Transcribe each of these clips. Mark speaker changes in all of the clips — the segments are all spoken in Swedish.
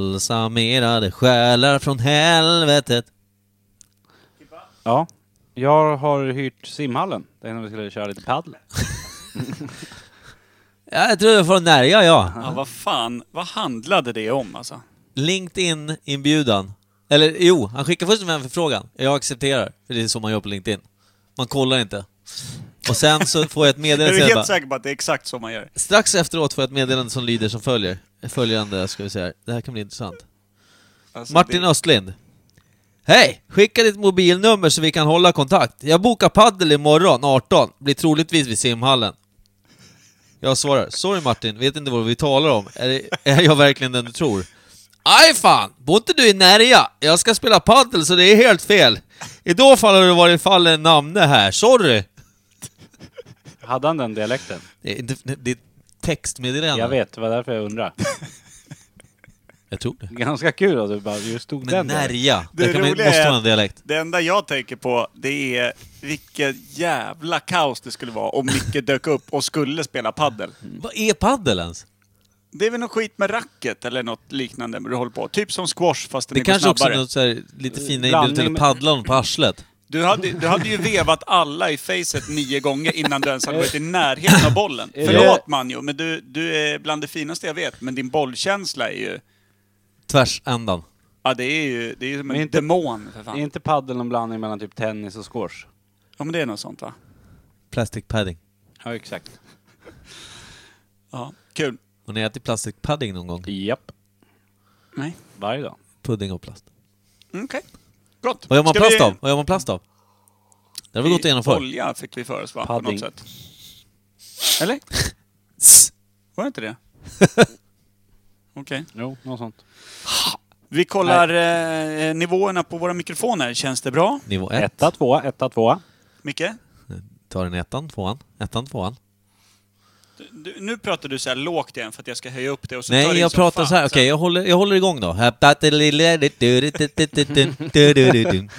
Speaker 1: Balsamerade själar från helvetet.
Speaker 2: Ja. Jag har hyrt simhallen. Det är när vi skulle köra lite padel.
Speaker 1: Ja, jag tror jag får närja jag.
Speaker 3: Ja, vad fan, vad handlade det om alltså?
Speaker 1: LinkedIn-inbjudan. Eller jo, han skickar först en förfrågan. Jag accepterar, för det är så man gör på LinkedIn. Man kollar inte. Och sen så får jag ett
Speaker 3: Är
Speaker 1: meddelande...
Speaker 3: du
Speaker 1: jag bara-
Speaker 3: helt säker på att det är exakt så man gör?
Speaker 1: Strax efteråt får jag ett meddelande som lyder som följer. Följande ska vi säga. Det här kan bli intressant.
Speaker 3: Alltså,
Speaker 1: Martin
Speaker 3: det...
Speaker 1: Östlind. Hej! Skicka ditt mobilnummer så vi kan hålla kontakt. Jag bokar paddel imorgon 18. Blir troligtvis vid simhallen. Jag svarar. Sorry Martin, vet inte vad vi talar om. Är, det- är jag verkligen den du tror? Aj fan! Bor inte du i Närja? Jag ska spela paddel så det är helt fel. I då fall har du varit fallen namne här. Sorry!
Speaker 2: Hade han den dialekten?
Speaker 1: Det är, inte, det är ett textmeddelande.
Speaker 2: Jag vet, det var därför jag undrar.
Speaker 1: Jag tror det.
Speaker 2: Ganska kul att du bara, just stod
Speaker 1: Men
Speaker 2: den där.
Speaker 1: Närja,
Speaker 3: Det
Speaker 1: det kan man,
Speaker 3: roliga
Speaker 1: måste
Speaker 3: är
Speaker 1: vara en
Speaker 3: att-
Speaker 1: dialekt.
Speaker 3: det enda jag tänker på, det är vilket jävla kaos det skulle vara om Micke dök upp och skulle spela paddel.
Speaker 1: Vad är paddel ens?
Speaker 3: Det är väl något skit med racket eller något liknande du håller på. Typ som squash fast den
Speaker 1: Det
Speaker 3: är går
Speaker 1: kanske också är
Speaker 3: snabbare.
Speaker 1: något så här, lite fina
Speaker 2: Blandning
Speaker 1: inbjudan till att
Speaker 2: med-
Speaker 1: paddla honom på arslet.
Speaker 3: Du, hade, du hade ju vevat alla i facet nio gånger innan du ens hade varit i närheten av bollen.
Speaker 2: Är
Speaker 3: Förlåt
Speaker 2: det-
Speaker 3: Manjo, men du, du är bland det finaste jag vet. Men din bollkänsla är ju...
Speaker 1: Tvärsändan.
Speaker 3: Ja, det är ju, det är ju som en
Speaker 2: Men inte-
Speaker 3: demon för
Speaker 2: Är
Speaker 3: fan.
Speaker 2: inte padel någon blandning mellan typ tennis och squash?
Speaker 3: Ja, men det är något sånt va?
Speaker 1: Plastic padding.
Speaker 2: Ja, exakt.
Speaker 3: Ja, kul.
Speaker 1: Har ni ätit plastic padding någon gång?
Speaker 2: Japp.
Speaker 3: Nej.
Speaker 2: Varje dag.
Speaker 1: Pudding och plast.
Speaker 3: Mm, Okej. Gott.
Speaker 1: Vad gör man
Speaker 3: Ska
Speaker 1: plast
Speaker 3: vi-
Speaker 1: av? Vad gör man plast av? Det har vi gått igenom förr.
Speaker 3: Olja fick vi för oss va? På
Speaker 2: Padding.
Speaker 3: något sätt. Eller?
Speaker 1: Tss.
Speaker 3: Var det inte det? Okej.
Speaker 2: Jo, något sånt.
Speaker 3: Vi kollar eh, nivåerna på våra mikrofoner. Känns det bra?
Speaker 1: Nivå ett.
Speaker 2: Etta, tvåa, etta, tvåa.
Speaker 3: Micke?
Speaker 1: Tar den ettan, tvåan, ettan, tvåan.
Speaker 3: Du, nu pratar du så här lågt igen för att jag ska höja upp det och så tar
Speaker 1: Nej,
Speaker 3: du in
Speaker 1: jag
Speaker 3: som
Speaker 1: pratar
Speaker 3: fan.
Speaker 1: så här. Okej, jag håller, jag håller igång då. Jävlar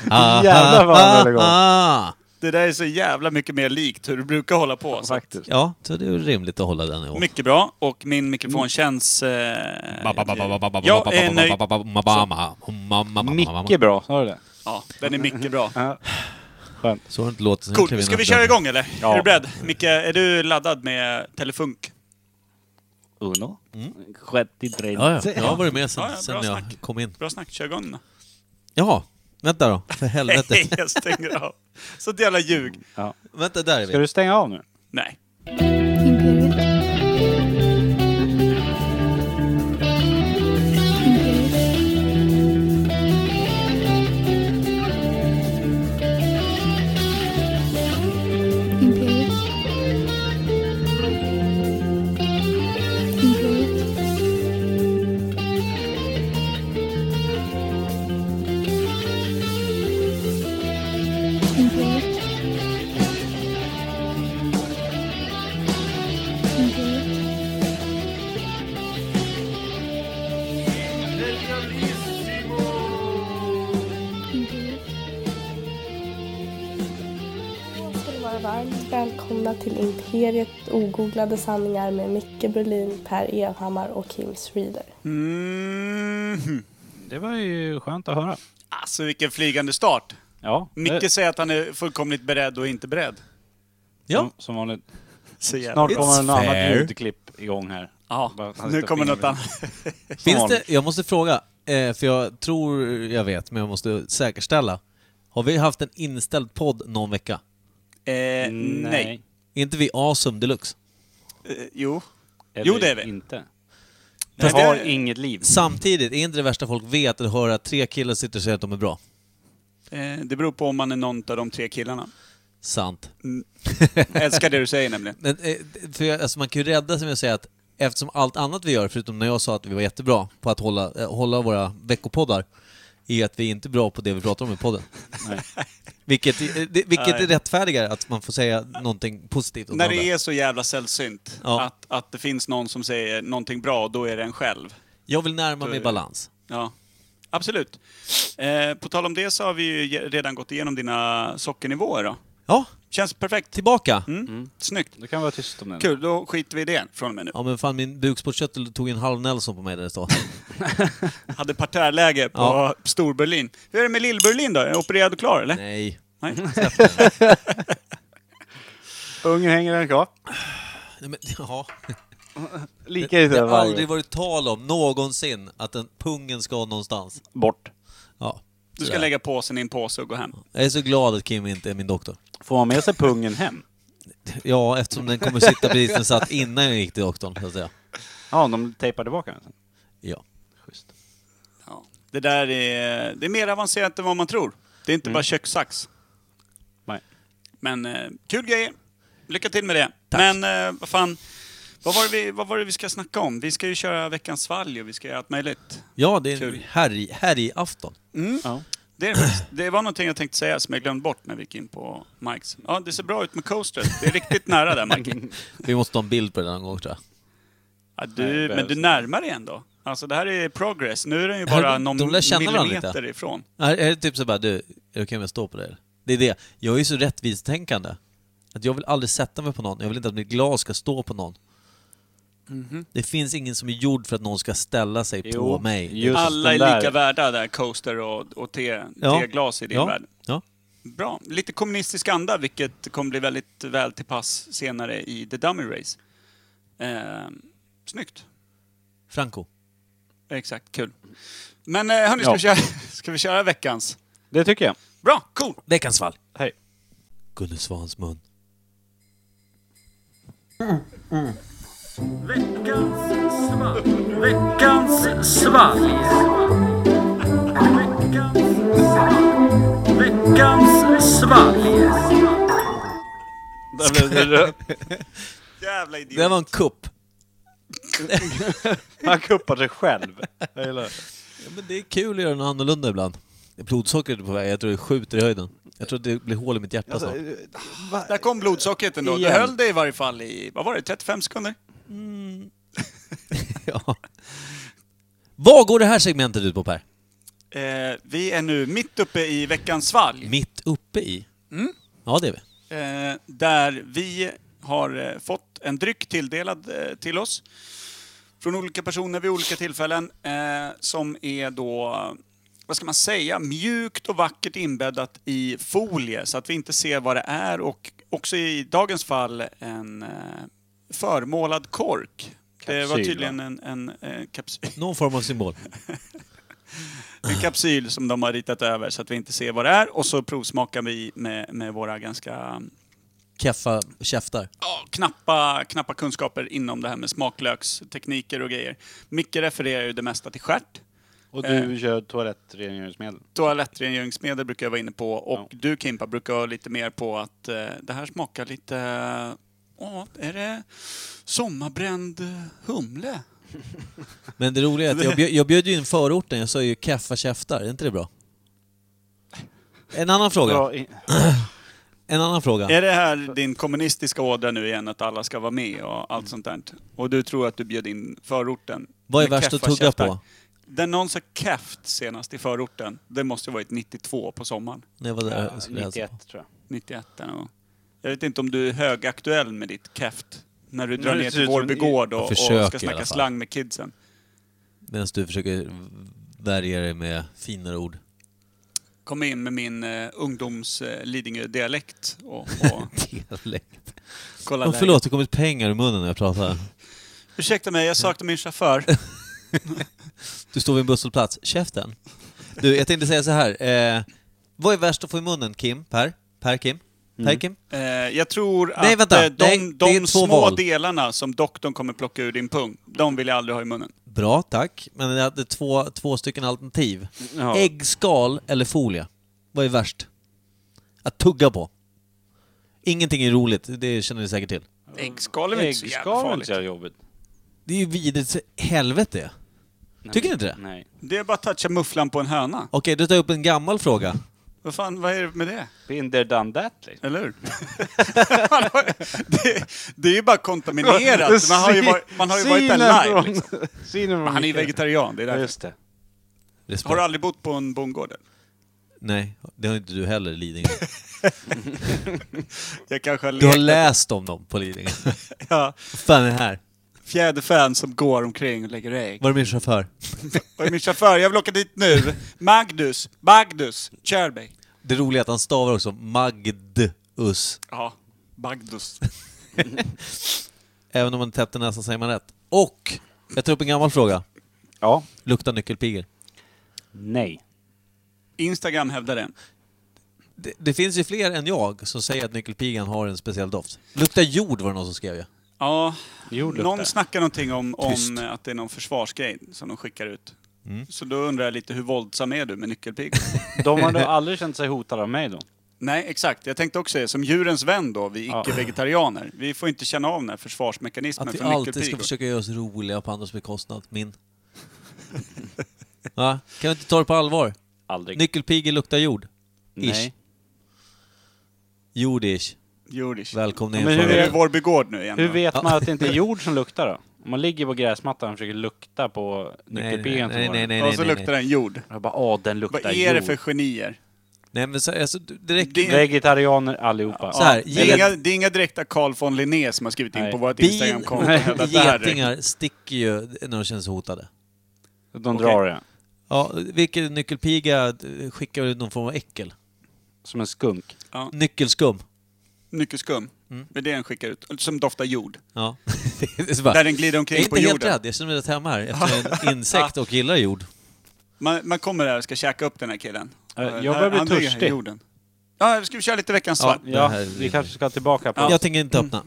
Speaker 1: Ah,
Speaker 2: Jävlar vad han höll igång.
Speaker 3: Det där är så jävla mycket mer likt hur du brukar hålla på. Så.
Speaker 2: Faktiskt.
Speaker 1: Ja, så det är ju rimligt att hålla den nivån.
Speaker 3: Mycket bra. Och min mikrofon känns... Eh, jag är nöjd.
Speaker 2: Mycket bra, sa du det? Eh,
Speaker 3: Ja, den är mycket bra.
Speaker 2: Ja. Skönt.
Speaker 1: Så har det inte låtit. sen
Speaker 3: Cool.
Speaker 1: klev
Speaker 3: Ska vi
Speaker 1: in
Speaker 3: köra
Speaker 1: den.
Speaker 3: igång eller?
Speaker 2: Ja.
Speaker 3: Är du beredd? Micke, är du laddad med Telefunk?
Speaker 2: Uno. Mm. 63.
Speaker 1: Ja, ja. Jag har varit med sen,
Speaker 3: Ja, ja, bra
Speaker 1: sen jag
Speaker 3: snack.
Speaker 1: kom in.
Speaker 3: Bra snack, kör igång nu.
Speaker 1: Jaha, vänta då. För helvete.
Speaker 3: Nej, jag stänger av. Sånt jävla ljug.
Speaker 2: Ja.
Speaker 1: vänta, där är
Speaker 2: Ska
Speaker 1: vi.
Speaker 2: du stänga av nu?
Speaker 3: Nej.
Speaker 4: Imperiet. Imperiet. Imperiet. Imperiet. Imperiet. Imperiet. Imperiet.
Speaker 5: ska ni vara varmt välkomna till Imperiet ogooglade sanningar med Micke Berlin, Per Evhammar och Kim Reader.
Speaker 3: Mm.
Speaker 2: Det var ju skönt att höra.
Speaker 3: Alltså vilken flygande start.
Speaker 2: Ja. det-
Speaker 3: Micke säger att han är fullkomligt beredd och inte beredd.
Speaker 1: Ja.
Speaker 2: Som, som vanligt.
Speaker 3: Så jävla-
Speaker 2: Snart kommer
Speaker 1: It's
Speaker 2: något annat
Speaker 1: fair.
Speaker 2: ljudklipp igång här.
Speaker 3: Ja,
Speaker 2: Bara- han
Speaker 3: nu
Speaker 2: sätter
Speaker 3: kommer
Speaker 2: fingret.
Speaker 3: något annat.
Speaker 1: Finns det,
Speaker 2: vanligt.
Speaker 1: jag måste fråga, eh, för jag tror jag vet, men jag måste säkerställa. Har vi haft en inställd podd någon vecka?
Speaker 3: Eh, nej.
Speaker 2: Nej.
Speaker 1: Är inte vi awesome deluxe?
Speaker 3: Eh, jo.
Speaker 2: Eller
Speaker 3: Jo, det är vi.
Speaker 2: Inte. Vi
Speaker 3: Fast
Speaker 2: har
Speaker 3: det-
Speaker 2: inget liv.
Speaker 1: Samtidigt, är inte det värsta folk vet att höra att tre killar sitter och säger att de är bra?
Speaker 3: Eh, det beror på om man är någon av de tre killarna.
Speaker 1: Sant.
Speaker 3: Älskar det du säger nämligen.
Speaker 1: Men, eh, för jag, alltså man kan ju rädda sig med att säga att eftersom allt annat vi gör, förutom när jag sa att vi var jättebra på att hålla, eh, hålla våra veckopoddar, är att vi inte är bra på det vi pratar om i podden.
Speaker 2: Nej.
Speaker 1: Vilket, eh, det, vilket
Speaker 3: Nej.
Speaker 1: är rättfärdigare, att man får säga någonting positivt om
Speaker 3: När
Speaker 1: andra.
Speaker 3: det är så jävla sällsynt
Speaker 1: Ja.
Speaker 3: att, att det finns någon som säger någonting bra, då är det en själv.
Speaker 1: Jag vill närma mig balans.
Speaker 3: Ja, absolut. Eh, på tal om det så har vi ju ge- redan gått igenom dina sockernivåer då.
Speaker 1: Ja,
Speaker 3: Känns perfekt.
Speaker 1: tillbaka!
Speaker 3: Mm. Snyggt.
Speaker 2: Du kan vara tyst om den.
Speaker 3: Kul, då skiter vi i det från och med nu.
Speaker 1: Ja men fan, min bukspottkörtel tog en halv Nelson på mig där det står.
Speaker 3: Hade parterläge på
Speaker 1: Ja.
Speaker 3: Storberlin. Hur är det med Lillberlin då? Är den opererad och klar eller?
Speaker 1: Nej.
Speaker 3: Nej.
Speaker 2: Ungen hänger den kvar.
Speaker 1: Nej men, ja.
Speaker 2: Lika
Speaker 1: Det
Speaker 2: lite
Speaker 1: har
Speaker 2: varje
Speaker 1: aldrig varit tal om någonsin att den pungen ska någonstans.
Speaker 2: Bort.
Speaker 1: Ja.
Speaker 3: Du ska
Speaker 1: sådär.
Speaker 3: lägga påsen i en påse och gå hem.
Speaker 1: Jag är så glad att Kim inte är min doktor.
Speaker 2: Får man med sig pungen hem?
Speaker 1: Ja, eftersom den kommer sitta precis den satt innan jag gick till doktorn, så att säga.
Speaker 2: Ja, de tejpar tillbaka den sen.
Speaker 1: Ja.
Speaker 2: Schysst.
Speaker 3: Ja. Det där är, det är mer avancerat än vad man tror. Det är
Speaker 1: Mm.
Speaker 3: inte bara kökssax.
Speaker 2: Nej.
Speaker 3: Men eh, kul grejer. Lycka till med det. Men eh, vad fan, vad var, det vi, vad var det vi ska snacka om? Vi ska ju köra veckans svalg och vi ska göra allt möjligt.
Speaker 1: Ja, det är en
Speaker 3: Kul.
Speaker 1: härj, härjafton.
Speaker 3: Mm.
Speaker 2: Ja.
Speaker 3: Det, är, det faktiskt. det var någonting jag tänkte säga som jag glömde bort när vi gick in på Mikes. Ja, det ser bra ut med coastret. Det är riktigt nära där, Mike.
Speaker 1: Vi måste ta en bild på det där någon gång, tror jag.
Speaker 3: Ja,
Speaker 2: Nej, det
Speaker 3: du, men
Speaker 2: behövs
Speaker 3: du
Speaker 2: inte.
Speaker 3: närmar dig ändå. Alltså det här är progress. Nu är den ju
Speaker 1: Här,
Speaker 3: bara
Speaker 1: de-
Speaker 3: någon
Speaker 1: de lär känna varandra lite.
Speaker 3: millimeter ifrån.
Speaker 1: Är, är det typ så bara, du, är det okej om jag står på dig? Det är det. Jag är ju så rättvistänkande. Att jag vill aldrig sätta mig på någon. Jag vill inte att mitt glas ska stå på någon.
Speaker 3: Mhm.
Speaker 1: Det finns ingen som är gjord för att någon ska ställa sig på
Speaker 2: Jo,
Speaker 1: mig.
Speaker 2: just
Speaker 3: Alla är
Speaker 2: den där.
Speaker 3: lika värda där, coaster och, och te,
Speaker 1: Ja.
Speaker 3: teglas i din
Speaker 1: ja.
Speaker 3: värld.
Speaker 1: Ja.
Speaker 3: Bra. Lite kommunistisk anda, vilket kommer bli väldigt väl till pass senare i The Dummy Race. Eh, snyggt.
Speaker 1: Franco.
Speaker 3: Exakt, kul. Men eh, hörni, ska,
Speaker 2: Ja.
Speaker 3: vi köra, ska vi köra veckans?
Speaker 2: Det tycker jag.
Speaker 3: Bra, cool!
Speaker 1: Veckans fall.
Speaker 2: Hej.
Speaker 1: Gunde Svans mun.
Speaker 2: Där blev det rö-
Speaker 3: Jävla
Speaker 1: Det
Speaker 3: idiot.
Speaker 1: där var en kupp.
Speaker 2: Han kuppar sig själv. Jag gillar det.
Speaker 1: Ja, men det är kul att göra något annorlunda ibland. Blodsockret är på väg. Jag tror det skjuter i höjden. Jag tror att det blir hål i mitt
Speaker 3: Alltså,
Speaker 1: hjärta snart.
Speaker 3: Där kom blodsockret ändå. Du
Speaker 2: Igen.
Speaker 3: höll dig i varje fall i, vad var det, 35 sekunder?
Speaker 1: Ja. Vad går det här segmentet ut på Per?
Speaker 3: Eh, vi är nu mitt uppe i veckans svalg.
Speaker 1: Mitt uppe i? Ja, det är vi.
Speaker 3: eh, där vi har eh, fått en dryck tilldelad eh, till oss från olika personer vid olika tillfällen eh, som är då, vad ska man säga, mjukt och vackert inbäddat i folie så att vi inte ser vad det är och också i dagens fall en eh, förmålad kork. det var
Speaker 2: Kapsyl,
Speaker 3: tydligen en, en, eh, kapsyl,
Speaker 1: Någon form av symbol.
Speaker 3: en kapsyl som de har ritat över så att vi inte ser vad det är och så provsmakar vi med, med våra ganska
Speaker 1: Keffa käftar.
Speaker 3: ja, knappa, knappa kunskaper inom det här med smaklökstekniker och grejer. Micke refererar ju det mesta till stjärt.
Speaker 2: Och
Speaker 3: Eh.
Speaker 2: du kör toalettrengöringsmedel.
Speaker 3: Toalettrengöringsmedel brukar jag vara inne på och du Kimpa brukar vara lite mer på att eh, det här smakar lite... Ja, är det sommarbränd humle?
Speaker 1: Men det roliga är att jag bjöd, jag bjöd ju in förorten. Jag sa ju keffa käftar. Är inte det bra? En annan fråga.
Speaker 2: Bra in-
Speaker 1: En annan fråga.
Speaker 3: Är det här din kommunistiska ådra nu igen, att alla ska vara med och allt sånt där? Och du tror att du bjöd in förorten?
Speaker 1: Vad är
Speaker 3: med
Speaker 1: värst att
Speaker 3: keffa
Speaker 1: tugga
Speaker 3: käftar.
Speaker 1: på?
Speaker 3: Den någon sa keft senast i förorten, det måste ju varit 92 på sommaren.
Speaker 1: När jag var där och skulle hälsa
Speaker 2: 91
Speaker 1: på.
Speaker 2: tror jag.
Speaker 3: 91 där någon gång. Jag vet inte om du är högaktuell med ditt keft när du drar
Speaker 2: det
Speaker 3: ner
Speaker 2: ser
Speaker 3: till
Speaker 2: ut som
Speaker 3: Vårby
Speaker 2: en-
Speaker 3: gård
Speaker 1: Jag
Speaker 3: och, och
Speaker 1: försöker
Speaker 3: ska
Speaker 1: i alla
Speaker 3: snacka
Speaker 1: fall.
Speaker 3: slang med kidsen.
Speaker 1: Medan du försöker värja dig med finare ord.
Speaker 3: Kom in med min uh, ungdoms eh, Lidingö-dialekt och, och
Speaker 1: Dialekt.
Speaker 3: kolla
Speaker 1: Oh,
Speaker 3: läget.
Speaker 1: förlåt, det kom ut pengar ur munnen när jag pratade.
Speaker 3: Ursäkta mig, jag saknar min chaufför.
Speaker 1: Du står vid en busshållplats. Käften. Du, jag tänkte säga så här. Eh, vad är värst att få i munnen, Kim? Per? Per Kim? Per
Speaker 2: Mm.
Speaker 1: Kim?
Speaker 3: Eh, jag tror
Speaker 1: Nej,
Speaker 3: att
Speaker 1: vänta.
Speaker 3: eh, de,
Speaker 1: Nej, det är
Speaker 3: de
Speaker 1: två
Speaker 3: små
Speaker 1: val.
Speaker 3: delarna som doktorn kommer plocka ur din pung, de vill jag aldrig ha i munnen.
Speaker 1: Bra, tack. Men jag hade två, två stycken alternativ.
Speaker 2: Ja.
Speaker 1: Äggskal eller folie? Vad är värst? Att tugga på. Ingenting är roligt, det känner ni säkert till.
Speaker 3: Äggskal är väl inte så jävla
Speaker 2: Äggskal är inte
Speaker 3: farligt?
Speaker 2: så jävla jobbigt.
Speaker 1: Det är ju vidrigt så helvete. Tycker ni inte det?
Speaker 2: Nej.
Speaker 3: Det är bara att toucha mufflan på en höna.
Speaker 1: Okej, då tar jag upp en gammal fråga.
Speaker 3: Vad fan, vad är det med det?
Speaker 2: Been there, done that liksom.
Speaker 3: Eller hur? det, det är ju bara kontaminerat. Man har ju varit, man har ju varit där live. Liksom.
Speaker 2: Synen
Speaker 3: Men Han är ju vegetarian, det är
Speaker 2: Ja,
Speaker 3: därför.
Speaker 2: just det.
Speaker 1: Respekt.
Speaker 3: Har du aldrig bott på en bondgård? eller?
Speaker 1: Nej, det har inte du heller, Lidingö.
Speaker 3: Jag kanske har
Speaker 1: Du har
Speaker 3: lekat.
Speaker 1: läst om dem på Lidingö.
Speaker 3: Ja,
Speaker 1: Vad fan är det här?
Speaker 3: fjäderfän som går omkring och lägger ägg.
Speaker 1: Var är min chaufför?
Speaker 3: Var är min chaufför? Jag vill åka dit nu. Magnus, Magnus, kör mig.
Speaker 1: Det roliga är att han stavar också Magdus.
Speaker 3: Ja, Magnus.
Speaker 1: Även om man täppte näsan säger man rätt. Och, jag tar upp en gammal fråga.
Speaker 2: Ja.
Speaker 1: Luktar nyckelpigor?
Speaker 2: Nej.
Speaker 3: Instagram hävdar det.
Speaker 1: Det, det finns ju fler än jag som säger att nyckelpigan har en speciell doft. Luktar jord var det någon som skrev ju.
Speaker 3: Ja,
Speaker 2: Jo, luktar.
Speaker 3: någon snackar någonting om,
Speaker 1: Tyst. Mm.
Speaker 3: om att det är någon försvarsgrej som de skickar ut. Så då undrar jag lite, hur våldsam är du med nyckelpigor?
Speaker 2: De har nog aldrig känt sig hotade av mig då.
Speaker 3: Nej, exakt. Jag tänkte också det. Som djurens vän då, vi
Speaker 2: Ja.
Speaker 3: icke-vegetarianer. Vi får inte känna av den här försvarsmekanismen
Speaker 1: Att vi
Speaker 3: för
Speaker 1: alltid ska
Speaker 3: nyckelpigor.
Speaker 1: försöka göra oss roliga på andras bekostnad. Min. Va? Kan vi inte ta det på allvar?
Speaker 2: Aldrig.
Speaker 1: Nyckelpigor luktar jord.
Speaker 2: Nej.
Speaker 1: Jordish.
Speaker 3: Jordish.
Speaker 1: Välkomna
Speaker 2: Ja,
Speaker 1: in.
Speaker 2: men hur
Speaker 3: Hur är
Speaker 1: för-
Speaker 3: det vår begård nu igen?
Speaker 2: Hur
Speaker 3: då?
Speaker 2: vet man att det inte är jord som luktar då? Om man ligger på gräsmattan och försöker lukta på
Speaker 1: Nej,
Speaker 2: nyckelpigan som
Speaker 1: nej,
Speaker 2: var
Speaker 1: nej,
Speaker 2: där.
Speaker 1: nej,
Speaker 3: och så
Speaker 1: nej, nej,
Speaker 3: luktar
Speaker 1: nej.
Speaker 3: den jord.
Speaker 2: Jag bara, åh den
Speaker 3: Vad
Speaker 2: luktar
Speaker 3: är det
Speaker 2: jord.
Speaker 3: för genier?
Speaker 1: Nej men så, alltså, det räcker
Speaker 3: Det är,
Speaker 2: Vegetarianer allihopa.
Speaker 1: Så här,
Speaker 3: det, är
Speaker 1: get-
Speaker 3: inga, det är inga direkta Carl von Linné som har skrivit in
Speaker 2: Nej.
Speaker 3: på vårt
Speaker 1: Bin
Speaker 3: Instagramkonto. och hävdat
Speaker 1: och
Speaker 3: det här.
Speaker 1: getingar sticker ju när de känner sig hotade.
Speaker 2: De
Speaker 3: Okej.
Speaker 2: drar det.
Speaker 1: Ja, vilken nyckelpiga eh, skickar ut någon form av äckel?
Speaker 2: Som en skunk.
Speaker 1: Nyckelskum.
Speaker 3: Nyckelskum.
Speaker 1: Mm.
Speaker 3: Det är det den skickar ut. Som doftar jord.
Speaker 1: Ja. Det är så bara,
Speaker 3: Där den glider
Speaker 1: jag är
Speaker 3: omkring på
Speaker 1: inte helt
Speaker 3: jorden.
Speaker 1: rädd, jag känner mig rätt hemma här efter en insekt och gillar jord.
Speaker 3: Man, man kommer där och ska käka upp den här killen.
Speaker 2: Äh, jag
Speaker 3: Eh,
Speaker 2: börjar bli
Speaker 3: han ligger här i
Speaker 2: törstig.
Speaker 3: Jorden. Ja, ska vi köra lite veckans svar?
Speaker 1: Det
Speaker 2: Ja,
Speaker 1: här är-
Speaker 2: vi kanske ska tillbaka på...
Speaker 1: Jag tänker inte öppna.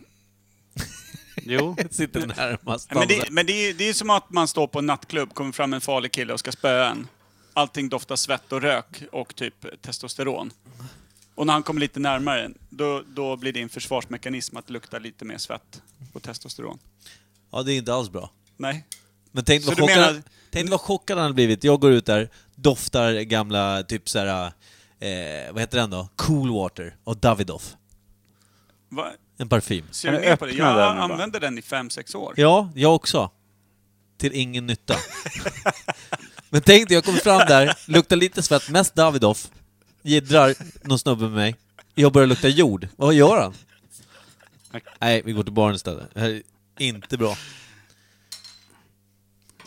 Speaker 2: Jo.
Speaker 1: Jag sitter närmast
Speaker 3: Ja, Men, det,
Speaker 1: andra.
Speaker 3: men det, är, det är som att man står på en nattklubb, kommer fram en farlig kille och ska spöa en. Allting doftar svett och rök och typ testosteron. Och när han kommer lite närmare, då, då blir din försvarsmekanism att lukta lite mer svett och testosteron.
Speaker 1: Ja, det är inte alls bra.
Speaker 3: Nej?
Speaker 1: Men tänk
Speaker 3: Så
Speaker 1: vad
Speaker 3: du
Speaker 1: chockad,
Speaker 3: menar-
Speaker 1: tänk vad chockad han har blivit. Jag går ut där, doftar gamla typ såhär, eh, vad heter den då? Cool Water av Davidoff.
Speaker 3: Va?
Speaker 1: En parfym.
Speaker 3: Ser du
Speaker 2: Men
Speaker 3: ner på det?
Speaker 2: öppna
Speaker 3: Jag
Speaker 2: den nu bara.
Speaker 3: använde den i fem sex år.
Speaker 1: Ja, jag också. Till ingen nytta. Men tänk dig, jag kommer fram där, luktar lite svett, mest Davidoff. Jiddrar någon snubbe med mig. Jag börjar lukta jord. Vad gör han? Nej, vi går till baren istället. Det här är inte bra.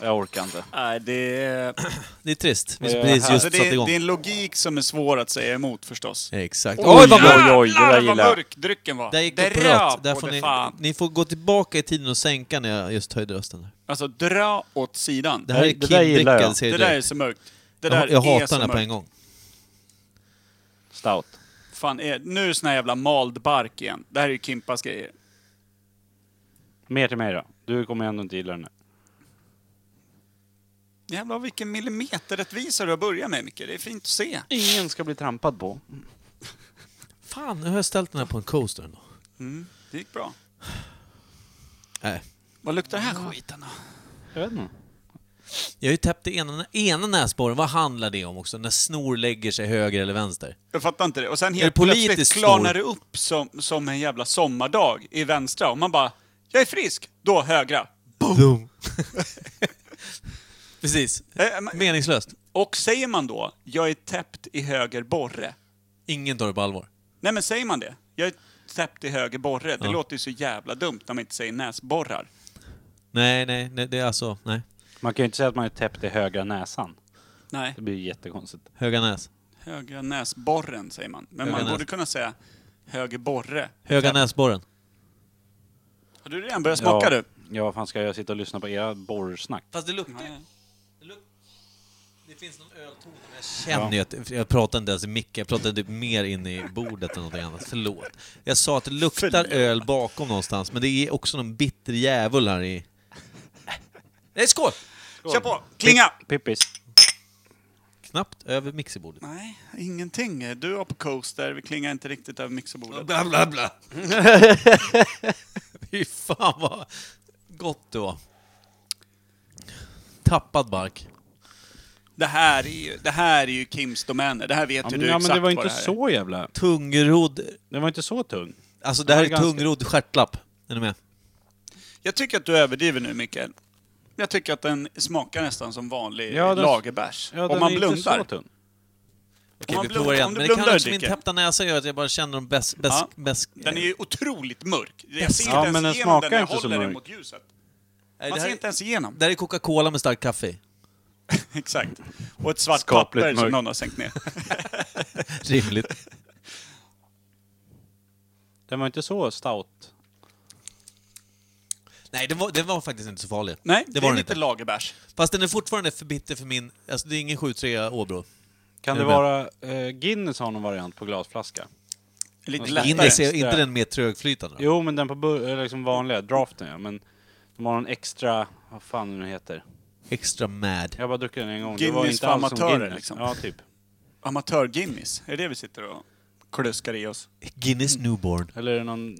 Speaker 2: Jag orkar inte.
Speaker 3: Nej, det är...
Speaker 1: Det är trist. Vi
Speaker 2: Ja,
Speaker 1: har precis
Speaker 3: Alltså,
Speaker 1: just
Speaker 3: det,
Speaker 1: satt
Speaker 3: är,
Speaker 1: igång.
Speaker 3: det är en logik som är svår att säga emot förstås.
Speaker 1: Exakt.
Speaker 2: Oj,
Speaker 1: Oj, vad bra!
Speaker 2: oj, oj, det där
Speaker 3: Jävlar, vad
Speaker 2: gillar jag.
Speaker 3: mörk drycken var!
Speaker 1: Där gick det
Speaker 3: Dra
Speaker 1: upp rött. Där
Speaker 3: på
Speaker 1: får
Speaker 3: det
Speaker 1: ni,
Speaker 3: fan.
Speaker 1: ni får gå tillbaka i tiden och sänka när jag just höjde rösten. Där.
Speaker 3: Alltså, dra åt sidan.
Speaker 1: Det här är
Speaker 2: Nej, det där gillar
Speaker 1: Kim-drickan,
Speaker 2: jag.
Speaker 1: ser
Speaker 3: Det
Speaker 1: du
Speaker 3: där är
Speaker 1: direkt.
Speaker 3: så mörkt. Det där
Speaker 1: Jag, jag
Speaker 3: är
Speaker 1: hatar
Speaker 3: så
Speaker 1: den här
Speaker 3: mörkt.
Speaker 1: på en gång.
Speaker 2: Stout.
Speaker 3: Fan, är, nu är sån här jävla mald bark igen. Det här är ju Kimpas grejer.
Speaker 2: Mer till mig då. Du kommer ändå inte gilla den här.
Speaker 3: Jävlar vilken millimeterrättvisa du har börjat med Micke. Det är fint att se.
Speaker 2: Ingen ska bli trampad på.
Speaker 1: Fan, nu har jag ställt den här på en coaster ändå.
Speaker 3: Det gick bra.
Speaker 1: Nej.
Speaker 3: Vad luktar den här skiten då?
Speaker 2: Jag vet inte.
Speaker 1: Jag har ju täppt i ena, ena näsborren. Vad handlar det om också? När snor lägger sig höger eller vänster?
Speaker 3: Jag fattar inte det. Och sen
Speaker 1: Är det
Speaker 3: helt
Speaker 1: politiskt
Speaker 3: plötsligt
Speaker 1: snor?
Speaker 3: klarnar det upp som, som en jävla sommardag i vänstra. Och man bara, jag är frisk. Då högra.
Speaker 1: Boom! Precis.
Speaker 3: Eh, men-
Speaker 1: Meningslöst.
Speaker 3: Och säger man då, jag är täppt i höger borre.
Speaker 1: Ingen tar det på allvar.
Speaker 3: Nej men säger man det? Jag är täppt i höger borre. Det låter ju så jävla dumt när man inte säger näsborrar.
Speaker 1: Nej, nej, nej, det är alltså... Nej.
Speaker 2: Man kan ju inte säga att man är täppt i högra näsan.
Speaker 3: Nej.
Speaker 2: Det blir ju jättekonstigt.
Speaker 1: Höga näs.
Speaker 3: Högra näsborren säger man. Men
Speaker 1: Höga
Speaker 3: man
Speaker 1: näs.
Speaker 3: borde kunna säga höger borre.
Speaker 1: Höga näsborren.
Speaker 3: Har du redan börjat smaka
Speaker 2: ja.
Speaker 3: du?
Speaker 2: Ja, vad fan ska jag sitta och lyssna på era borrsnack?
Speaker 1: Fast det luktar ju... Det, luk- det finns någon ölton, men jag känner ju att... Jag pratar inte ens i micken, jag pratar typ mer in i bordet än någonting annat. Förlåt. Jag sa att det luktar
Speaker 3: Förlåt.
Speaker 1: öl bakom någonstans, men det är också någon bitter djävul här i... Nej, skål!
Speaker 3: Kör på! Klinga!
Speaker 2: Pippis.
Speaker 1: Knappt över mixerbordet.
Speaker 3: Nej, ingenting. Du var på coaster, vi klingar inte riktigt över mixerbordet.
Speaker 1: Bla, bla, bla. Fy fan vad gott det var. Tappad bark.
Speaker 3: Det här är ju, det här är ju Kims domäner, det här vet
Speaker 2: Ja,
Speaker 3: ju
Speaker 2: men,
Speaker 3: du
Speaker 2: ja, men
Speaker 3: Typ exakt
Speaker 2: det var
Speaker 3: vad
Speaker 2: inte
Speaker 3: det här är.
Speaker 2: så jävla...
Speaker 1: Tungrodd.
Speaker 2: Den var inte så tung.
Speaker 1: Alltså det här
Speaker 2: var
Speaker 1: är
Speaker 2: ganska-
Speaker 1: tungrodd stjärtlapp. Är ni med?
Speaker 3: Jag tycker att du överdriver nu, Mikael. Jag tycker att den smakar nästan som vanlig
Speaker 2: Ja, den-
Speaker 3: lagerbärs.
Speaker 2: Ja, den
Speaker 3: Om man
Speaker 2: är inte så
Speaker 3: blundar.
Speaker 2: tung.
Speaker 1: Okej,
Speaker 3: man
Speaker 1: vi
Speaker 3: blundar-
Speaker 1: provar igen.
Speaker 3: om du
Speaker 1: Men det kan
Speaker 3: blundar,
Speaker 1: också min
Speaker 3: dricker.
Speaker 1: täppta näsa gör att jag bara känner dem bäst... bäst,
Speaker 3: Ja,
Speaker 1: bäst
Speaker 3: Den är ju otroligt mörk. Jag ser
Speaker 2: Ja,
Speaker 3: inte
Speaker 2: men den
Speaker 3: ens igenom
Speaker 2: smakar
Speaker 3: den när jag
Speaker 2: inte så
Speaker 3: håller den
Speaker 2: mörk.
Speaker 3: mot ljuset.
Speaker 1: Nej,
Speaker 3: Man
Speaker 1: det,
Speaker 3: ser
Speaker 1: här,
Speaker 3: inte ens igenom.
Speaker 1: det här är Coca-Cola med stark kaffe i.
Speaker 3: Exakt. Och ett svart
Speaker 2: Skapligt
Speaker 3: papper som
Speaker 2: mörk.
Speaker 3: någon har sänkt ner.
Speaker 1: Rimligt.
Speaker 2: Den var inte så stout.
Speaker 1: Nej, den var, den var faktiskt inte så farlig.
Speaker 3: Nej,
Speaker 1: det
Speaker 3: det,
Speaker 1: var
Speaker 3: är
Speaker 1: den
Speaker 3: lite
Speaker 1: inte.
Speaker 3: lagerbärs.
Speaker 1: Fast den är fortfarande för bitter för min... Alltså, det är ingen 7-3 Åbro.
Speaker 2: Kan
Speaker 1: Är
Speaker 2: det
Speaker 1: du med?
Speaker 2: vara... Eh, Guinness har någon variant på glasflaska.
Speaker 3: Lite
Speaker 2: Guinness
Speaker 3: lättare.
Speaker 1: Guinness är
Speaker 2: just
Speaker 1: inte
Speaker 2: det.
Speaker 1: den mer trögflytande då?
Speaker 2: Jo, men den på bur- eller liksom vanliga draften ja. Men de har någon extra... Vad fan den nu heter.
Speaker 1: Extra mad.
Speaker 2: Jag har bara druckit den en gång. det var
Speaker 3: Guinness
Speaker 2: inte
Speaker 3: för
Speaker 2: alls som
Speaker 3: amatörer,
Speaker 2: Guinness.
Speaker 3: liksom.
Speaker 2: Ja, typ.
Speaker 3: Amatör-Guinness, är det det vi sitter och kluskar i oss?
Speaker 1: Guinness
Speaker 3: Mm.
Speaker 1: Newborn.
Speaker 2: Eller är det någon...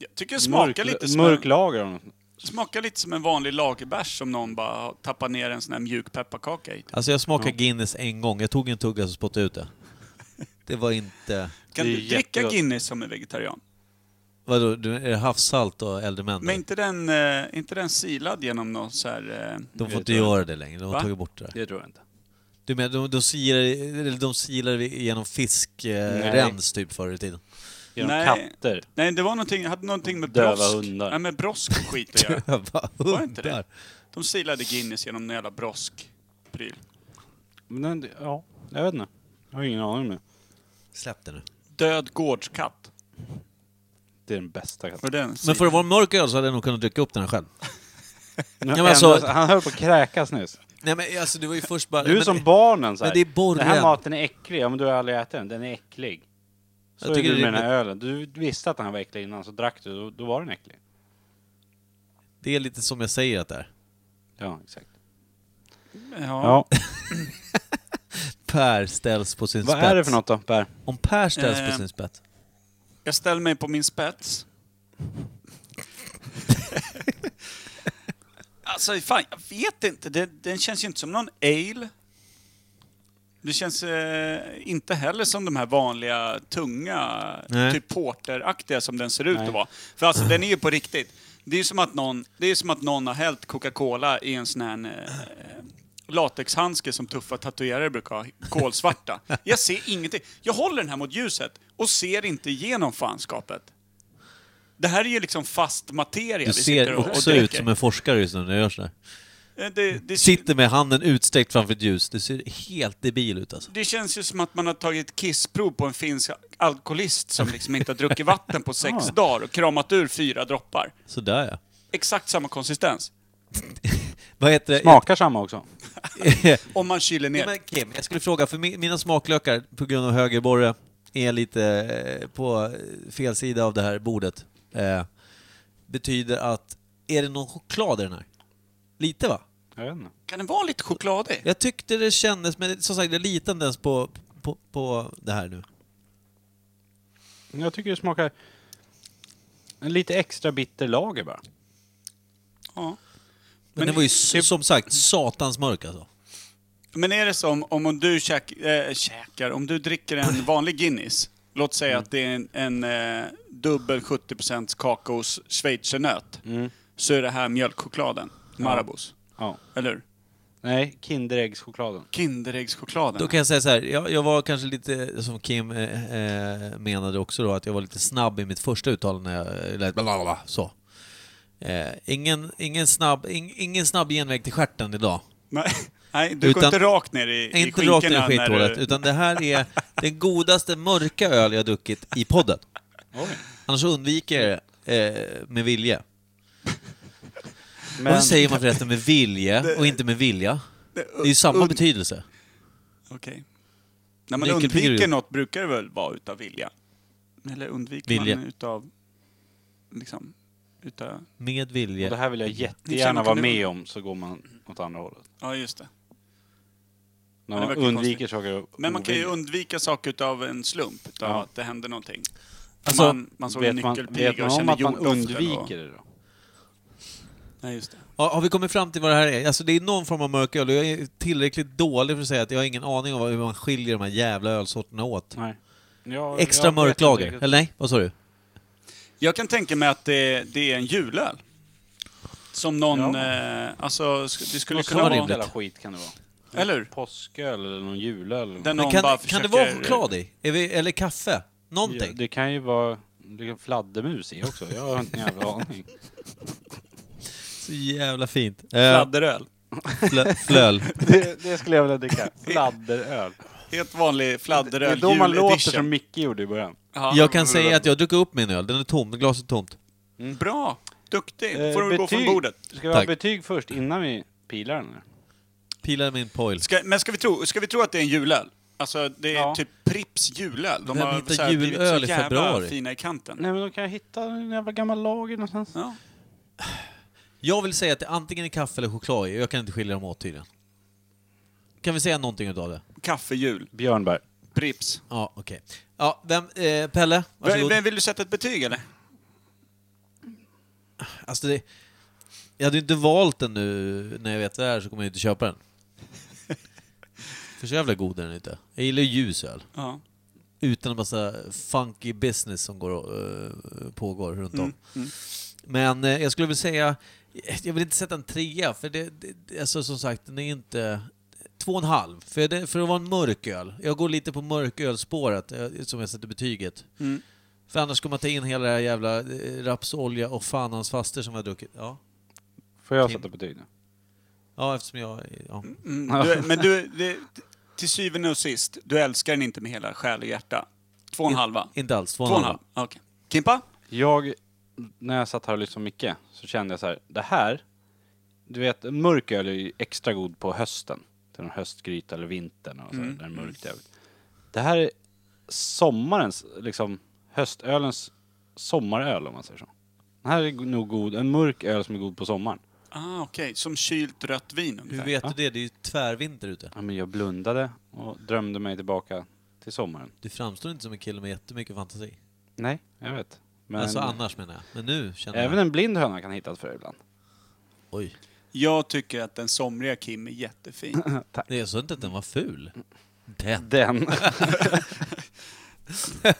Speaker 3: Jag tycker det smakar,
Speaker 2: mörk-
Speaker 3: lite som
Speaker 2: mörk
Speaker 3: en,
Speaker 2: lager av något.
Speaker 3: smakar lite som en vanlig lagerbärs som någon bara har tappat ner en sån här mjuk pepparkaka i.
Speaker 1: Alltså jag smakade Guinness en gång, jag tog en tugga och spottade ut det. Det var inte...
Speaker 3: Kan
Speaker 2: Det är
Speaker 3: du dricka
Speaker 2: jättegott.
Speaker 3: Guinness som en vegetarian?
Speaker 1: Vadå, du- är det havssalt och äldre män?
Speaker 3: Men inte den, eh, inte den silad genom någon så här... Eh,
Speaker 1: De får
Speaker 2: Jag
Speaker 1: inte
Speaker 2: tror-
Speaker 1: göra det längre, de har
Speaker 3: Va?
Speaker 1: tagit bort det. där.
Speaker 2: Det tror jag inte.
Speaker 1: Du menar, de, de, silar, eller de silar genom
Speaker 2: Nej.
Speaker 1: fiskrens typ förr i tiden?
Speaker 2: Genom
Speaker 3: Nej.
Speaker 2: katter.
Speaker 3: nej, det var någonting, hade någonting med
Speaker 2: Döva
Speaker 3: brosk.
Speaker 2: hundar.
Speaker 3: Nej, med brosk och skit att göra.
Speaker 1: Döva
Speaker 3: Var det inte det?
Speaker 1: hundar.
Speaker 3: De silade Guinness genom någon jävla brosk-pryl.
Speaker 2: Men den, ja, jag vet inte. Jag har ingen aning om det.
Speaker 1: Släpp det nu.
Speaker 3: Död gårdskatt.
Speaker 2: Det är den bästa katten.
Speaker 3: Var det en
Speaker 1: Men
Speaker 3: sil-
Speaker 1: för att vara en mörk öl så hade jag nog kunnat dricka upp den här själv. men
Speaker 2: Ändå-
Speaker 1: alltså-
Speaker 2: han höll på att kräkas nyss.
Speaker 1: Nej men alltså det var ju först bara...
Speaker 2: Du är
Speaker 1: men,
Speaker 2: som barnen så här.
Speaker 1: men det är borren.
Speaker 2: Den här maten är äcklig. Ja men du har aldrig ätit den. Den är äcklig. Så
Speaker 1: Jag
Speaker 2: är
Speaker 1: tycker
Speaker 2: du
Speaker 1: det är
Speaker 2: med den här ölen. Du visste att den här var äcklig innan så drack du. Då, då var den äcklig.
Speaker 1: Det är lite som jag säger att det är.
Speaker 2: Ja, exakt.
Speaker 3: Ja.
Speaker 2: Ja.
Speaker 1: Per ställs på sin
Speaker 2: Vad
Speaker 1: spets.
Speaker 2: är det för något då, Per?
Speaker 1: Om Per ställs på
Speaker 3: Eh.
Speaker 1: sin spets.
Speaker 3: Jag ställer mig på min spets. alltså, fan, jag vet inte. Det, den känns ju inte som någon ale. Det känns eh, inte heller som de här vanliga, tunga,
Speaker 1: Nej.
Speaker 3: typ porteraktiga som den ser ut
Speaker 2: Nej.
Speaker 3: att vara. För alltså, den är ju på riktigt. Det är ju som att någon, det är som att någon har hällt Coca-Cola i en sån här eh, latexhandske som tuffa tatuerare brukar ha, kolsvarta. Jag ser ingenting. Jag håller den här mot ljuset och ser inte igenom fanskapet. Det här är ju liksom fast materia
Speaker 1: Du
Speaker 3: vi sitter
Speaker 1: ser
Speaker 3: och, och
Speaker 1: också ut
Speaker 3: dricker.
Speaker 1: som en forskare just nu när du gör sådär.
Speaker 3: Eh, det, det,
Speaker 1: Sitter med handen utsträckt framför ett ljus. Du ser helt debil ut alltså.
Speaker 3: Det känns ju som att man har tagit kissprov på en finsk alkoholist som liksom inte har druckit vatten på sex
Speaker 1: Ah.
Speaker 3: dagar och kramat ur fyra droppar.
Speaker 1: Sådär ja.
Speaker 3: Exakt samma konsistens.
Speaker 1: Vad heter det?
Speaker 2: Smakar samma också.
Speaker 3: Om man kyler
Speaker 1: Ja,
Speaker 3: ner.
Speaker 1: men Kim, jag skulle fråga, för mi- mina smaklökar på grund av högerborre är lite eh, på eh, fel sida av det här bordet. Eh, betyder att, är det någon choklad i den här? Lite va?
Speaker 2: Jag vet inte.
Speaker 3: Kan den vara lite chokladig?
Speaker 1: Jag tyckte det kändes, men som sagt jag litar inte ens på, på, på det här nu.
Speaker 2: Jag tycker det smakar... En lite extra bitter lager bara.
Speaker 3: Ja.
Speaker 1: Men, det var ju s- som sagt satans mörk alltså.
Speaker 3: Men är det som om du käk, äh, käkar, om du dricker en vanlig Guinness, låt säga
Speaker 1: Mm.
Speaker 3: att det är en, en eh, dubbel 70% kakaos schweizernöt,
Speaker 1: Mm.
Speaker 3: så är det här mjölkchokladen, Marabous.
Speaker 2: Ja.
Speaker 3: Eller hur?
Speaker 2: Nej, Kinderäggschokladen.
Speaker 3: Kinderäggschokladen.
Speaker 1: Då kan jag säga så här, jag, jag var kanske lite, som Kim eh, eh, menade också då, att jag var lite snabb i mitt första uttalande när jag eh, lät blablabla, så. Eh, ingen, ingen, snabb, ing, ingen snabb genväg till stjärten idag.
Speaker 3: Nej, nej du går
Speaker 1: Utan-
Speaker 3: inte rakt ner i, i
Speaker 1: Inte rakt in i
Speaker 3: skinkorna när
Speaker 1: skithålet,
Speaker 3: du...
Speaker 1: utan det här är den godaste mörka öl jag druckit i podden. Annars undviker jag det eh, med vilje.
Speaker 2: Men
Speaker 1: Vad säger man förresten med vilje och inte med vilja? Det är ju samma betydelse.
Speaker 3: Okej. När man
Speaker 1: Vilken figur
Speaker 3: undviker
Speaker 1: du-
Speaker 3: något brukar det väl vara utav vilja? Eller undviker
Speaker 1: Vilja.
Speaker 3: man utav... Liksom... Utav...
Speaker 1: Med
Speaker 2: och det
Speaker 1: vilje.
Speaker 2: här vill jag
Speaker 3: Känner-
Speaker 2: jättegärna
Speaker 3: kan
Speaker 2: vara
Speaker 3: du-
Speaker 2: med om, så går man åt andra hållet.
Speaker 3: Ja, just det.
Speaker 2: När
Speaker 3: Ja, det
Speaker 2: man
Speaker 3: verkar
Speaker 2: undviker saker och
Speaker 3: Men man kan ju
Speaker 2: ovilligt.
Speaker 3: undvika saker utav en slump, utav
Speaker 2: Ja.
Speaker 3: att det hände någonting.
Speaker 1: Alltså,
Speaker 3: man, man såg en
Speaker 2: Vet man, vet
Speaker 3: nyckelpiga
Speaker 2: man
Speaker 3: och
Speaker 2: om
Speaker 3: kände
Speaker 2: att man
Speaker 3: jorddoften.
Speaker 2: undviker
Speaker 3: Och...
Speaker 2: det då?
Speaker 3: Nej, just det.
Speaker 1: Har, har vi kommit fram till vad det här är? Alltså det är någon form av mörk öl och jag är tillräckligt dålig för att säga att jag har ingen aning om vad- hur man skiljer de här jävla ölsorterna åt.
Speaker 2: Nej. Jag,
Speaker 1: Extra
Speaker 2: jag vet
Speaker 1: mörk
Speaker 2: inte
Speaker 1: lager,
Speaker 2: riktigt.
Speaker 1: eller nej? Vad sa du?
Speaker 3: Jag kan tänka mig att det, det är en julöl. Som någon...
Speaker 2: Ja.
Speaker 3: Eh, alltså, sk- det skulle
Speaker 2: Något
Speaker 3: kunna
Speaker 1: så
Speaker 2: sånt
Speaker 3: vara...
Speaker 1: rimligt.
Speaker 2: jävla skit kan det vara.
Speaker 3: Eller hur?
Speaker 2: Påsköl eller någon julöl.
Speaker 3: Den
Speaker 1: Men
Speaker 3: någon
Speaker 1: kan,
Speaker 3: bara
Speaker 1: kan det
Speaker 3: försöker-
Speaker 1: vara choklad i? Är vi, eller kaffe?
Speaker 2: Ja,
Speaker 1: Någonting?
Speaker 2: det kan ju vara det kan fladdermus i också. Jag har inte en jävla aning.
Speaker 1: Så jävla fint. Eh,
Speaker 3: Fladderöl.
Speaker 1: flö- flöl.
Speaker 2: Det, det skulle jag vilja dricka. Fladderöl.
Speaker 3: Helt vanlig
Speaker 2: Det
Speaker 3: fladderöl.
Speaker 2: är då man
Speaker 3: jul
Speaker 2: låter
Speaker 3: edition.
Speaker 2: som Micke gjorde i början.
Speaker 3: Ja.
Speaker 1: Jag kan säga att jag druckit upp min öl, den är tom, glaset är tomt.
Speaker 3: Bra! Duktig! Då får
Speaker 2: Eh,
Speaker 3: du gå från bordet.
Speaker 2: Ska vi ha
Speaker 1: Tack.
Speaker 2: betyg först innan vi pilar den? här?
Speaker 1: Pilar min poil.
Speaker 3: Ska, men ska vi, tro, ska vi tro att det är en julöl? Alltså, det är
Speaker 2: Ja.
Speaker 3: typ Pripps julöl. De
Speaker 1: Vem
Speaker 3: har
Speaker 1: hittar
Speaker 3: så här, blivit så
Speaker 1: julöl i
Speaker 3: jävla
Speaker 1: februari?
Speaker 3: fina i kanten.
Speaker 2: Nej men då kan jag hitta en jävla gammal lager någonstans.
Speaker 3: Ja.
Speaker 1: Jag vill säga att det antingen är kaffe eller choklad i, jag kan inte skilja dem åt tydligen. Kan vi säga någonting utav det?
Speaker 3: Kaffejul.
Speaker 2: Björnberg.
Speaker 3: Pripps.
Speaker 1: Ja, okej. Ja, vem, eh, Pelle?
Speaker 3: Vem,
Speaker 1: Varsågod.
Speaker 3: vem vill du sätta ett betyg eller?
Speaker 1: Alltså det, jag hade ju inte valt den nu när jag vet det här så kommer jag ju inte köpa den. För så jävla god är den inte. Jag gillar ju ljus öl.
Speaker 3: Ja.
Speaker 1: Utan en massa funky business som går, och, eh, pågår runt
Speaker 3: Mm,
Speaker 1: om. Men eh, jag skulle väl säga, jag vill inte sätta en trea, för det, det, det- alltså, som sagt, den är inte... Två och en halv, för, det, för att vara en mörk öl. Jag går lite på mörkölspåret, eh, som jag sätter betyget.
Speaker 3: Mm.
Speaker 1: För annars kommer man ta in hela det här jävla eh, rapsolja och fan hans faster som jag har druckit. Ja,
Speaker 2: Får jag
Speaker 1: Tim.
Speaker 2: sätta betyg nu?
Speaker 1: ja eftersom jag... Ja.
Speaker 3: Mm. Du, men du, det, till syvende och sist, du älskar den inte med hela själ och hjärta. Två och en halva?
Speaker 1: Inte alls, två
Speaker 3: Två
Speaker 1: och
Speaker 3: och
Speaker 1: en
Speaker 3: en
Speaker 1: halv.
Speaker 3: halv? Okej. Kimpa?
Speaker 2: Jag, när jag satt här och lyssnade på Micke, så kände jag så här, det här, du vet en mörk öl är ju extra god på hösten. Till en höstgryta eller vintern och så här, när det är mörkt jävligt. Det här är sommarens, liksom höstölens sommaröl om man säger så. Den här är nog god, en mörk öl som är god på sommaren.
Speaker 3: Ah, Okej, som kylt rött vin
Speaker 1: Hur
Speaker 3: ungefär.
Speaker 1: vet du det? Det är ju tvärvinter ute.
Speaker 2: Ja, men jag blundade och drömde mig tillbaka till sommaren.
Speaker 1: Du framstår inte som en kille med jättemycket fantasi.
Speaker 2: Nej, jag vet. Men
Speaker 1: Alltså annars menar jag. Men nu känner
Speaker 2: även
Speaker 1: jag...
Speaker 2: en blind höna kan hittas för ibland.
Speaker 1: Oj.
Speaker 3: Jag tycker att den somriga Kim är jättefin.
Speaker 1: Nej, jag sa inte att den var ful. Den.
Speaker 2: Den.
Speaker 3: Den
Speaker 2: Ja.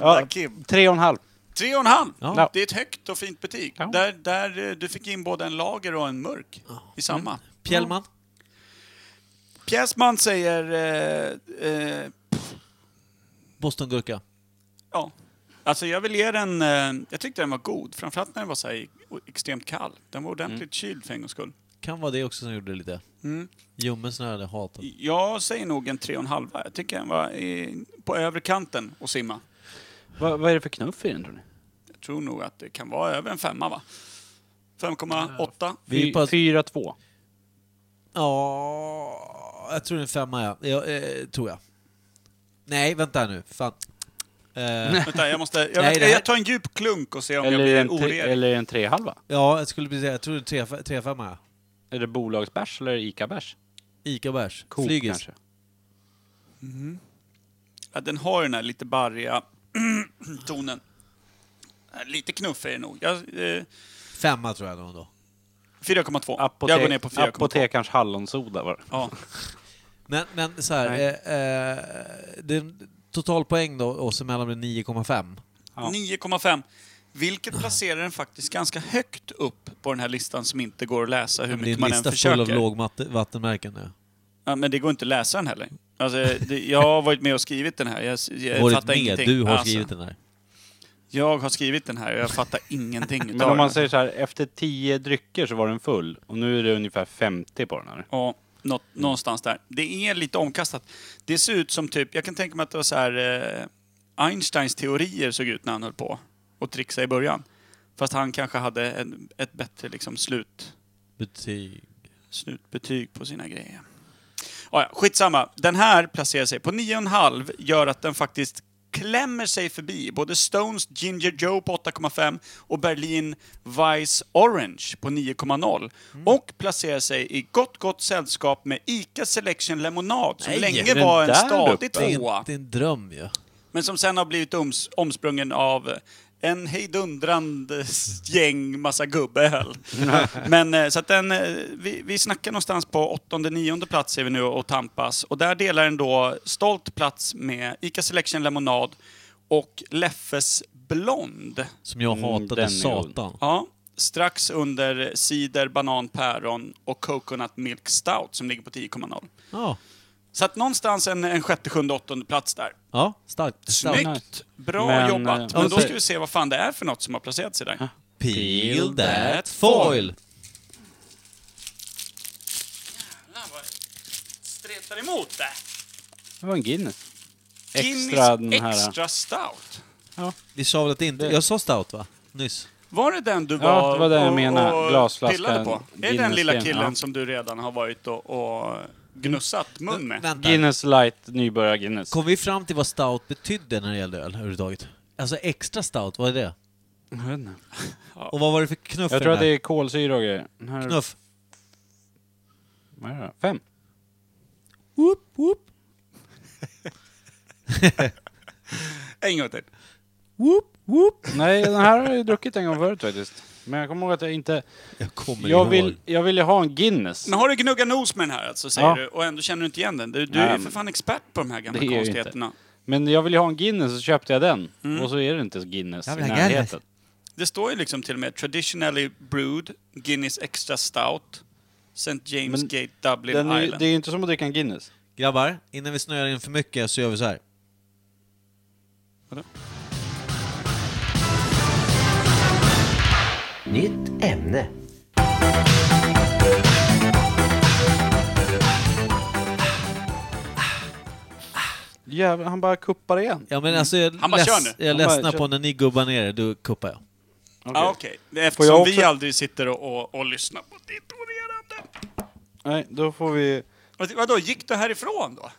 Speaker 3: där Kim.
Speaker 2: Tre och en halv.
Speaker 3: Tre och en halv!
Speaker 1: Ja.
Speaker 3: Det är ett högt och fint betyg.
Speaker 2: Ja.
Speaker 3: Där, där eh, du fick in både en lager och en mörk i samma.
Speaker 1: Pjällman?
Speaker 3: Pjäsman säger... Eh, eh,
Speaker 1: Bostongurka?
Speaker 3: ja. Alltså jag vill ge den... Eh, jag tyckte den var god. Framförallt när den var så här extremt kall. Den var ordentligt
Speaker 2: Mm.
Speaker 3: kyld för en gångs skull.
Speaker 1: Kan vara det också som gjorde det lite.
Speaker 3: Mm.
Speaker 1: Ljummen snöade hatet.
Speaker 3: Jag säger nog en tre och en halva. Jag tycker den var eh, på övre kanten och simma.
Speaker 2: Vad, vad är det för knuff i den tror ni?
Speaker 3: Jag tror nog att det kan vara över en femma va? 5,8?
Speaker 1: Vi är på...
Speaker 2: 4-2.
Speaker 1: Ja, jag tror det är en femma ja. Jag, eh, tror jag. Nej, vänta här nu. Fan. Eh,
Speaker 3: Vänta, jag måste... Jag,
Speaker 1: Nej, det här-
Speaker 3: jag tar en djup klunk och ser om
Speaker 2: Eller
Speaker 3: jag
Speaker 2: en,
Speaker 3: blir
Speaker 2: tre,
Speaker 3: oredig.
Speaker 2: eller en trehalva?
Speaker 1: ja, jag skulle säga, jag tror det är tre, tre femma ja.
Speaker 2: Är det bolagsbärs eller ICA-bärs?
Speaker 1: Ica-bärs.
Speaker 2: Coop
Speaker 1: Flygis.
Speaker 2: kanske?
Speaker 3: Ja, den har ju den här lite barriga tonen. Äh, Lite knuff är det nog. Jag, eh,
Speaker 1: Femma tror jag nog då.
Speaker 3: 4,2.
Speaker 2: Apotek,
Speaker 3: jag går ner på 4,2.
Speaker 2: apotekarns hallonsoda var det.
Speaker 3: Ja.
Speaker 1: Men, men så här,
Speaker 2: Nej.
Speaker 1: eh, eh, det, total poäng då oss emellan blir 9,5.
Speaker 2: Ja.
Speaker 3: 9,5. Vilket placerar den faktiskt ganska högt upp på den här listan som inte går att läsa hur
Speaker 1: Det är
Speaker 3: mycket
Speaker 1: en
Speaker 3: man än
Speaker 1: lista full av
Speaker 3: försöker.
Speaker 1: lågvattenmärken nu.
Speaker 3: Ja, men det går inte att läsa den heller. Alltså, det, jag har varit med och skrivit den här. Jag, jag
Speaker 1: Varit
Speaker 3: fattar
Speaker 1: med,
Speaker 3: ingenting.
Speaker 1: du har
Speaker 3: Alltså,
Speaker 1: skrivit den här.
Speaker 3: Jag har skrivit den här och jag fattar ingenting utav
Speaker 2: Men om man
Speaker 3: den.
Speaker 2: säger så här, efter 10 drycker så var den full. Och nu är det ungefär 50 på den här.
Speaker 3: Ja, nå, någonstans där. Det är lite omkastat. Det ser ut som typ, jag kan tänka mig att det var så här eh, Einsteins teorier såg ut när han höll på och trixa i början. Fast han kanske hade en, ett bättre liksom slut,
Speaker 1: Betyg.
Speaker 3: slutbetyg på sina grejer. Ah, Ja, ja, skitsamma. Den här placerar sig på 9,5 gör att den faktiskt klämmer sig förbi både Stones Ginger Joe på 8,5 och Berlin Vice Orange på 9,0.
Speaker 2: Mm.
Speaker 3: Och placerar sig i gott, gott sällskap med ICA Selection Lemonade som
Speaker 1: Nej,
Speaker 3: länge
Speaker 2: den
Speaker 3: var en
Speaker 2: där
Speaker 3: stadig
Speaker 2: uppe.
Speaker 1: Det är, en,
Speaker 3: tvåa.
Speaker 1: det är en dröm ju.
Speaker 3: Men som sen har blivit oms- omsprungen av en hejdundrande gäng massa gubbeöl. Men eh, så att den, eh, vi, vi snackar någonstans på åttonde, nionde plats är vi nu och tampas. Och där delar den då stolt plats med Ica Selection Lemonade och Leffes Blond.
Speaker 1: Som jag
Speaker 2: Mm,
Speaker 1: hatade
Speaker 2: den är god.
Speaker 1: satan.
Speaker 3: Ja, strax under cider, banan, päron och coconut milk stout som ligger på 10,0.
Speaker 1: Ja.
Speaker 3: Så att någonstans en, en sjätte, sjunde, åttonde plats där.
Speaker 1: Ja, starkt.
Speaker 3: Snyggt!
Speaker 2: nice.
Speaker 3: Bra
Speaker 2: Men,
Speaker 3: jobbat!
Speaker 2: eh,
Speaker 3: Men då
Speaker 1: okej.
Speaker 3: ska vi se vad fan det är för något som har placerat sig där.
Speaker 1: Peel that foil.
Speaker 3: Stretar emot det!
Speaker 2: Det var en Guinness. Extra
Speaker 3: Extra, eh.
Speaker 2: den här...
Speaker 3: extra stout.
Speaker 1: Vi sa väl att det inte... Jag sa stout va? Nyss.
Speaker 3: Var det den du
Speaker 2: Ja,
Speaker 3: var
Speaker 2: det var den jag
Speaker 3: och,
Speaker 2: menade.
Speaker 3: och
Speaker 2: Glasflaskan,
Speaker 3: pillade på? Är det den
Speaker 2: Guinness
Speaker 3: lilla
Speaker 2: Sten,
Speaker 3: killen
Speaker 2: ja.
Speaker 3: som du redan har varit och, och gnussat mun med?
Speaker 1: Vänta.
Speaker 2: Guinness light, nybörjar Guinness.
Speaker 1: Kom vi fram till vad stout betydde när det gällde öl överhuvudtaget? Alltså extra stout, vad är det?
Speaker 2: Jag vet inte.
Speaker 1: Och vad var det för knuff i
Speaker 2: Jag tror
Speaker 1: den
Speaker 2: att det
Speaker 1: här?
Speaker 2: är kolsyra och grejer. Den här,
Speaker 1: Knuff.
Speaker 2: Vad är det? då? Fem.
Speaker 1: Whoop, whoop,
Speaker 3: En gång till.
Speaker 1: whoop, whoop.
Speaker 2: Nej, den här har jag ju druckit en gång förut faktiskt. Men jag kommer ihåg att jag inte...
Speaker 1: Jag kommer
Speaker 2: Jag
Speaker 1: ihåg.
Speaker 2: vill, jag vill ju ha en Guinness.
Speaker 3: Men har du gnuggat nos med den här alltså, säger
Speaker 2: Ja.
Speaker 3: du, och ändå känner du inte igen den? Du, du
Speaker 2: Nej,
Speaker 3: är ju för
Speaker 2: men-
Speaker 3: fan expert på de här gamla
Speaker 2: Det är jag ju inte.
Speaker 3: konstigheterna.
Speaker 2: Men jag vill ju ha en Guinness så köpte jag den.
Speaker 3: Mm.
Speaker 2: Och så är det inte Guinness
Speaker 1: Jag
Speaker 2: i
Speaker 1: vill ha Guinness.
Speaker 2: närheten.
Speaker 3: Det står ju liksom till och med traditionally brewed, Guinness extra stout, St. James
Speaker 2: Men
Speaker 3: Gate, Dublin
Speaker 2: Den är, ju-
Speaker 3: Island.
Speaker 2: det är ju inte som att dricka en Guinness.
Speaker 1: Grabbar, innan vi snöar in för mycket så gör vi så här.
Speaker 6: Nytt ämne.
Speaker 2: Jävlar, han bara kuppar igen.
Speaker 1: Ja men alltså jag,
Speaker 3: Han bara, kör nu.
Speaker 1: jag är
Speaker 2: Han bara,
Speaker 1: ledsen
Speaker 2: kör.
Speaker 1: på när ni gubbar ner er, då kuppar jag.
Speaker 3: ah, okej.
Speaker 2: Får jag
Speaker 3: Eftersom vi
Speaker 2: också-
Speaker 3: aldrig sitter och, och, och lyssnar på ditt orerande.
Speaker 2: Nej, då får vi,
Speaker 3: Och det- Vadå, gick du härifrån då?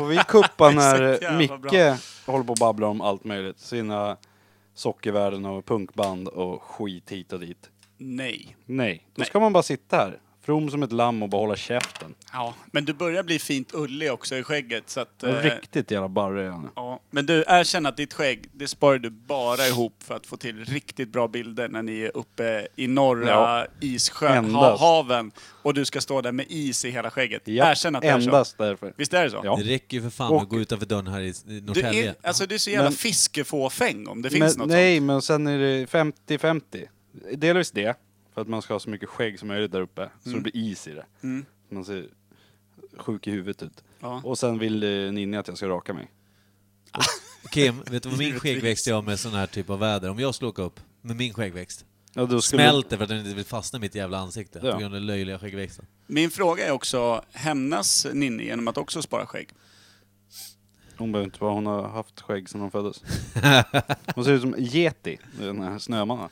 Speaker 2: får vi kuppa
Speaker 3: Exakt,
Speaker 2: när
Speaker 3: jävla
Speaker 2: Micke
Speaker 3: bra.
Speaker 2: håller på och babblar om allt möjligt. Sina sockervärden och punkband och skit hit och dit.
Speaker 3: Nej.
Speaker 2: Nej, då
Speaker 3: Nej.
Speaker 2: ska man bara sitta här. From som ett lamm och bara hålla käften.
Speaker 3: Ja, men du börjar bli fint ullig också i skägget så att... eh,
Speaker 2: Riktigt jävla barre är jag nu.
Speaker 3: Ja, men du, erkänn att ditt skägg, det sparar du bara ihop för att få till riktigt bra bilder när ni är uppe i norra
Speaker 2: Ja.
Speaker 3: issjön, ha,
Speaker 2: Endast.
Speaker 3: haven, och du ska stå där med is i hela skägget.
Speaker 2: Ja,
Speaker 3: Erkänn att det är så.
Speaker 2: endast därför.
Speaker 3: Visst är det så?
Speaker 2: Ja.
Speaker 1: Det räcker ju för fan med att
Speaker 2: Och-
Speaker 1: gå utanför dörren här i i
Speaker 3: Du
Speaker 1: Norrtälje.
Speaker 3: är, alltså du är så jävla
Speaker 2: Men-
Speaker 3: fiskefåfäng om det
Speaker 2: men,
Speaker 3: finns något
Speaker 2: Nej, men sen är det 50-50. Delvis det, för att man ska ha så mycket skägg som möjligt där uppe, så
Speaker 3: Mm.
Speaker 2: det blir is i det. Man ser sjuk i huvudet ut.
Speaker 3: Ja.
Speaker 2: Och sen vill eh, Ninja att jag ska raka mig.
Speaker 1: Kim, vet du vad min skäggväxt gör med sån här typ av väder? Om jag skulle åka upp med min skäggväxt,
Speaker 2: Ja, då skulle-
Speaker 1: smälter för att den inte vill fastna i mitt jävla ansikte
Speaker 2: Ja.
Speaker 1: på grund av den löjliga skäggväxten.
Speaker 3: sånt. Min fråga är också, hämnas Ninni genom att också spara skägg?
Speaker 2: Hon behöver inte vara, hon har haft skägg sedan hon föddes. Hon ser ut som Yeti, den här snömannen.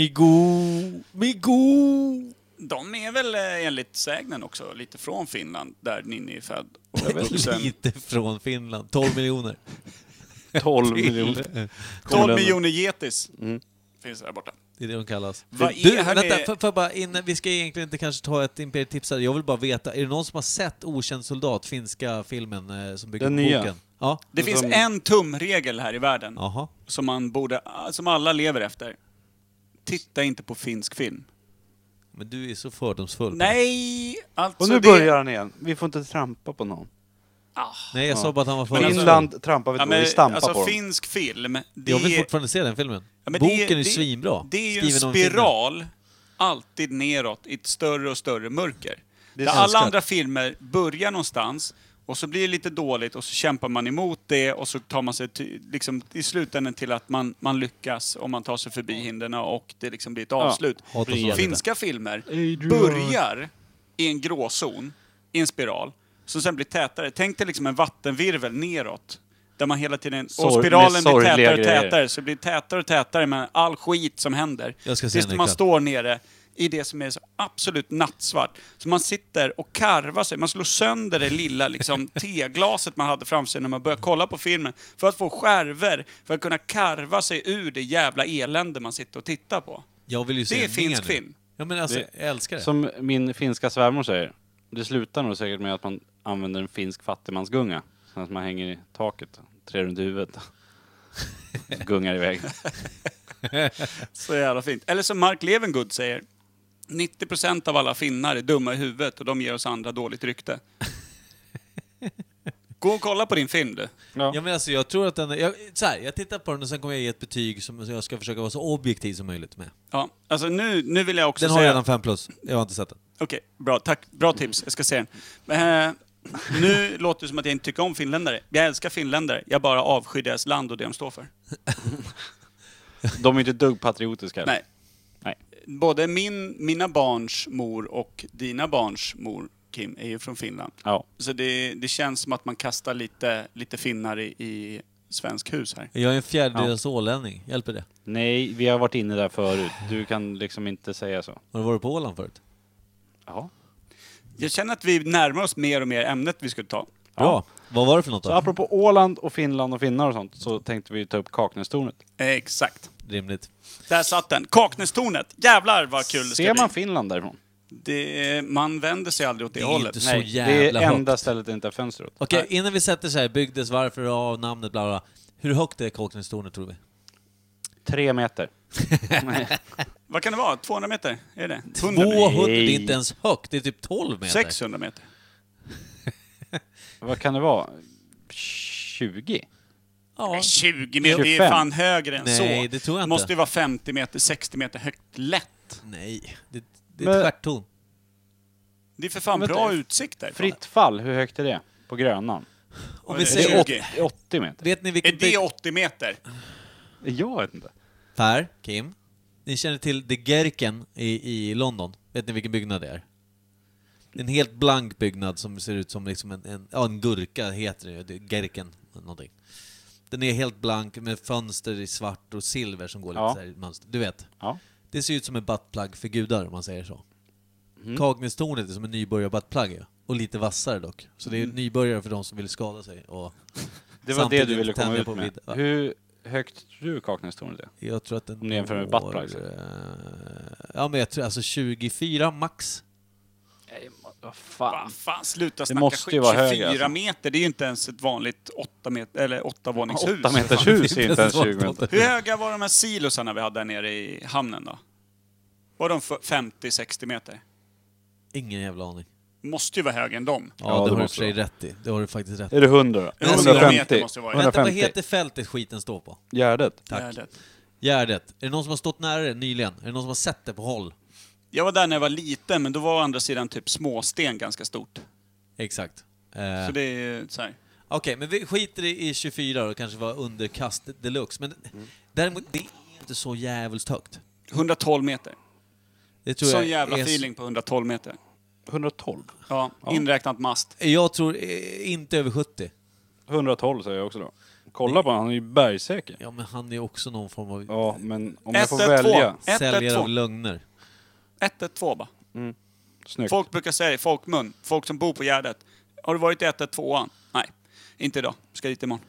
Speaker 1: Migo, Migo!
Speaker 3: De är väl eh, enligt sägnen också lite från Finland, där Ninni är född och vuxen.
Speaker 1: Lite från Finland, 12 miljoner.
Speaker 2: 12 miljoner.
Speaker 3: 12 miljoner getis
Speaker 2: Mm.
Speaker 3: finns där borta.
Speaker 1: Det är det de kallas.
Speaker 3: Vad
Speaker 1: du,
Speaker 3: är-
Speaker 1: vänta,
Speaker 3: hörni-
Speaker 1: för, för bara innan, vi ska egentligen inte kanske ta ett imperietips här. Jag vill bara veta, är det någon som har sett Okänd soldat, finska filmen eh, som bygger
Speaker 2: Den
Speaker 1: på
Speaker 2: nya.
Speaker 1: boken? Ja.
Speaker 3: Det finns
Speaker 2: Som-
Speaker 3: en tumregel här i världen
Speaker 1: Jaha.
Speaker 3: som, man borde, eh, som alla lever efter. Titta inte på finsk film.
Speaker 1: Men du är så fördomsfull.
Speaker 3: Nej, alltså
Speaker 2: Och nu
Speaker 3: det... Ah.
Speaker 2: börjar han igen. Vi får inte trampa på någon.
Speaker 1: Nej, jag sa bara att han var fördomsfull.
Speaker 2: Finland trampar vi
Speaker 3: Ja,
Speaker 2: på,
Speaker 3: men,
Speaker 2: vi stampar
Speaker 3: alltså,
Speaker 2: på dem.
Speaker 3: finsk film, det
Speaker 1: Jag vill
Speaker 3: är,
Speaker 1: fortfarande se den filmen.
Speaker 3: ja, men det
Speaker 1: Boken är ju
Speaker 3: det-
Speaker 1: svinbra.
Speaker 3: Det är ju
Speaker 1: Skriven av
Speaker 3: en
Speaker 1: en kvinna.
Speaker 3: spiral, alltid neråt, i ett större och större mörker.
Speaker 2: Det är
Speaker 3: Där alla
Speaker 1: önskat.
Speaker 3: andra filmer börjar någonstans, och så blir det lite dåligt och så kämpar man emot det och så tar man sig till, liksom, i slutändan till att man, man lyckas och man tar sig förbi hindren och det liksom blir ett avslut.
Speaker 1: Hatar sådana
Speaker 3: Finska filmer börjar i en gråzon, i en spiral, som sen blir tätare. Tänk dig liksom en vattenvirvel neråt. Där man hela tiden... och
Speaker 2: Sorg-
Speaker 3: spiralen
Speaker 2: med
Speaker 3: blir
Speaker 2: sorgliga
Speaker 3: tätare och
Speaker 2: grejer.
Speaker 3: tätare, så det blir tätare och tätare med all skit som händer.
Speaker 1: Jag ska se
Speaker 3: tills
Speaker 1: den
Speaker 3: man
Speaker 1: ikväll.
Speaker 3: står nere i det som är så absolut nattsvart. Så man sitter och karvar sig, man slår sönder det lilla liksom, teglaset man hade framför sig när man började kolla på filmen. För att få skärvor, för att kunna karva sig ur det jävla elände man sitter och tittar på.
Speaker 1: Jag vill ju se
Speaker 3: Det är
Speaker 1: den igen
Speaker 3: finsk
Speaker 1: nu.
Speaker 3: film.
Speaker 1: Ja, men alltså, jag älskar det.
Speaker 2: Som min finska svärmor säger, det slutar nog säkert med att man använder en finsk fattigmansgunga. Sen att man hänger i taket, trär runt huvudet. Så Gungar iväg.
Speaker 3: Så jävla fint. Eller som Mark Levengood säger, 90% av alla finnar är dumma i huvudet och de ger oss andra dåligt rykte. Gå och kolla på din film du.
Speaker 2: Ja.
Speaker 1: Ja men alltså jag tror att den... Jag, så här, jag tittar på den och sen kommer jag ge ett betyg som som jag ska försöka vara så objektiv som möjligt med.
Speaker 3: Ja, alltså nu, nu vill jag också
Speaker 1: Den har
Speaker 3: säga...
Speaker 1: redan 5 plus. Jag har inte sett den.
Speaker 3: Okej, bra. Tack. Bra tips. Jag ska se den. Eh, nu låter det som att jag inte tycker om finländare. Jag älskar finländare. Jag bara avskyr deras land och det de står för.
Speaker 2: De är inte ett dugg patriotiska.
Speaker 3: Nej.
Speaker 2: Nej.
Speaker 3: Både min, mina barns mor och dina barns mor, Kim, är ju från Finland.
Speaker 2: Ja.
Speaker 3: Så det, det känns som att man kastar lite, lite finnar i, i svensk hus här.
Speaker 1: Jag är en fjärdedels ålänning. Hjälper det?
Speaker 2: Nej, vi har varit inne där förut. Du kan liksom inte säga så.
Speaker 1: Har du varit på Åland förut?
Speaker 2: Ja.
Speaker 3: Jag känner att vi närmar oss mer och mer ämnet vi skulle ta.
Speaker 1: Bra. Vad var det för något
Speaker 2: Så
Speaker 1: då?
Speaker 2: apropå Åland och Finland och finnar och sånt så tänkte vi ta upp Kaknästornet.
Speaker 3: Exakt.
Speaker 1: Rimligt.
Speaker 3: Där satt den. Kaknästornet. Jävlar vad kul det ska
Speaker 2: Ser man
Speaker 3: bli.
Speaker 2: Finland därifrån?
Speaker 3: Det, man vänder sig aldrig åt det,
Speaker 1: Det är
Speaker 3: hållet.
Speaker 1: inte så
Speaker 2: Nej, det
Speaker 1: jävla
Speaker 2: är enda
Speaker 1: högt.
Speaker 2: stället det inte är fönster åt.
Speaker 1: Okej, innan vi sätter så här, byggdes, varför, av namnet, bla bla. bla. Hur högt är Kaknästornet tror vi?
Speaker 2: Tre meter. Nej.
Speaker 3: Vad kan det vara? 200 meter? Är det 100 meter?
Speaker 1: 200? Det är inte ens högt, det är typ 12 meter.
Speaker 3: 600 meter?
Speaker 2: Vad kan det vara? 20?
Speaker 1: Ja.
Speaker 3: Nej, 20 meter? Det är
Speaker 2: 25.
Speaker 3: fan högre än så.
Speaker 1: Nej, det tror jag inte.
Speaker 3: måste ju vara 50 meter, 60 meter högt lätt.
Speaker 1: Nej, det, det är
Speaker 2: Men-
Speaker 1: tvärtom.
Speaker 3: Det är för fan
Speaker 2: Vänta,
Speaker 3: bra utsikt där.
Speaker 2: Fritt fall, hur högt är det? På Grönan?
Speaker 1: Om
Speaker 3: Är
Speaker 1: vi
Speaker 3: det
Speaker 2: Det är
Speaker 1: säger...
Speaker 3: 20?
Speaker 2: 80, 80 meter.
Speaker 1: Vet ni
Speaker 3: Är
Speaker 1: vilken bygg...
Speaker 3: det 80 meter?
Speaker 2: Jag vet inte.
Speaker 1: Per, Kim, ni känner till The Gerken i, i London. Vet ni vilken byggnad det är? Det är En helt blank byggnad som ser ut som liksom en, en, ja, en gurka, heter det ju. det. är Gerken, någonting. Den är helt blank med fönster i svart och silver som går lite
Speaker 2: Ja.
Speaker 1: så här i mönster. Du vet.
Speaker 2: Ja.
Speaker 1: Det ser ut som en buttplug för gudar om man säger så.
Speaker 2: Mm.
Speaker 1: Kaknästornet är som en nybörjar-buttplug ju. Och lite vassare dock. Så det är nybörjare för de som vill skada sig. Och
Speaker 2: Mm. Det var det
Speaker 1: samtidigt
Speaker 2: du ville komma
Speaker 1: tänja
Speaker 2: ut
Speaker 1: på
Speaker 2: med.
Speaker 1: vid- va?
Speaker 2: Hur högt tror du Kaknästornet är?
Speaker 1: Jag tror att den
Speaker 2: Om ni jämför med
Speaker 1: når,
Speaker 2: buttplug, liksom? så.
Speaker 1: eh, Ja men jag tror alltså 24 max.
Speaker 2: Vad fan.
Speaker 3: Fan, fan sluta snacka
Speaker 2: måste ju
Speaker 3: skit.
Speaker 2: vara högre,
Speaker 3: 24
Speaker 2: alltså.
Speaker 3: meter, det är ju inte ens ett vanligt 8 meter, eller 8 våningshus.
Speaker 2: 8 meters hus är inte ens 20 meter.
Speaker 3: Hur höga var de här silosarna vi hade där nere i hamnen då? Var de f- 50-60 meter?
Speaker 1: Ingen jävla aning.
Speaker 3: Måste ju vara högre än dem.
Speaker 1: Ja,
Speaker 2: Ja, det
Speaker 1: det har du
Speaker 2: måste
Speaker 1: för sig
Speaker 2: vara.
Speaker 1: rätt i. Det har du faktiskt rätt i.
Speaker 2: Är det 100 då?
Speaker 1: Men alltså,
Speaker 2: 150?
Speaker 3: måste det vara.
Speaker 1: Vänta, vad
Speaker 2: 150?
Speaker 1: heter fältet skiten står på?
Speaker 2: Gärdet?
Speaker 1: Tack.
Speaker 3: Värdet.
Speaker 1: Gärdet. Är det någon som har stått nära det nyligen? Är det någon som har sett det på håll?
Speaker 3: Jag var där när jag var liten, men då var å andra sidan typ småsten ganska stort.
Speaker 1: Exakt. Eh,
Speaker 3: Så det är ju så här.
Speaker 1: Okej, men vi skiter i i 24 och kanske var underkast deluxe. Men däremot, det är inte så jävligt högt.
Speaker 3: 112 meter.
Speaker 1: Det tror
Speaker 3: Sån
Speaker 1: jag
Speaker 3: jävla
Speaker 1: är s-
Speaker 3: feeling på 112 meter.
Speaker 2: 112?
Speaker 3: Ja, inräknat mast.
Speaker 1: Jag tror eh, inte över 70.
Speaker 2: 112 säger jag också då. Kolla på han, han är ju bergsäker.
Speaker 1: Ja, men han är också någon form av
Speaker 2: Ja, men om jag får
Speaker 3: 112.
Speaker 2: välja.
Speaker 3: 112.
Speaker 1: säljare av lögner.
Speaker 3: 112 bara.
Speaker 2: Snyggt.
Speaker 3: Folk brukar säga det, folkmun. Folk som bor på Gärdet. Har du varit i 112? Nej, inte idag. Ska dit imorgon.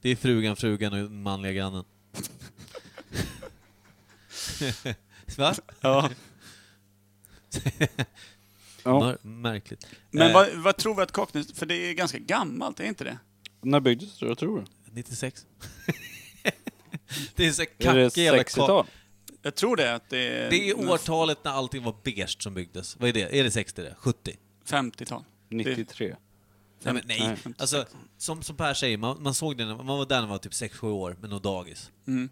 Speaker 1: Det är frugan, frugan och den manliga grannen. Va?
Speaker 3: Ja.
Speaker 2: Ja.
Speaker 1: Mär- Märkligt.
Speaker 3: Men
Speaker 1: Eh,
Speaker 3: vad, vad tror vi att Kaknäs... För det är ganska gammalt, är inte det?
Speaker 2: När byggdes det då, tror du?
Speaker 1: 96? det är så
Speaker 2: Är det
Speaker 1: kackig jävla kar-
Speaker 2: 60-tal?
Speaker 3: Jag tror det att det är...
Speaker 1: Det är årtalet när allting var beige som byggdes. Vad är det? Är det 60 det? 70?
Speaker 3: 50-tal.
Speaker 2: 93?
Speaker 1: Nej, men nej. Alltså, som, som Per säger, man, man såg det när man var där när man var typ 6-7 år med någon dagis.
Speaker 3: Mm.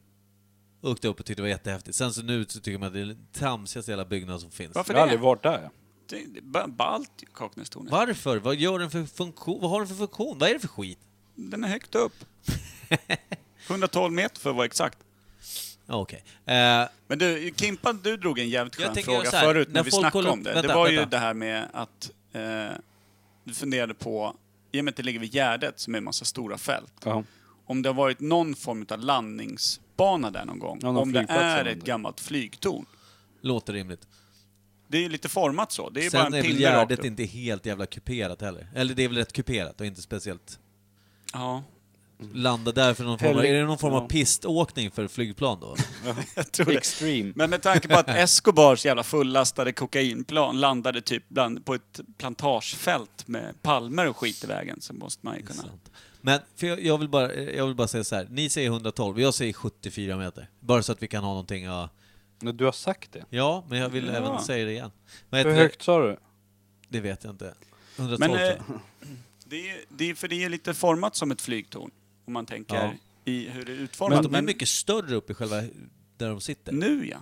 Speaker 1: Och Åkte upp och tyckte det var jättehäftigt. Sen så nu så tycker man att det är den tramsigaste jävla byggnaden som finns.
Speaker 3: Varför
Speaker 2: Jag har
Speaker 3: det?
Speaker 2: aldrig varit där.
Speaker 3: Det, det är ba- ballt, ju, Kaknästornet.
Speaker 1: Varför? Vad gör den för funktion? Vad har den för funktion? Vad är det för skit?
Speaker 3: Den är högt upp. 112 meter för att vara exakt.
Speaker 1: Ja, Okej. Eh,
Speaker 3: Men du, Kimpa, du drog en jävligt
Speaker 1: Jag
Speaker 3: skön
Speaker 1: tänker
Speaker 3: fråga
Speaker 1: så här,
Speaker 3: förut när,
Speaker 1: när
Speaker 3: vi
Speaker 1: folk
Speaker 3: snackade
Speaker 1: kollar
Speaker 3: om
Speaker 1: upp-
Speaker 3: det. det
Speaker 1: vänta,
Speaker 3: var ju
Speaker 1: vänta.
Speaker 3: det här med att eh, du funderade på, i och med att det ligger vid Gärdet som är en massa stora fält,
Speaker 2: Ja.
Speaker 3: om det har varit någon form av landningsbana där någon gång.
Speaker 2: Ja, någon
Speaker 3: om det
Speaker 2: flygplats eller
Speaker 3: är ett
Speaker 2: någonting.
Speaker 3: gammalt flygtorn.
Speaker 1: låter rimligt.
Speaker 3: Det är ju lite format så. Det är bara
Speaker 1: Sen
Speaker 3: en
Speaker 1: är väl
Speaker 3: pinne rakt
Speaker 1: gärdet
Speaker 3: upp.
Speaker 1: inte helt jävla kuperat heller. Eller det är väl rätt kuperat och inte speciellt
Speaker 3: Ja, Mm.
Speaker 1: landa där för någon form av,
Speaker 2: Heller-
Speaker 1: Är det någon form
Speaker 2: ja.
Speaker 1: av piståkning för flygplan då?
Speaker 3: jag tror det.
Speaker 2: Extreme.
Speaker 3: Men med tanke på att Escobars jävla fullastade kokainplan landade typ bland, på ett plantagefält med palmer och skit i vägen så måste man ju kunna...
Speaker 1: Sant. Men för jag, jag, vill bara, jag vill bara säga så här. ni säger 112, jag säger 74 meter. Bara så att vi kan ha någonting att...
Speaker 2: Men Du har sagt det.
Speaker 1: Ja, men jag vill
Speaker 3: Ja.
Speaker 1: även säga det igen. Vad
Speaker 2: Hur
Speaker 1: heter det?
Speaker 2: högt sa du?
Speaker 1: Det vet jag inte. 112
Speaker 3: Men
Speaker 1: tror
Speaker 3: eh,
Speaker 1: jag.
Speaker 3: Det är, det är, för det är lite format som ett flygtorn, om man tänker
Speaker 1: Ja.
Speaker 3: i hur det är
Speaker 1: Men
Speaker 3: utformat.
Speaker 1: de är mycket större uppe i själva där de sitter.
Speaker 3: nu ja.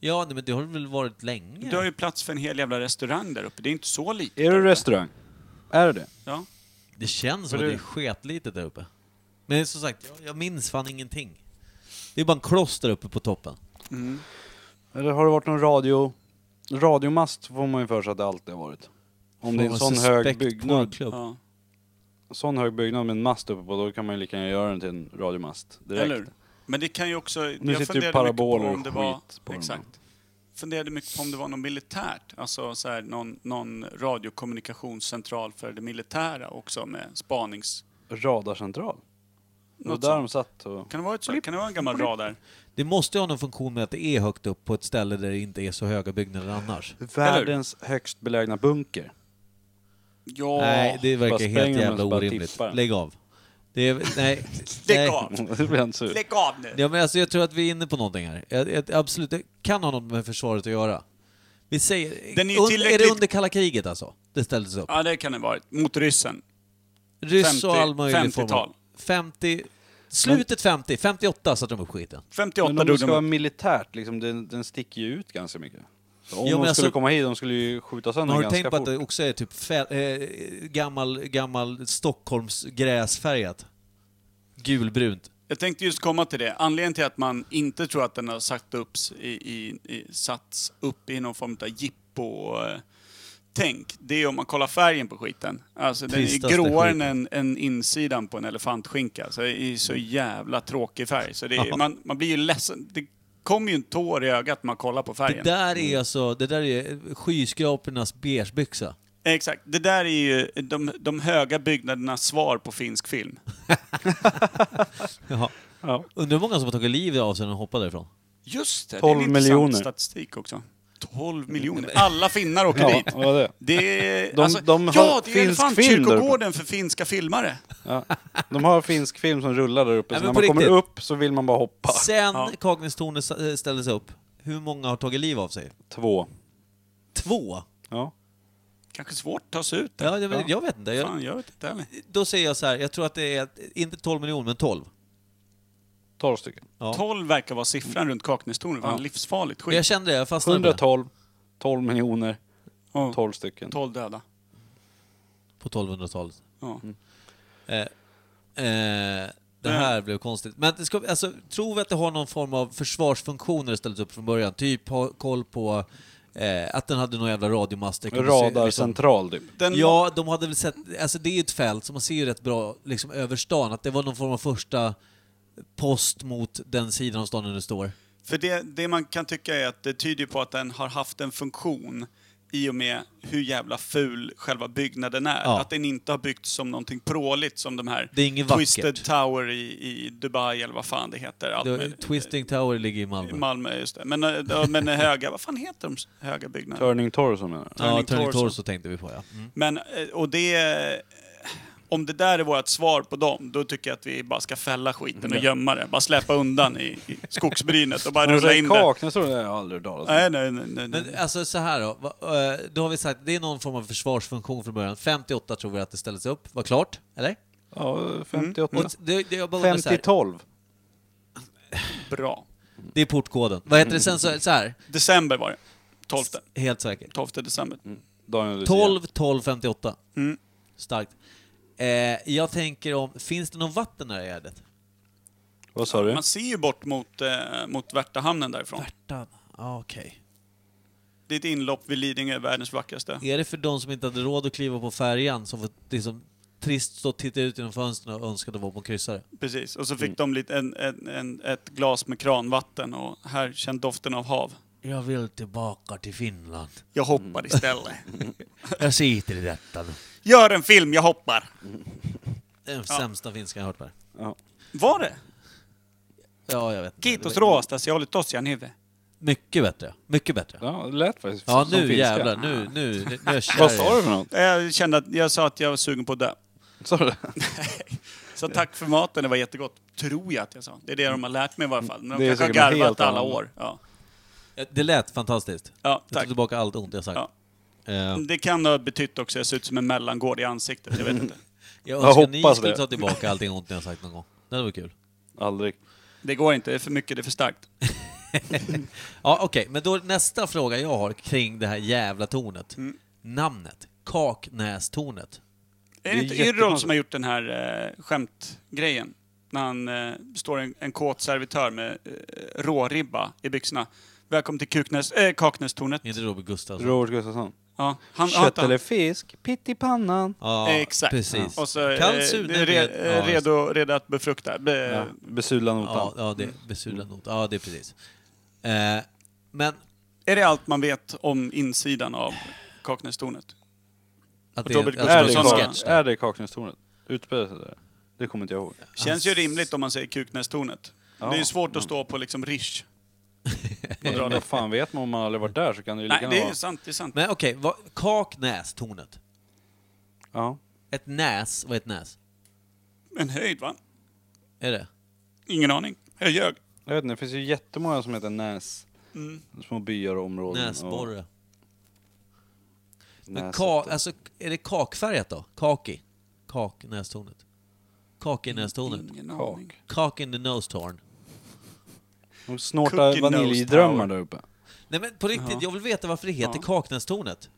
Speaker 1: Ja, nej, men det har väl varit länge?
Speaker 3: Du har ju plats för en hel jävla restaurang där uppe. Det är inte så litet.
Speaker 2: Är du restaurang? Är du det?
Speaker 3: Ja.
Speaker 1: Det känns som
Speaker 2: För
Speaker 1: att det
Speaker 2: det-
Speaker 1: är sketlitet där uppe. Men som sagt, jag, jag minns fan ingenting. Det är bara en kloss där uppe på toppen.
Speaker 2: Eller har det varit någon radio... Radiomast får man ju för sig att det alltid har varit. Om det är en sån hög
Speaker 1: Suspekt
Speaker 2: byggnad,
Speaker 1: porrklubb.
Speaker 3: ja.
Speaker 2: sån hög byggnad med en mast uppe på, då kan man ju lika gärna göra den till en radiomast direkt.
Speaker 3: Eller Men det kan ju också...
Speaker 2: Nu
Speaker 3: jag
Speaker 2: sitter ju
Speaker 3: funderade
Speaker 2: paraboler
Speaker 3: mycket på
Speaker 2: och
Speaker 3: om det
Speaker 2: skit
Speaker 3: var...
Speaker 2: på den.
Speaker 3: exakt. Funderade mycket på om det var något militärt. Alltså så här, någon, någon radiokommunikationscentral för det militära också med spanings...
Speaker 2: Radarcentral. Det var
Speaker 3: Något
Speaker 2: där
Speaker 3: sånt.
Speaker 2: de satt och...
Speaker 3: Kan det vara ett sånt? Kan det vara en gammal radar?
Speaker 1: Det måste ju ha någon funktion med att det är högt upp på ett ställe där det inte är så höga byggnader annars.
Speaker 2: Världens högst belägna bunker.
Speaker 3: Ja.
Speaker 1: nej, det verkar
Speaker 2: spräng
Speaker 1: helt
Speaker 2: dem
Speaker 1: jävla
Speaker 2: och bara
Speaker 1: orimligt.
Speaker 2: tippa den.
Speaker 1: Lägg av. Det är, nej.
Speaker 3: Lägg
Speaker 1: nej.
Speaker 3: av!
Speaker 2: Det blir han sur.
Speaker 3: Lägg av nu!
Speaker 1: Ja, men alltså, jag tror att vi är inne på någonting här. Jag, jag, absolut, det kan ha något med försvaret att göra. Vi säger...
Speaker 3: Den är ju
Speaker 1: un- är det
Speaker 3: tillräckligt-
Speaker 1: under kalla kriget alltså? Det ställdes upp?
Speaker 3: Ja, det kan det vara. Mot ryssen.
Speaker 1: Ryss
Speaker 3: 50,
Speaker 1: och all möjlig form
Speaker 3: 50-tal.
Speaker 1: av... 50... Slutet 50, 58 satte de upp skiten.
Speaker 3: 58
Speaker 2: Men om det
Speaker 3: drog
Speaker 2: ska
Speaker 3: de
Speaker 2: vara
Speaker 3: upp.
Speaker 2: militärt, liksom, den, den sticker ju ut ganska mycket. Så om
Speaker 1: Jo, men
Speaker 2: de skulle
Speaker 1: alltså-
Speaker 2: komma hit, de skulle ju skjuta sönder
Speaker 1: Men har
Speaker 2: den
Speaker 1: du tänkt
Speaker 2: ganska
Speaker 1: på att det
Speaker 2: fort.
Speaker 1: också är typ fär- eh, gammal, gammal Stockholms gräsfärgat? Gulbrunt.
Speaker 3: Jag tänkte just komma till det. Anledningen till att man inte tror att den har satt upp i, i, i, satts upp i någon form av jippo-tänk, det är om man kollar färgen på skiten. Alltså den är
Speaker 1: Tristaste
Speaker 3: gråare
Speaker 1: skiten.
Speaker 3: än, än insidan på en elefantskinka. Så det är så jävla tråkig färg. Så det är, man, man blir ju ledsen. Det kommer ju en tår i ögat när man kollar på
Speaker 1: Det
Speaker 3: färgen.
Speaker 1: där är alltså, det där är skyskrapornas beigebyxa.
Speaker 3: Exakt. Det där är ju de, de höga byggnadernas svar på finsk film.
Speaker 1: Jaha.
Speaker 2: Ja.
Speaker 1: Undrar hur många som har tagit livet av sig när de hoppade därifrån?
Speaker 3: Just det,
Speaker 2: 12
Speaker 3: det är en
Speaker 2: miljoner.
Speaker 3: intressant statistik också. 12 miljoner. Alla finnar åker
Speaker 2: Ja,
Speaker 3: dit.
Speaker 2: det var det.
Speaker 3: Det är,
Speaker 2: De-
Speaker 3: alltså,
Speaker 2: de har
Speaker 3: ja, det är
Speaker 2: finsk
Speaker 3: elefantkyrkogården för finska filmare.
Speaker 2: Ja. De har finsk film som rullar där uppe,
Speaker 1: Nej,
Speaker 2: så
Speaker 1: men
Speaker 2: när
Speaker 1: på
Speaker 2: man kommer
Speaker 1: riktigt.
Speaker 2: upp så vill man bara hoppa.
Speaker 1: Sen
Speaker 3: Ja.
Speaker 1: Kaknästornet sa- eh, ställdes upp, hur många har tagit liv av sig?
Speaker 2: Två.
Speaker 1: Två?
Speaker 2: Ja.
Speaker 3: Kanske svårt att ta sig ut där.
Speaker 1: Ja, jag, vet- jag vet inte. Jag,
Speaker 3: Fan, jag vet inte heller.
Speaker 1: då säger jag så här, jag tror att det är, inte 12 miljoner, men 12.
Speaker 2: Tolv stycken.
Speaker 1: Ja.
Speaker 3: 12 verkar vara siffran runt Kaknästornet. Fan,
Speaker 2: Ja.
Speaker 3: livsfarligt
Speaker 1: Men jag
Speaker 3: skit.
Speaker 1: kände det, jag fastnade på det.
Speaker 2: 112, 12 miljoner,
Speaker 3: Ja,
Speaker 2: 12 stycken.
Speaker 3: 12 döda.
Speaker 1: På 1200-talet.
Speaker 3: Ja.
Speaker 1: Eh, eh, det här blev konstigt. Men det ska, vi- alltså, tror vi att det har någon form av försvarsfunktioner istället upp från början? Typ ha koll på eh, att den hade någon jävla radiomast. Det kunde se- liksom-
Speaker 2: Radarcentral typ.
Speaker 3: Den,
Speaker 1: Ja, de hade väl sett, alltså det är ju ett fält som man ser ju rätt bra liksom, över stan, att det var någon form av första post mot den sidan av staden du står.
Speaker 3: För det, det man kan tycka är att det tyder på att den har haft en funktion i och med hur jävla ful själva byggnaden är.
Speaker 1: Ja.
Speaker 3: Att den inte har byggts som någonting pråligt som de här
Speaker 1: Det är inget
Speaker 3: Twisted
Speaker 1: vackert.
Speaker 3: Tower i, i Dubai eller vad fan det heter. Allt
Speaker 1: Det,
Speaker 3: möjligt.
Speaker 1: Twisting Tower ligger i
Speaker 3: eh, I
Speaker 1: Malmö.
Speaker 3: Malmö, just det. Men, eh, ja, men höga, vad fan heter de s- höga byggnaderna?
Speaker 2: Turning Torso menar jag.
Speaker 1: ja,
Speaker 3: Turning
Speaker 1: Turning
Speaker 3: Torso.
Speaker 1: Torso tänkte vi på ja. Mm.
Speaker 3: Men, eh, och det... eh, Om det där är vårt svar på dem, då tycker jag att vi bara ska fälla skiten
Speaker 1: Mm.
Speaker 3: och gömma det. Bara släppa undan i, i skogsbrynet och bara
Speaker 2: Man
Speaker 3: rulla
Speaker 2: säger
Speaker 3: in det.
Speaker 2: Kaknäs, det har jag aldrig hört talas om.
Speaker 3: Nej, nej, nej. nej, nej.
Speaker 1: Men alltså så här då, va- eh, då har vi sagt det är någon form av försvarsfunktion från början. 58 tror vi att det ställdes upp, var klart, eller?
Speaker 3: Mm.
Speaker 2: Ja, 58.
Speaker 1: Mm. Och det, det, jag bara undrar så här,
Speaker 2: 50-12.
Speaker 3: Bra.
Speaker 1: det är portkoden. Vad heter det sen
Speaker 3: Mm.
Speaker 1: så, så här?
Speaker 3: December var det. 12,
Speaker 1: Helt säkert.
Speaker 3: 12 december.
Speaker 2: Mm. Daniel Lucia.
Speaker 1: 12, 12, 58.
Speaker 3: Mm.
Speaker 1: Starkt. Eh, jag tänker om, finns det någon vatten i det här gärdet?
Speaker 2: Vad sa du?
Speaker 3: Man ser ju bort mot, eh, mot Värtahamnen därifrån.
Speaker 1: Värtan? Ah, Okej.
Speaker 3: Det är ett inlopp vid Lidingö, världens vackraste.
Speaker 1: Är det för de som inte hade råd att kliva på färjan som får liksom trist stå och titta ut genom fönstren och önskade vara på en kryssare?
Speaker 3: Precis. Och så
Speaker 2: Mm.
Speaker 3: fick de lite, en, en, en, ett glas med kranvatten och här känn doften av hav. Mm.
Speaker 1: Jag vill tillbaka till Finland.
Speaker 3: Jag hoppar istället.
Speaker 1: Jag sitter i detta nu.
Speaker 3: Gör en film, jag hoppar!
Speaker 1: Den sämsta finskan jag hört Per.
Speaker 2: Ja.
Speaker 3: Var det?
Speaker 1: Ja, jag vet inte.
Speaker 3: Kiitos
Speaker 2: Mm.
Speaker 3: roasta, jag håller tossian huvud.
Speaker 1: Mycket bättre. Mycket bättre. Ja,
Speaker 2: ja, det lät faktiskt som
Speaker 1: nu
Speaker 2: finska.
Speaker 1: jävlar. Nu, nu, nu är jag kär
Speaker 2: Vad
Speaker 1: i
Speaker 2: sa
Speaker 1: er.
Speaker 2: du för något?
Speaker 3: Jag kände att jag sa att jag var sugen på att dö.
Speaker 2: Sa du det?
Speaker 3: Så tack för maten, det var jättegott. Tror jag att jag sa. Det är det de har lärt mig i varje fall. Men
Speaker 2: Mm. Det
Speaker 3: de
Speaker 2: är
Speaker 3: kanske har
Speaker 2: säkert något
Speaker 3: garvat
Speaker 2: helt
Speaker 3: alla
Speaker 2: annat.
Speaker 3: år. Ja,
Speaker 1: Det lät fantastiskt.
Speaker 3: ja
Speaker 1: Jag tar
Speaker 3: tack.
Speaker 1: tillbaka allt ont jag sagt.
Speaker 3: Ja.
Speaker 1: Eh,
Speaker 3: Det kan ha betytt också, jag ser ut som en mellangård i ansiktet, jag vet inte.
Speaker 1: jag önskar ni
Speaker 2: hoppas
Speaker 1: skulle
Speaker 2: det.
Speaker 1: ta tillbaka allting ont ni har sagt någon gång. Det var kul.
Speaker 2: Aldrig.
Speaker 3: Det går inte, det är för mycket, det är för starkt.
Speaker 1: Ja, okej, men då nästa fråga jag har kring det här jävla tornet.
Speaker 3: Mm.
Speaker 1: Namnet. Kaknästornet.
Speaker 2: Det
Speaker 3: Är det
Speaker 2: är
Speaker 3: inte
Speaker 2: jättekonstigt.
Speaker 3: Yrrol som har gjort den här eh, skämtgrejen? När han eh, står en, en kåt servitör med eh, råribba i byxorna. Välkommen till Kuknäs, äh, Kaknästornet.
Speaker 1: Inte Robert Gustafsson.
Speaker 2: Robert Gustafsson.
Speaker 3: Ja, han,
Speaker 2: Kött eller fisk, pitt i pannan.
Speaker 1: ja,
Speaker 3: Ja, exakt.
Speaker 1: Precis.
Speaker 3: Och så, eh,
Speaker 1: Kall suden
Speaker 3: re,
Speaker 1: med-
Speaker 3: eh,
Speaker 1: ja, just-
Speaker 3: redo, redo att befrukta. Be,
Speaker 2: Ja, besudla notan.
Speaker 1: Eh, Ja, ja, det
Speaker 3: Mm.
Speaker 1: besudlad not. Ja, det är precis. Eh, men
Speaker 3: Är det allt man vet om insidan av Kaknästornet?
Speaker 1: att
Speaker 3: Och
Speaker 1: det är,
Speaker 3: Robert
Speaker 1: att det
Speaker 2: Är
Speaker 1: är
Speaker 2: det,
Speaker 1: en
Speaker 3: Gustafsson-
Speaker 1: sketch
Speaker 2: kak- är
Speaker 1: där.
Speaker 2: det Kaknästornet? Utspelade sig där? Det kommer inte jag ihåg.
Speaker 3: Känns ju rimligt om man säger Kuknästornet.
Speaker 2: Ja.
Speaker 3: Det är ju svårt att stå på liksom Rish.
Speaker 2: Men Vad fan vet man om man aldrig varit där så kan det ju lika
Speaker 3: Nej,
Speaker 2: gärna
Speaker 3: det är
Speaker 2: vara...
Speaker 3: ju sant. Det är sant.
Speaker 1: Men okej, vad- Kaknästornet.
Speaker 2: Ja.
Speaker 1: Ett näs, vad är ett näs?
Speaker 3: En höjd, va?
Speaker 1: Är det?
Speaker 3: Ingen aning. Jag ljög.
Speaker 2: Jag vet inte, det finns ju jättemånga som heter Näs.
Speaker 3: Mm.
Speaker 2: Små byar och områden. och
Speaker 1: Näsborre. Men
Speaker 2: Näset.
Speaker 1: ka, alltså, är det kakfärgat då? Kaki? Kaknästornet? Kakinästornet?
Speaker 3: Ingen aning.
Speaker 2: Kak.
Speaker 1: Kak in the nose torn.
Speaker 2: De snortar
Speaker 3: Cookie nose
Speaker 2: vaniljdrömmar
Speaker 3: tower.
Speaker 2: där uppe.
Speaker 1: Nej men på riktigt,
Speaker 3: Ja.
Speaker 1: jag vill veta varför det heter
Speaker 3: Ja.
Speaker 1: Kaknästornet.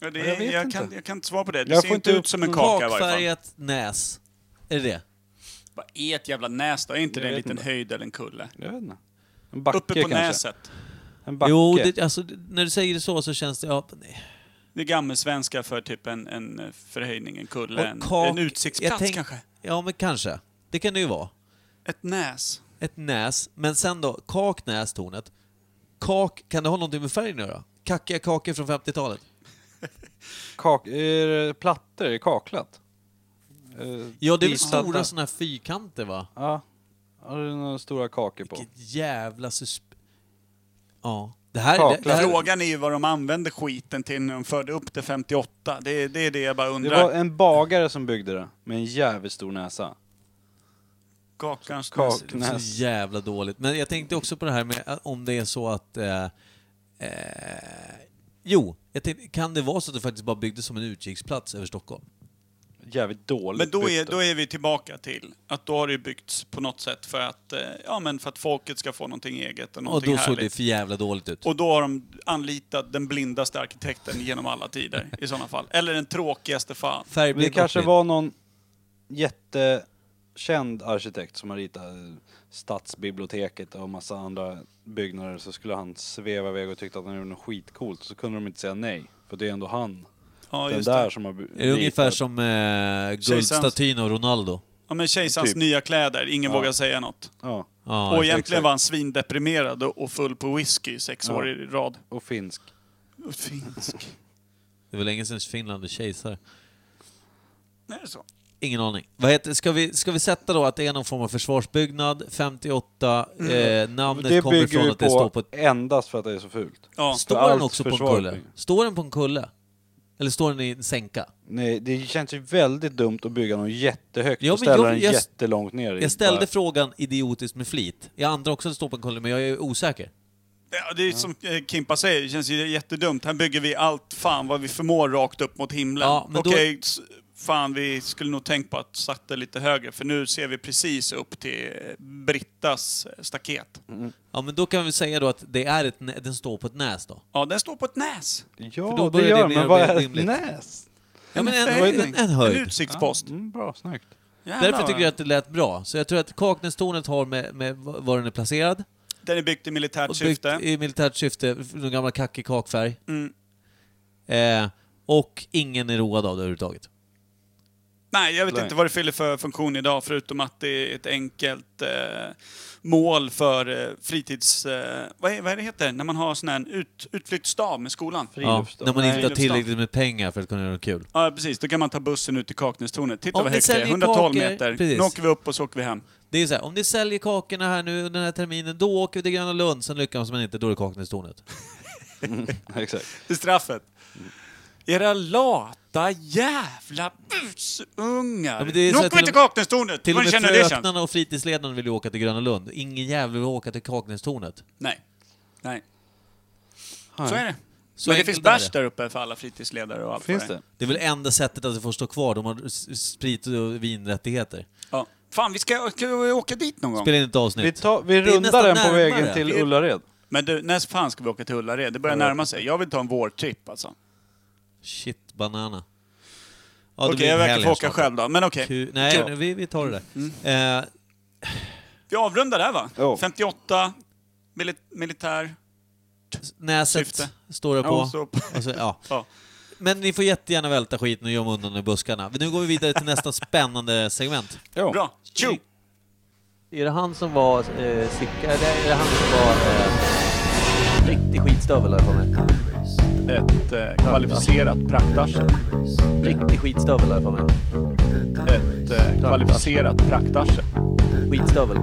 Speaker 3: Ja, det,
Speaker 2: Ja, jag
Speaker 3: jag,
Speaker 2: vet inte.
Speaker 3: Kan, jag kan inte svara på det. Det
Speaker 2: Jag
Speaker 3: ser
Speaker 2: får
Speaker 3: inte
Speaker 2: inte
Speaker 3: ut som en kaka i varje fall.
Speaker 1: Kakfärgat näs. Är det det?
Speaker 3: Vad är ett jävla näs då? Är inte
Speaker 2: Jag
Speaker 3: det en
Speaker 2: vet
Speaker 3: liten
Speaker 2: inte.
Speaker 3: höjd eller en kulle?
Speaker 2: Jag vet inte. En backe
Speaker 3: Uppe på
Speaker 2: kanske.
Speaker 3: näset.
Speaker 2: En backe.
Speaker 1: Jo, det, alltså, när du säger det så så känns det... Ja, nej.
Speaker 3: Det är gammelsvenska för typ en, en förhöjning, en kulle,
Speaker 1: Och
Speaker 3: en,
Speaker 1: kak-
Speaker 3: en utsiktsplats
Speaker 1: jag tänk-
Speaker 3: kanske.
Speaker 1: ja men kanske. Det kan det ju vara.
Speaker 3: Ett näs.
Speaker 1: Ett näs. Men sen då, kaknästornet. Kak, kan det ha någonting med färgen att göra? Kackiga kakor från 50-talet?
Speaker 2: Kak... Är det plattor? Är det kaklat? Eh,
Speaker 1: Ja, det är väl
Speaker 2: issatta.
Speaker 1: stora sådana här fyrkanter va?
Speaker 2: Ja. Har du några stora kakor på?
Speaker 1: Vilket jävla susp... Ja. Det här, det, det
Speaker 2: Kaklar.
Speaker 1: här,
Speaker 3: Frågan är ju vad de använde skiten till när de förde upp det 58. Det, är- det är det jag bara
Speaker 2: Det
Speaker 3: undrar.
Speaker 2: var en bagare som byggde det. Med en jävligt stor näsa.
Speaker 3: Kakans näs.
Speaker 1: det är
Speaker 2: Kaknäs.
Speaker 1: så jävla dåligt. Men jag tänkte också på det här med att- om det är så att... Eh, eh, jo, jag tänkte, kan det vara så att det faktiskt bara byggdes som en utkiksplats över Stockholm?
Speaker 2: Jävligt dåligt
Speaker 3: Men då är,
Speaker 2: byggt
Speaker 3: då är vi tillbaka till att då har det ju byggts på något sätt för att, eh, ja, men för att folket ska få någonting eget och
Speaker 1: Och
Speaker 3: någonting
Speaker 1: då såg
Speaker 3: härligt.
Speaker 1: det för jävla dåligt ut.
Speaker 3: Och då har de anlitat den blindaste arkitekten genom alla tider i sådana fall. Eller den tråkigaste fan.
Speaker 2: Men det
Speaker 1: Färgblind
Speaker 2: kanske
Speaker 1: och blind.
Speaker 2: var någon jättekänd arkitekt som har ritat eh, stadsbiblioteket och massa andra byggnader så skulle han sväva iväg och tyckte att han gjorde något skitcoolt så kunde de inte säga nej. För det är ändå han,
Speaker 3: Ja,
Speaker 2: den
Speaker 3: just
Speaker 2: där
Speaker 3: det.
Speaker 2: som har bu-
Speaker 1: Är det ungefär
Speaker 2: ritat.
Speaker 1: som eh,
Speaker 3: Kejsarens-
Speaker 1: guldstatyn av Ronaldo?
Speaker 3: Ja, men kejsarens
Speaker 2: Typ.
Speaker 3: nya kläder. Ingen
Speaker 2: Ja.
Speaker 3: vågar säga något.
Speaker 2: Ja,
Speaker 1: Ja,
Speaker 3: och egentligen
Speaker 2: exakt.
Speaker 3: var han svindeprimerad och och full på whisky i sex
Speaker 2: Ja.
Speaker 3: år i rad.
Speaker 2: och finsk.
Speaker 3: Och Finsk.
Speaker 1: det var länge sedan Finland är kejsare.
Speaker 3: Nej, det är så.
Speaker 1: Ingen aning. Vad heter, ska, vi, ska vi sätta då att det är någon form av försvarsbyggnad, 58, eh, namnet
Speaker 2: Det
Speaker 1: kommer
Speaker 2: bygger
Speaker 1: ifrån
Speaker 2: vi
Speaker 1: att det står på...
Speaker 2: på endast för att det är så fult.
Speaker 3: Ja.
Speaker 1: Står
Speaker 2: För
Speaker 1: den
Speaker 2: allt
Speaker 1: också på en
Speaker 2: försvar-
Speaker 1: kulle? Står den på en kulle? Eller står den i en sänka?
Speaker 2: Nej, det känns ju väldigt dumt att bygga någon jättehögt
Speaker 1: Ja,
Speaker 2: och
Speaker 1: men
Speaker 2: ställa
Speaker 1: jag-
Speaker 2: den
Speaker 1: jag-
Speaker 2: jättelångt ner. i
Speaker 1: Jag ställde
Speaker 2: bara-
Speaker 1: frågan idiotiskt med flit. Jag antar också att det står på en kulle, men jag är osäker.
Speaker 3: Ja, det är som eh, Kimpa säger, det känns ju jättedumt. Här bygger vi allt fan vad vi förmår rakt upp mot himlen.
Speaker 1: Ja, men då-
Speaker 3: Okej, s- fan vi skulle nog tänkt på att sätta lite högre för nu ser vi precis upp till eh, Brittas eh, staket.
Speaker 1: Ja, men då kan vi säga då att det är ett, nä- den står på ett näs då.
Speaker 3: Ja, den står på ett näs.
Speaker 1: För
Speaker 2: Ja,
Speaker 1: då
Speaker 2: det
Speaker 1: börjar
Speaker 2: gör
Speaker 1: det
Speaker 2: det,
Speaker 1: mer
Speaker 2: men
Speaker 1: och
Speaker 2: vad
Speaker 1: mer
Speaker 2: är
Speaker 1: rimligt.
Speaker 2: ett näs?
Speaker 1: Ja, men en,
Speaker 3: höjd.
Speaker 1: en, en
Speaker 3: En
Speaker 1: höjd.
Speaker 3: utsiktspost.
Speaker 2: Mm, bra, snyggt.
Speaker 3: Jävlar,
Speaker 1: Därför tycker
Speaker 3: vad-
Speaker 1: jag att det lät bra. Så jag tror att Kaknästornet har med, med v- var den är placerad,
Speaker 3: Den är byggt i militärt
Speaker 1: och byggt
Speaker 3: syfte.
Speaker 1: i militärt syfte, den gamla kackig kakfärg.
Speaker 3: Mm.
Speaker 1: Eh, och ingen är road av det överhuvudtaget.
Speaker 3: Nej, jag vet
Speaker 2: Nej.
Speaker 3: inte vad det fyller för funktion idag förutom att det är ett enkelt eh, mål för eh, fritids... Eh, vad, är, vad är det heter? När man har sån här ut, utflyktsdag med skolan.
Speaker 1: Ja,
Speaker 2: Friluftsdag.
Speaker 1: när man inte har
Speaker 3: Friluftsdag.
Speaker 1: tillräckligt med pengar för att kunna göra något kul.
Speaker 3: Ja, precis. Då kan man ta bussen ut till Kaknästornet. Titta
Speaker 1: Om
Speaker 3: vad
Speaker 1: vi
Speaker 3: högt det är.
Speaker 1: säljer
Speaker 3: 112
Speaker 1: kakor-
Speaker 3: meter.
Speaker 1: precis.
Speaker 3: Nu åker vi upp och så åker vi hem.
Speaker 1: Det är så här, om ni säljer kakorna här nu under den här terminen, då åker vi till Gröna Lund, sen lyckas man inte, då är det Kaknästornet.
Speaker 2: Exakt.
Speaker 3: Det är straffet.
Speaker 1: Mm.
Speaker 3: Era lata jävla busungar!
Speaker 1: Ja, men det är
Speaker 3: nu
Speaker 1: så här
Speaker 3: åker
Speaker 1: till
Speaker 3: vi till
Speaker 1: och med-
Speaker 3: Kaknästornet!
Speaker 1: Till och
Speaker 3: Hur
Speaker 1: med
Speaker 3: känner du det känns?
Speaker 1: fröknarna och fritidsledarna vill ju åka till Gröna Lund. Ingen jävel vill åka till Kaknästornet.
Speaker 3: Nej. Nej. Så är det.
Speaker 1: Så
Speaker 3: Men det
Speaker 1: enkelt
Speaker 3: finns
Speaker 1: är
Speaker 3: bärs
Speaker 1: det.
Speaker 3: där uppe för alla fritidsledare och allt
Speaker 2: Finns
Speaker 3: vad är.
Speaker 2: det?
Speaker 1: det är väl enda sättet att det får stå kvar, de har s- s- sprit och vinrättigheter.
Speaker 3: Ja. Fan, vi ska, ska vi åka dit någon gång?
Speaker 1: Spelar in ett
Speaker 2: Vi,
Speaker 1: avsnitt.
Speaker 2: tar, vi
Speaker 1: Det är
Speaker 2: rundar
Speaker 1: nästan
Speaker 2: den på vägen
Speaker 1: närmare.
Speaker 2: till
Speaker 3: Det är-
Speaker 2: Ullared.
Speaker 3: Men du, när fan ska vi åka till Ullared? Det börjar närma sig. Jag vill ta en vårtripp alltså.
Speaker 1: Shit, banana. Ja, det
Speaker 3: Okej,
Speaker 1: blir
Speaker 3: jag verkar
Speaker 1: helgen
Speaker 3: få åka
Speaker 1: snart.
Speaker 3: själv Mm. då. Men okej.
Speaker 1: Ku- Nej,
Speaker 3: Kul.
Speaker 1: nu- vi, vi tar det där. Eh,
Speaker 3: Vi avrundar där va?
Speaker 2: Ja.
Speaker 3: 58, mili- militär.
Speaker 1: näset
Speaker 3: Syfte.
Speaker 1: står det på.
Speaker 3: Ja, så-
Speaker 1: Och så, ja.
Speaker 3: Ja.
Speaker 1: Men ni får jättegärna välta skiten och gömma undan i buskarna. Men Nu går vi vidare till nästa spännande segment.
Speaker 2: Jo.
Speaker 3: Bra. Tjo!
Speaker 6: Är det han som var eh, Sicka? Eller är det han som var... Eh, riktig skitstövel har jag för mig.
Speaker 3: Ett eh, kvalificerat praktarsel.
Speaker 6: Riktig skitstövel har jag för mig.
Speaker 3: Ett eh, kvalificerat praktarsel.
Speaker 6: Skitstövel.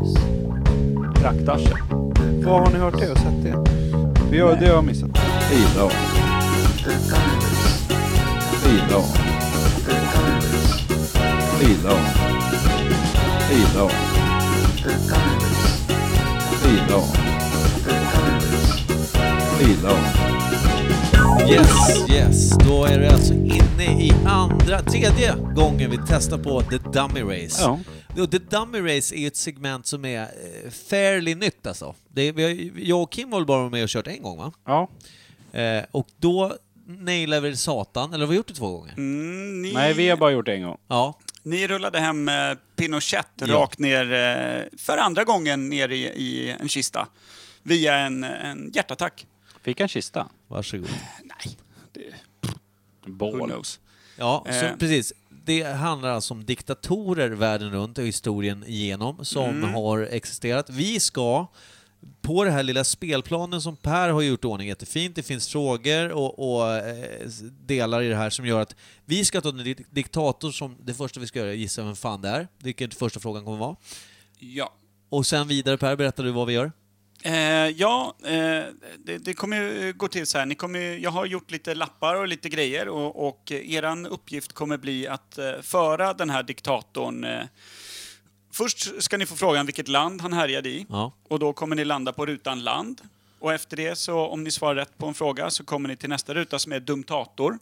Speaker 3: Praktarsel.
Speaker 2: Vad har ni hört det och sett det? Vi gör, det har jag missat.
Speaker 7: Idag. Idag. Idag. Idag. Idag. Idag.
Speaker 1: Yes, yes. Då är det alltså inne i andra, tredje gången vi testar på The Dummy Race.
Speaker 2: Ja.
Speaker 1: Och The Dummy Race är ju ett segment som är eh, fairly nytt alltså. Det är, vi har, ju- jag och Kim var väl bara med och kört en gång va?
Speaker 2: Ja.
Speaker 1: Eh, och då nailade vi satan, eller har vi gjort det två gånger?
Speaker 3: Mm, ni,
Speaker 2: Nej, vi har bara gjort det en gång.
Speaker 1: Ja.
Speaker 3: ni rullade hem eh, Pinochet
Speaker 1: Ja.
Speaker 3: rakt ner, eh, för andra gången ner i, i en kista. Via en, en hjärtattack.
Speaker 2: Fick han kista?
Speaker 1: Varsågod.
Speaker 3: Who
Speaker 2: Bål.
Speaker 3: knows?
Speaker 1: Ja,
Speaker 3: Eh.
Speaker 1: så precis. Det handlar alltså om diktatorer världen runt och historien igenom som har existerat. Vi ska på den här lilla spelplanen som Per har gjort i ordning jättefint, det finns frågor och, och eh, s- delar i det här som gör att vi ska ta en dik- diktator som det första vi ska göra är gissa vem fan det är, vilket första frågan kommer vara.
Speaker 3: Ja.
Speaker 1: Och sen vidare Per, berättar du vad vi gör?
Speaker 3: Eh, ja, eh, det, det kommer ju gå till så här. Ni kommer, ju- jag har gjort lite lappar och lite grejer och, och eh, eran uppgift kommer bli att eh, föra den här diktatorn. Eh, först ska ni få frågan vilket land han härjade i
Speaker 1: Ja.
Speaker 3: och då kommer ni landa på rutan land. Och efter det, så om ni svarar rätt på en fråga, så kommer ni till nästa ruta som är dumtator.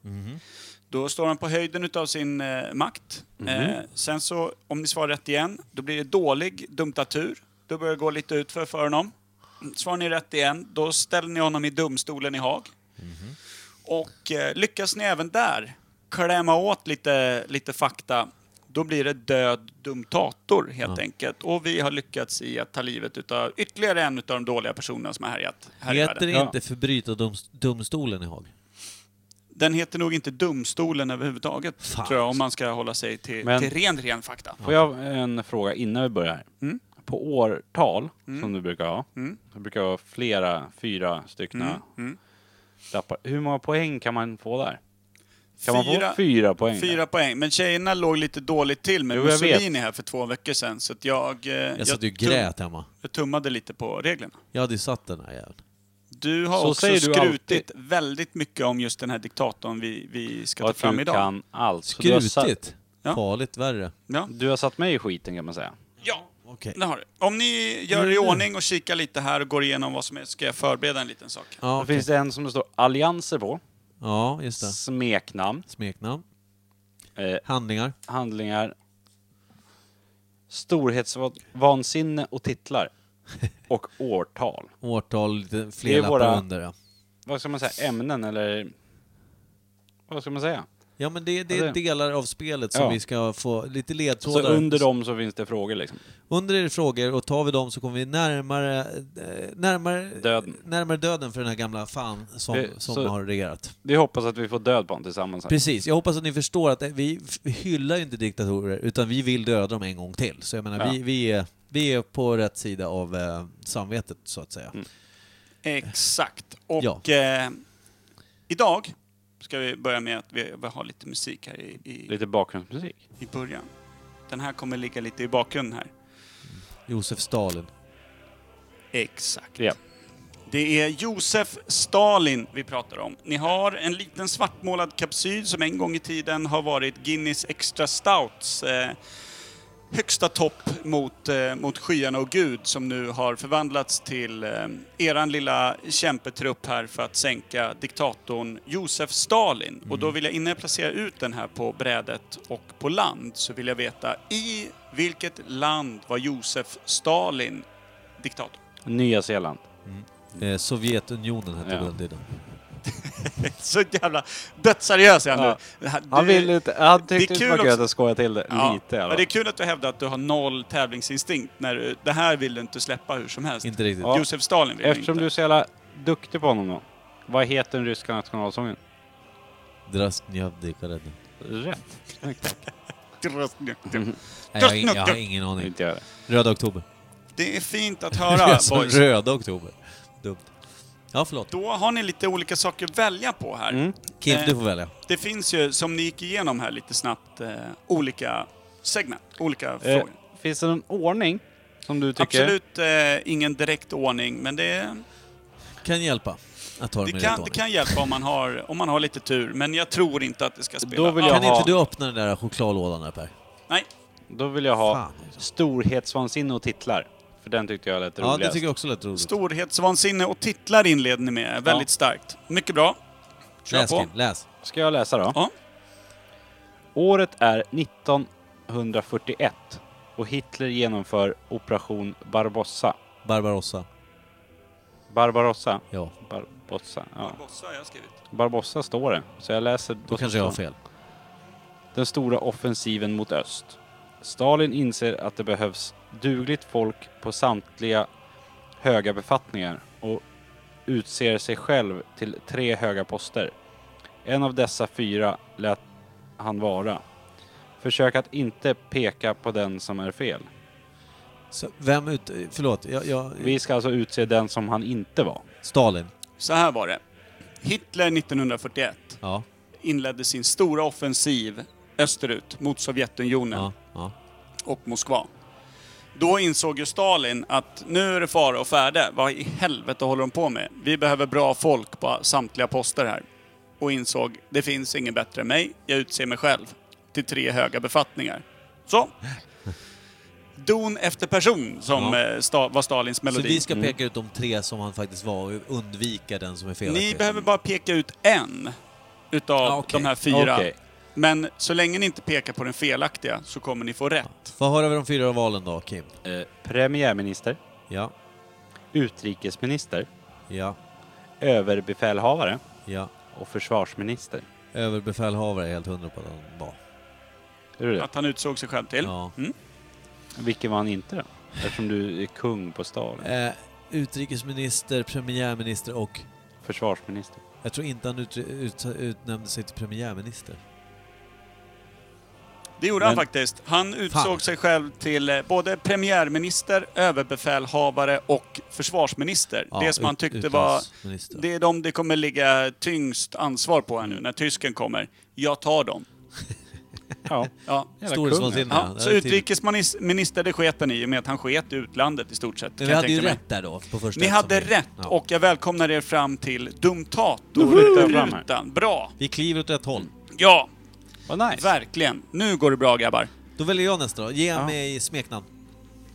Speaker 3: Då står han på höjden utav sin eh, makt. Eh, sen så, om ni svarar rätt igen, då blir det dålig dumtatur. Då börjar det gå lite utför för honom. Svarar ni rätt igen, då ställer ni honom i domstolen i Haag. Och eh, lyckas ni även där klämma åt lite, lite fakta, då blir det död dumtator helt enkelt. Och vi har lyckats i att ta livet utav ytterligare en utav de dåliga personerna som har härjat här i
Speaker 1: Heter
Speaker 3: världen.
Speaker 1: det inte förbryta doms- domstolen i Haag?
Speaker 3: Den heter nog inte domstolen överhuvudtaget,
Speaker 1: Fan.
Speaker 3: tror jag, om man ska hålla sig till,
Speaker 2: Men-
Speaker 3: till ren, ren fakta.
Speaker 2: Får jag en fråga innan vi börjar?
Speaker 3: Mm.
Speaker 2: På årtal, som du brukar ha.
Speaker 3: Mm.
Speaker 2: Det brukar vara flera, fyra stycken
Speaker 3: Mm, mm.
Speaker 2: lappar. Hur många poäng kan man få där? Kan man
Speaker 3: Fyra-
Speaker 2: få fyra poäng?
Speaker 3: Fyra poäng. Men tjejerna låg lite dåligt till med
Speaker 2: Jo, jag
Speaker 3: Mussolini här för två veckor sedan, så att jag... eh,
Speaker 1: Jag satt ju och
Speaker 3: tum-
Speaker 1: grät hemma.
Speaker 3: jag tummade lite på reglerna.
Speaker 1: Jag hade ju satt den här jäveln.
Speaker 3: Du har
Speaker 2: Så
Speaker 3: också
Speaker 2: säger du
Speaker 3: skrutit väldigt mycket om just den här diktatorn vi, vi ska
Speaker 2: Vad
Speaker 3: ta fram
Speaker 2: du
Speaker 3: idag.
Speaker 2: kan allt. Så du har sa-
Speaker 1: Skrutigt.
Speaker 3: Ja.
Speaker 1: Farligt värre.
Speaker 3: Ja.
Speaker 2: Du har satt mig i skiten kan man säga.
Speaker 3: ja,
Speaker 1: Okej.
Speaker 3: det har du. Om ni gör i
Speaker 1: Mm.
Speaker 3: ordning och kikar lite här och går igenom vad som är, ska jag förbereda en liten sak.
Speaker 1: Ja,
Speaker 2: Då finns det en som det står allianser på.
Speaker 1: Ja, just det.
Speaker 2: Smeknamn.
Speaker 1: Smeknamn.
Speaker 2: Eh,
Speaker 1: Handlingar.
Speaker 2: handlingar. Storhetsvansinne och titlar. Och årtal.
Speaker 1: Årtal, lite
Speaker 2: Det
Speaker 1: fler
Speaker 2: är
Speaker 1: lappar
Speaker 2: våra-
Speaker 1: under. Ja,
Speaker 2: Vad ska man säga? Ämnen eller... Vad ska man säga?
Speaker 1: ja men det, det
Speaker 2: Ja,
Speaker 1: är
Speaker 2: det-
Speaker 1: delar av spelet som
Speaker 2: Ja.
Speaker 1: vi ska få lite
Speaker 2: Så
Speaker 1: ledtrådar.
Speaker 2: under dem så finns det frågor liksom.
Speaker 1: Under är det frågor och tar vi dem så kommer vi närmare, eh, närmare,
Speaker 2: Döden.
Speaker 1: närmare döden för den här gamla fan som,
Speaker 2: Det-
Speaker 1: som
Speaker 2: så-
Speaker 1: har regerat.
Speaker 2: Vi hoppas att vi får död på honom tillsammans. här.
Speaker 1: Precis, jag hoppas att ni förstår att eh, vi f- hyllar ju inte diktatorer utan vi vill döda dem en gång till. Så jag menar,
Speaker 2: Ja.
Speaker 1: vi, vi, är, vi är på rätt sida av eh, samvetet så att
Speaker 2: Mm.
Speaker 1: säga.
Speaker 3: Exakt. Och
Speaker 1: Ja.
Speaker 3: eh, idag ska vi börja med att vi, vi har lite musik här i, i,
Speaker 2: Lite bakgrundsmusik.
Speaker 3: i början. Den här kommer ligga lite i bakgrunden här.
Speaker 1: Josef Stalin.
Speaker 3: Exakt.
Speaker 2: Ja.
Speaker 3: Det är Josef Stalin vi pratar om. Ni har en liten svartmålad kapsyl som en gång i tiden har varit Guinness Extra Stouts eh, högsta topp mot, eh, mot skyarna och Gud som nu har förvandlats till eh, eran lilla kämpetrupp här för att sänka diktatorn Josef Stalin. Och då vill jag, innan jag placerar ut den här på brädet och på land, så vill jag veta i vilket land var Josef Stalin diktator?
Speaker 2: Nya Zeeland.
Speaker 1: Eh, Sovjetunionen hette
Speaker 2: Ja.
Speaker 1: den tiden.
Speaker 3: Så jävla dödsseriös är han
Speaker 2: Ja.
Speaker 3: nu. Det här-
Speaker 2: Han
Speaker 3: det-
Speaker 2: ville inte... Han
Speaker 3: det är
Speaker 2: tyckte inte det
Speaker 3: kul
Speaker 2: var gött
Speaker 3: också.
Speaker 2: att skoja till det. Lite i alla
Speaker 3: men
Speaker 2: fall.
Speaker 3: det är kul att du hävdar att du har noll tävlingsinstinkt när du, det här vill du inte släppa hur som helst.
Speaker 1: Inte riktigt.
Speaker 2: Ja.
Speaker 3: Josef Stalin vill
Speaker 2: Eftersom du
Speaker 3: inte.
Speaker 2: är så jävla duktig på honom då. Vad heter den ryska nationalsången?
Speaker 1: Drastnjavdikaredden.
Speaker 2: Rätt.
Speaker 3: Du...
Speaker 1: Nej, jag, har ing- jag har ingen aning.
Speaker 2: Inte jag det.
Speaker 1: Röda oktober.
Speaker 3: Det är fint att
Speaker 1: jag
Speaker 3: höra,
Speaker 1: sa
Speaker 3: boys.
Speaker 1: röda oktober. Dumt. Ja, förlåt.
Speaker 3: Då har ni lite olika saker att välja på här.
Speaker 2: Mm.
Speaker 1: Kim,
Speaker 3: Eh,
Speaker 1: du får välja.
Speaker 3: Det finns ju, som ni gick igenom här lite snabbt, eh, olika segment, olika
Speaker 2: Eh,
Speaker 3: frågor.
Speaker 2: finns det någon ordning som du tycker?
Speaker 3: Absolut eh, ingen direkt ordning, men det,
Speaker 1: Kan hjälpa att ta det
Speaker 3: det,
Speaker 1: med
Speaker 3: kan,
Speaker 1: rätt
Speaker 3: det
Speaker 1: ordning.
Speaker 3: kan hjälpa om man, har, om man har lite tur. Men jag tror inte att det ska spela.
Speaker 2: Då vill jag
Speaker 1: Kan
Speaker 2: ha...
Speaker 1: inte du öppna den där chokladlådan där Per?
Speaker 3: Nej,
Speaker 2: Då vill jag ha
Speaker 1: Fan, alltså.
Speaker 2: storhetsvansinne och titlar. För den tyckte jag lät
Speaker 1: Ja,
Speaker 2: roligast.
Speaker 1: det tycker jag också lät roligt.
Speaker 3: storhetsvansinne och titlar inleder ni med. Väldigt starkt. Mycket bra. Kör
Speaker 1: läs
Speaker 3: på.
Speaker 1: Kim, läs.
Speaker 2: Ska jag läsa då?
Speaker 3: Ja.
Speaker 2: Året är 1941 och Hitler genomför operation Barbossa.
Speaker 1: Barbarossa.
Speaker 2: Barbarossa?
Speaker 1: Ja,
Speaker 2: Barbossa, ja.
Speaker 3: Barbossa har jag skrivit.
Speaker 2: Barbossa står det. Så jag läser...
Speaker 1: då kanske jag har fel.
Speaker 2: den stora offensiven mot öst. Stalin inser att det behövs dugligt folk på samtliga höga befattningar och utser sig själv till tre höga poster. En av dessa fyra lät han vara. Försök att inte peka på den som är fel.
Speaker 1: Så, vem ut... Förlåt, jag... jag
Speaker 2: Vi ska alltså utse den som han inte var.
Speaker 1: Stalin.
Speaker 3: Så här var det. Hitler 1941
Speaker 1: Ja,
Speaker 3: inledde sin stora offensiv österut mot Sovjetunionen
Speaker 1: ja, ja.
Speaker 3: och Moskva. Då insåg ju Stalin att nu är det fara och färde. Vad i helvete håller de på med? Vi behöver bra folk på samtliga poster här. Och insåg, det finns ingen bättre än mig. Jag utser mig själv till tre höga befattningar. Så. Don efter person, som
Speaker 1: Ja.
Speaker 3: eh, sta- var Stalins
Speaker 1: Så
Speaker 3: melodi.
Speaker 1: vi ska peka ut de tre som han faktiskt var och undvika den som är felaktig.
Speaker 3: Ni behöver bara peka ut en utav
Speaker 1: Ah, okej.
Speaker 3: de här fyra.
Speaker 2: Okej.
Speaker 3: Men så länge ni inte pekar på den felaktiga så kommer ni få rätt.
Speaker 1: Få höra de fyra valen då, Kim.
Speaker 2: Eh, Premiärminister,
Speaker 1: Ja,
Speaker 2: utrikesminister,
Speaker 1: ja,
Speaker 2: överbefälhavare
Speaker 1: ja.
Speaker 2: och försvarsminister.
Speaker 1: Överbefälhavare är jag helt hundra på att han var.
Speaker 2: Är du det?
Speaker 3: Att han utsåg sig själv till.
Speaker 1: Ja.
Speaker 3: Mm.
Speaker 2: Vilken var han inte då? Eftersom du är kung på Stalin.
Speaker 1: Eh, utrikesminister, premiärminister och...
Speaker 2: Försvarsminister.
Speaker 1: Jag tror inte han ut, ut, utnämnde sig till premiärminister.
Speaker 3: Det gjorde han
Speaker 2: Men-
Speaker 3: faktiskt. Han utsåg
Speaker 1: Fan.
Speaker 3: sig själv till eh, både premiärminister, överbefälhavare och försvarsminister.
Speaker 1: Ja,
Speaker 3: det som han
Speaker 1: ut-
Speaker 3: tyckte var...
Speaker 1: utlandsminister.
Speaker 3: Det är de det kommer ligga tyngst ansvar på här nu när tysken kommer. Jag tar dem.
Speaker 2: Ja.
Speaker 3: Ja.
Speaker 2: Jävla
Speaker 1: Storhetsvansinne.
Speaker 3: alltså. Ja,
Speaker 1: det
Speaker 3: så
Speaker 1: är tydligt.
Speaker 3: utrikesminister, det sket han i i och med att han sket i utlandet i stort sett.
Speaker 1: Men
Speaker 3: kan
Speaker 1: vi
Speaker 3: jag
Speaker 1: hade ju
Speaker 3: tänka mig.
Speaker 1: rätt där då, på första
Speaker 3: Ni hade
Speaker 1: eftersom vi-
Speaker 3: rätt
Speaker 1: Ja.
Speaker 3: och jag välkomnar er fram till
Speaker 2: Woho!
Speaker 3: Dumtator-rutan. Bra!
Speaker 1: Vi kliver åt rätt håll.
Speaker 3: Ja,
Speaker 2: Vad nice!
Speaker 3: verkligen. Nu går det bra
Speaker 2: Eh,
Speaker 3: grabbar.
Speaker 1: Då väljer jag nästa då. Ge
Speaker 2: Ja.
Speaker 1: mig smeknamn.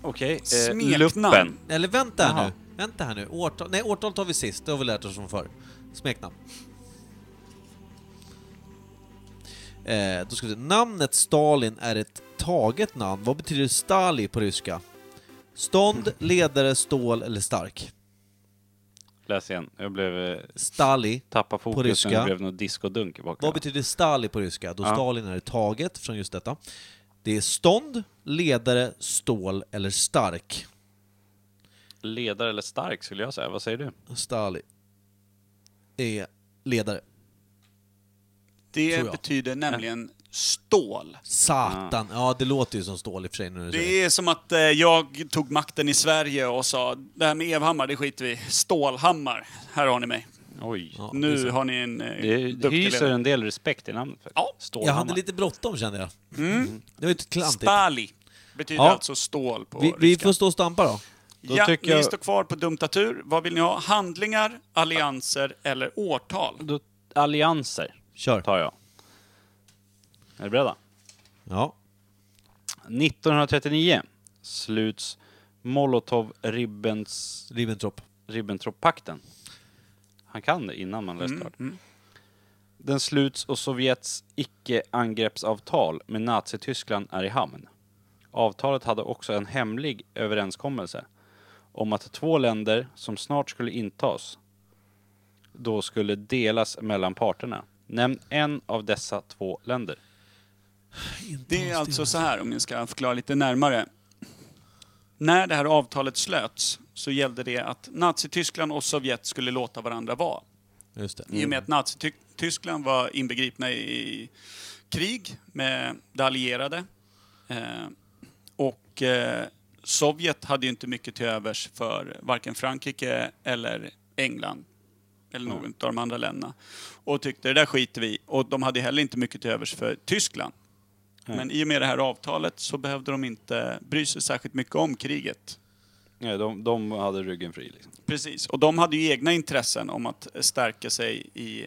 Speaker 2: Okej, eh,
Speaker 3: Smeknamn.
Speaker 2: luppen.
Speaker 1: Eller vänta här
Speaker 2: Jaha.
Speaker 1: nu. Vänta här nu. Årtal, nej, årtal tar vi sist. Det har vi lärt oss från förr. Smeknamn. Eh, då ska vi se. Namnet Stalin är ett taget namn. Vad betyder Stali på ryska? Stånd, ledare, stål eller stark?
Speaker 2: Läs igen. Jag blev... eh,
Speaker 1: Stali.
Speaker 2: Tappade fokus
Speaker 1: ryska.
Speaker 2: när det blev något discodunk i
Speaker 1: Vad
Speaker 2: bakgrunden.
Speaker 1: betyder Stali på ryska? Då
Speaker 2: Ja.
Speaker 1: Stalin är taget från just detta. Det är stånd, ledare, stål eller stark.
Speaker 2: Ledare eller stark skulle jag säga. Vad säger du?
Speaker 1: Stali är ledare. Tror
Speaker 3: Det
Speaker 1: jag.
Speaker 3: betyder nämligen stål.
Speaker 1: Satan. Ja, det låter ju som stål i och för sig nu när du säger
Speaker 3: Det är som att eh, jag tog makten i Sverige och sa det här med Evhammar, det skiter vi i. Stålhammar, här har ni mig.
Speaker 2: Oj.
Speaker 1: Ja, det är
Speaker 3: Nu
Speaker 1: sant.
Speaker 3: har ni en eh,
Speaker 2: Det det
Speaker 3: duktig
Speaker 2: hyser
Speaker 3: ledare.
Speaker 2: en del respekt i namnet faktiskt.
Speaker 3: Ja.
Speaker 1: Jag
Speaker 2: Stålhammar.
Speaker 1: hade lite bråttom kände jag.
Speaker 3: Mm.
Speaker 1: Det var ju klantigt.
Speaker 3: Stali betyder
Speaker 1: Ja.
Speaker 3: alltså stål på
Speaker 1: Vi, vi
Speaker 3: ryska.
Speaker 1: får stå och stampa då.
Speaker 2: Då
Speaker 3: ja,
Speaker 2: tycker
Speaker 3: ni
Speaker 2: jag-
Speaker 3: står kvar på dumtatur. Vad vill ni ha? Handlingar, allianser eller årtal?
Speaker 2: Då, allianser
Speaker 1: Kör.
Speaker 2: tar jag. Är du beredda?
Speaker 1: Ja.
Speaker 2: 1939 sluts Molotov-Ribbens...
Speaker 1: Ribbentrop.
Speaker 2: Ribbentrop-pakten. Han kan det innan man läst klart. Den sluts och Sovjets icke-angreppsavtal med Nazityskland är i hamn. Avtalet hade också en hemlig överenskommelse om att två länder som snart skulle intas då skulle delas mellan parterna. Nämn en av dessa två länder.
Speaker 3: Det är alltså så här, om jag ska förklara lite närmare. När det här avtalet slöts så gällde det att Nazityskland och Sovjet skulle låta varandra vara.
Speaker 1: Just det.
Speaker 3: I och med att Nazityskland var inbegripna i krig med de allierade. Eh, och eh, Sovjet hade ju inte mycket till övers för varken Frankrike eller England. Eller någon av de andra länderna. Och tyckte det där skiter vi i. Och de hade heller inte mycket till övers för Tyskland. Men i och med det här avtalet så behövde de inte bry sig särskilt mycket om kriget.
Speaker 2: Nej, de, de hade ryggen fri. Liksom.
Speaker 3: Precis, och de hade ju egna intressen om att stärka sig i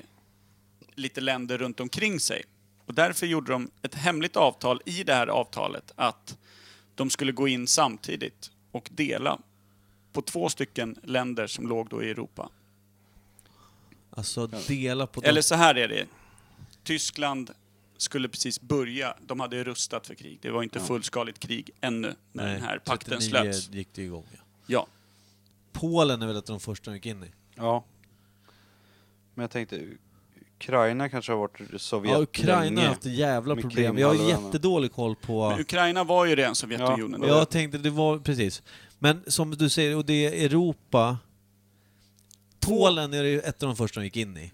Speaker 3: lite länder runt omkring sig. Och därför gjorde de ett hemligt avtal i det här avtalet att de skulle gå in samtidigt och dela på två stycken länder som låg då i Europa.
Speaker 1: Alltså dela på...
Speaker 3: Eller så här är det. Tyskland skulle precis börja, de hade ju rustat för krig. Det var inte fullskaligt krig ännu när den här pakten
Speaker 1: 39
Speaker 3: slöts.
Speaker 1: gick det igång ja.
Speaker 3: Ja.
Speaker 1: Polen är väl ett av de första de gick in i?
Speaker 2: Ja. Men jag tänkte, Ukraina kanske har varit Sovjet
Speaker 1: Ja, Ukraina har
Speaker 2: länge.
Speaker 1: haft ett jävla
Speaker 2: Med
Speaker 1: problem.
Speaker 2: Krim
Speaker 1: Jag
Speaker 2: och
Speaker 1: har
Speaker 2: alla de
Speaker 1: jättedålig koll på...
Speaker 3: Men Ukraina var ju redan Sovjetunionen.
Speaker 2: Ja,
Speaker 3: då.
Speaker 1: Jag tänkte, det var... Precis. Men som du säger, och det är Europa... Polen är ju ett av de första de gick in i.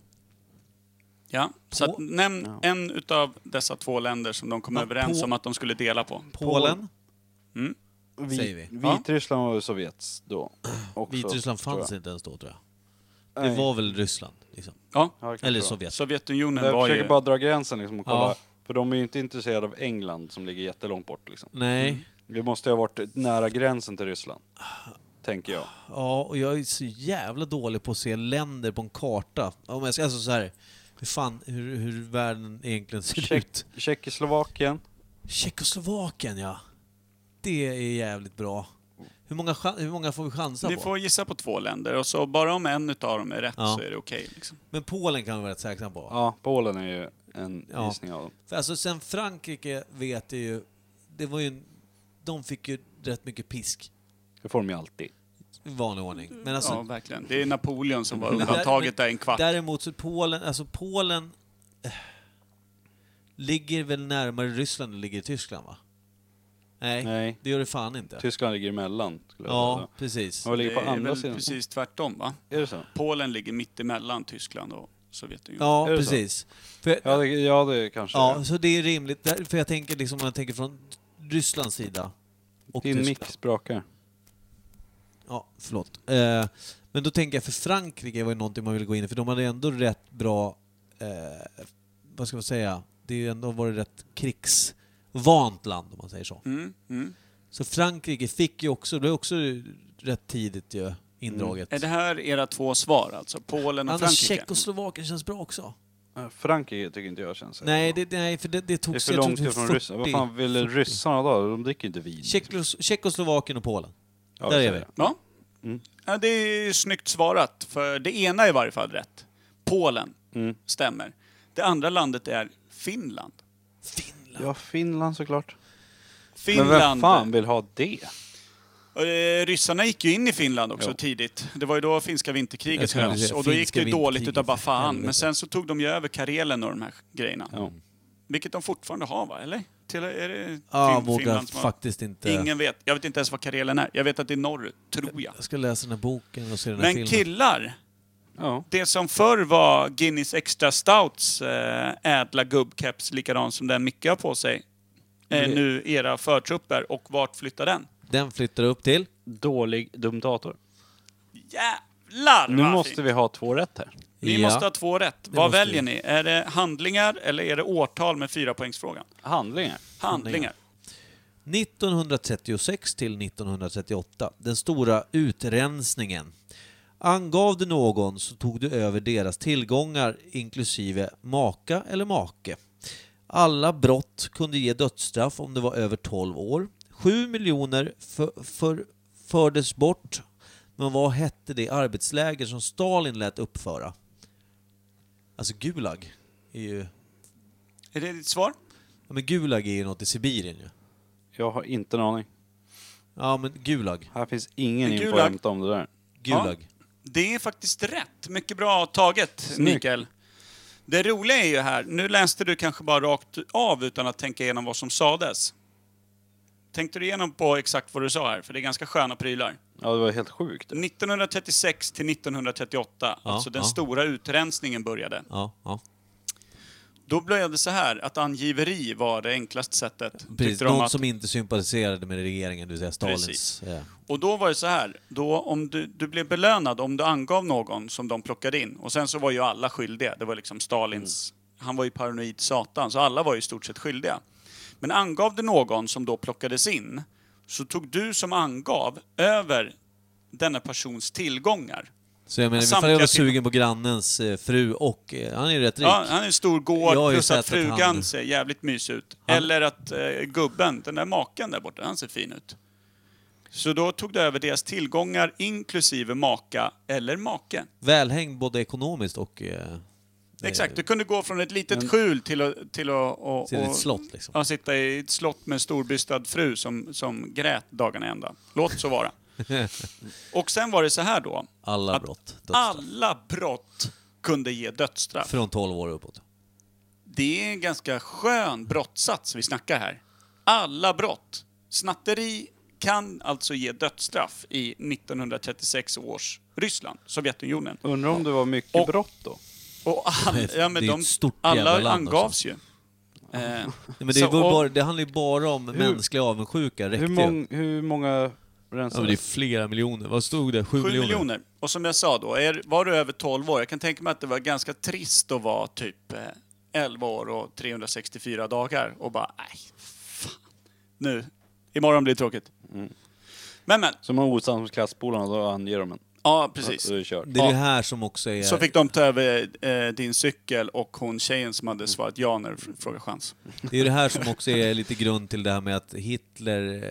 Speaker 3: Ja, så
Speaker 1: På-
Speaker 3: att nämn en utav dessa två länder som de kom
Speaker 1: Ja,
Speaker 3: överens
Speaker 1: på-
Speaker 3: om att de skulle dela på.
Speaker 1: Polen,
Speaker 2: Vi,
Speaker 1: säger vi.
Speaker 2: Vitryssland var ju Sovjets då. Också,
Speaker 1: Vitryssland
Speaker 2: tror jag.
Speaker 1: fanns inte ens då tror jag. Det
Speaker 2: Nej.
Speaker 1: var väl Ryssland, liksom.
Speaker 3: Ja,
Speaker 2: Ja, det kan
Speaker 1: Eller
Speaker 2: vara.
Speaker 1: Sovjet.
Speaker 3: Sovjetunionen
Speaker 2: Jag
Speaker 3: var
Speaker 2: försöker
Speaker 3: ju...
Speaker 2: bara dra gränsen liksom och kolla.
Speaker 1: Ja.
Speaker 2: För de är ju inte intresserade av England som ligger jättelångt bort liksom.
Speaker 1: Nej.
Speaker 2: Det måste ju ha varit nära gränsen till Ryssland. Tänker jag.
Speaker 1: Ja, och jag är så jävla dålig på att se länder på en karta. Om jag ska, alltså så här, hur fan, hur, hur världen egentligen ser ut.
Speaker 2: Tjeckoslovakien.
Speaker 1: Tjeckoslovakien ja. Det är jävligt bra. Hur många, chan- hur många får vi chansa
Speaker 3: Ni
Speaker 1: på?
Speaker 3: får gissa på två länder och så bara om en utav dem är rätt
Speaker 1: Ja.
Speaker 3: så är det okej. liksom.
Speaker 1: Men Polen kan vi vara rätt säkra på.
Speaker 2: Ja, Polen är ju en
Speaker 1: Ja.
Speaker 2: gissning av dem.
Speaker 1: För alltså sen Frankrike vet jag ju, det var ju en, de fick ju rätt mycket pisk
Speaker 2: Det får de ju alltid.
Speaker 1: i vanlig ordning. Men alltså,
Speaker 3: Ja, verkligen. Det är Napoleon som var undantaget där i en kvart.
Speaker 1: Däremot så Polen, alltså Polen eh, ligger väl närmare Ryssland än ligger i Tyskland va? Nej,
Speaker 2: Nej.
Speaker 1: det gör det fan inte.
Speaker 2: Tyskland ligger emellan. Skulle jag
Speaker 1: ja,
Speaker 2: säga.
Speaker 1: precis.
Speaker 2: Och
Speaker 3: Det
Speaker 2: ligger på
Speaker 3: är
Speaker 2: andra
Speaker 3: väl
Speaker 2: sidan.
Speaker 3: precis tvärtom va?
Speaker 2: Är det så?
Speaker 3: Polen ligger mitt emellan Tyskland och Sovjetunionen.
Speaker 1: Ja,
Speaker 2: Är det så?
Speaker 1: precis. För,
Speaker 2: Ja, det, ja, det kanske
Speaker 1: ja,
Speaker 2: ja,
Speaker 1: så det är rimligt. Där- För jag tänker liksom, om jag tänker från Rysslands sida. Och
Speaker 2: Din
Speaker 1: Tyskland.
Speaker 2: mick sprakar.
Speaker 1: Ja, förlåt. Eh, men då tänker jag, för Frankrike var ju någonting man ville gå in i, för de hade ändå rätt bra, eh, vad ska man säga, det är ju ändå varit rätt krigsvant land om man säger så.
Speaker 3: Mm, mm.
Speaker 1: Så Frankrike fick ju också, det blev också rätt tidigt ju indraget.
Speaker 3: Mm. Är det här era två svar alltså? Polen och
Speaker 1: Annars
Speaker 3: Frankrike?
Speaker 1: Tjeckoslovakien känns bra också.
Speaker 2: Eh, Frankrike tycker inte jag känns säkert.
Speaker 1: Nej, det, nej för det, det
Speaker 2: Det är
Speaker 1: togs...
Speaker 2: för
Speaker 1: jag tror
Speaker 2: långt
Speaker 1: det var
Speaker 2: ifrån
Speaker 1: 40.
Speaker 2: ryssarna. Vad fan ville ryssarna då? De dricker inte vin.
Speaker 1: Tjeckos, Tjeckoslovakien och Polen.
Speaker 2: Ja,
Speaker 1: där
Speaker 2: jag
Speaker 1: är
Speaker 2: säger
Speaker 1: vi.
Speaker 2: det.
Speaker 3: Ja.
Speaker 2: Mm.
Speaker 3: ja. Det är snyggt svarat, för det ena är i varje fall rätt. Polen
Speaker 2: Mm.
Speaker 3: stämmer. Det andra landet är Finland.
Speaker 1: Finland.
Speaker 2: Ja, Finland såklart.
Speaker 3: Finland.
Speaker 2: Men vem fan vill ha det?
Speaker 3: Eh, Ryssarna gick ju in i Finland också
Speaker 2: Jo.
Speaker 3: tidigt. Det var ju då finska
Speaker 1: Jag
Speaker 3: vinterkriget
Speaker 1: skulle
Speaker 3: hölls.
Speaker 1: säga
Speaker 3: Och då gick
Speaker 1: finska
Speaker 3: det ju dåligt
Speaker 1: vinterkriget,
Speaker 3: utav bara
Speaker 1: för
Speaker 3: fan.
Speaker 1: helvete.
Speaker 3: Men sen så tog de ju över Karelen och de här grejerna.
Speaker 2: Ja.
Speaker 3: Vilket de fortfarande har va, eller? Till, är det
Speaker 1: Ja,
Speaker 3: Fin-
Speaker 1: vågar
Speaker 3: Finland som har-
Speaker 1: faktiskt inte...
Speaker 3: Ingen vet. Jag vet inte ens vad Karelen är. Jag vet att det är norrut, tror jag.
Speaker 1: Jag ska läsa den här boken och se den här filmen.
Speaker 3: Men killar,
Speaker 2: ja.
Speaker 3: det som förr var Guinness Extra Stouts eh, ädla gubbkeps, likadan som den Micke har på sig, är
Speaker 2: Det-
Speaker 3: nu era förtrupper. Och vart flyttar den?
Speaker 1: Den flyttar upp till...
Speaker 2: Dålig dum dator.
Speaker 3: Jävlar
Speaker 2: Nu
Speaker 3: vad
Speaker 2: måste
Speaker 3: fint.
Speaker 2: vi ha två rätt här.
Speaker 3: Ni
Speaker 1: Ja.
Speaker 3: måste ha två rätt. Vad
Speaker 1: måste
Speaker 3: väljer
Speaker 1: vi.
Speaker 3: ni? Är det handlingar eller är det årtal med fyra poängsfrågan?
Speaker 2: Handlingar.
Speaker 3: Handlingar.
Speaker 1: 1936 till 1938, den stora utrensningen. Angav du någon så tog du över deras tillgångar inklusive maka eller make. Alla brott kunde ge dödsstraff om det var över 12 år. 7 miljoner för, för, fördes bort, men vad hette det arbetsläger som Stalin lät uppföra? Alltså Gulag är ju...
Speaker 3: Är det ditt svar?
Speaker 1: Ja, men Gulag är ju något i Sibirien ju.
Speaker 2: Jag har inte en aning.
Speaker 1: Ja, men Gulag.
Speaker 2: Här finns ingen
Speaker 3: Men
Speaker 2: info
Speaker 3: Gulag-
Speaker 2: att hämta om det där.
Speaker 1: Gulag.
Speaker 3: Det är faktiskt rätt. Mycket bra taget,
Speaker 2: Snyggt.
Speaker 3: Mikael. Det roliga är ju här, nu läste du kanske bara rakt av utan att tänka igenom vad som sades. Tänkte du igenom på exakt vad du sa här? För det är ganska sköna prylar.
Speaker 2: Ja, det var helt sjukt.
Speaker 3: 1936 till 1938,
Speaker 1: Ja,
Speaker 3: alltså den
Speaker 1: ja.
Speaker 3: stora utrensningen började.
Speaker 1: Ja, ja.
Speaker 3: Då blev det så här att angiveri var det enklaste sättet.
Speaker 1: Precis.
Speaker 3: tyckte de
Speaker 1: Någon
Speaker 3: att-
Speaker 1: som inte sympatiserade med regeringen, det vill säga Stalins...
Speaker 3: Precis.
Speaker 1: Ja.
Speaker 3: Och då var det så här, då om du, du blev belönad om du angav någon som de plockade in. Och sen så var ju alla skyldiga. Det var liksom Stalins, han var ju paranoid satan, så alla var ju i stort sett skyldiga. Men angav du någon som då plockades in, så tog du som angav över denna persons tillgångar.
Speaker 1: Så jag menar, ifall
Speaker 3: Samtliga
Speaker 1: jag var
Speaker 3: till-
Speaker 1: sugen på grannens eh, fru och... Eh, han är ju rätt rik.
Speaker 3: Ja, han är en stor gård,
Speaker 1: Jag har ju
Speaker 3: plus att
Speaker 1: sett att han-
Speaker 3: frugan ser jävligt mysig ut.
Speaker 1: Han-
Speaker 3: Eller att eh, gubben, den där maken där borta, han ser fin ut. Så då tog du över deras tillgångar inklusive maka eller make.
Speaker 1: Välhängd både ekonomiskt och... Eh,
Speaker 3: Exakt, du kunde gå från ett litet
Speaker 2: Men-
Speaker 3: skjul till att... Till att och,
Speaker 1: Till
Speaker 3: och-
Speaker 1: ett slott liksom.
Speaker 3: Ja, sitta i ett slott med en storbystad fru som, som grät dagarna i ända. Låt så vara. och sen var det så här då.
Speaker 1: Alla
Speaker 3: att
Speaker 1: brott. Dödsstraff.
Speaker 3: Alla brott kunde ge dödsstraff.
Speaker 1: Från 12 år uppåt.
Speaker 3: Det är en ganska skön brottssats vi snackar här. Alla brott. Snatteri kan alltså ge dödsstraff i 1936 års Ryssland, Sovjetunionen.
Speaker 2: Undrar om det var mycket
Speaker 3: Och-
Speaker 2: brott då?
Speaker 3: Och all, ja, men
Speaker 1: Mm. Det är
Speaker 3: de,
Speaker 1: ett stort jävla
Speaker 3: alla
Speaker 1: land
Speaker 3: angavs ju. Eh,
Speaker 1: Nej, men det,
Speaker 3: Så,
Speaker 1: är väl
Speaker 3: och-
Speaker 1: bara, det handlar ju bara om mänsklig avundsjuka,
Speaker 2: Hur,
Speaker 1: räckte ju.
Speaker 2: mång, hur många
Speaker 1: Ja, men det är
Speaker 2: rensades?
Speaker 1: flera miljoner. Vad stod det? 7,
Speaker 3: 7 miljoner.
Speaker 1: miljoner?
Speaker 3: Och som jag sa då, är, var du över 12 år, jag kan tänka mig att det var ganska trist att vara typ eh, 11 år och 364 dagar och bara, nej, fan. Nu, imorgon blir det tråkigt.
Speaker 1: Mm.
Speaker 3: Men men,
Speaker 2: Som var osams med klasspolarna, då anger de en.
Speaker 3: ja precis.
Speaker 2: Då är det kört.
Speaker 1: Det är ju
Speaker 3: Ja.
Speaker 1: här som också är...
Speaker 3: Så fick de ta över eh, din cykel och hon tjejen som hade svarat ja när du fr- frågade chans.
Speaker 1: Det är ju det här som också är lite grund till det här med att Hitler...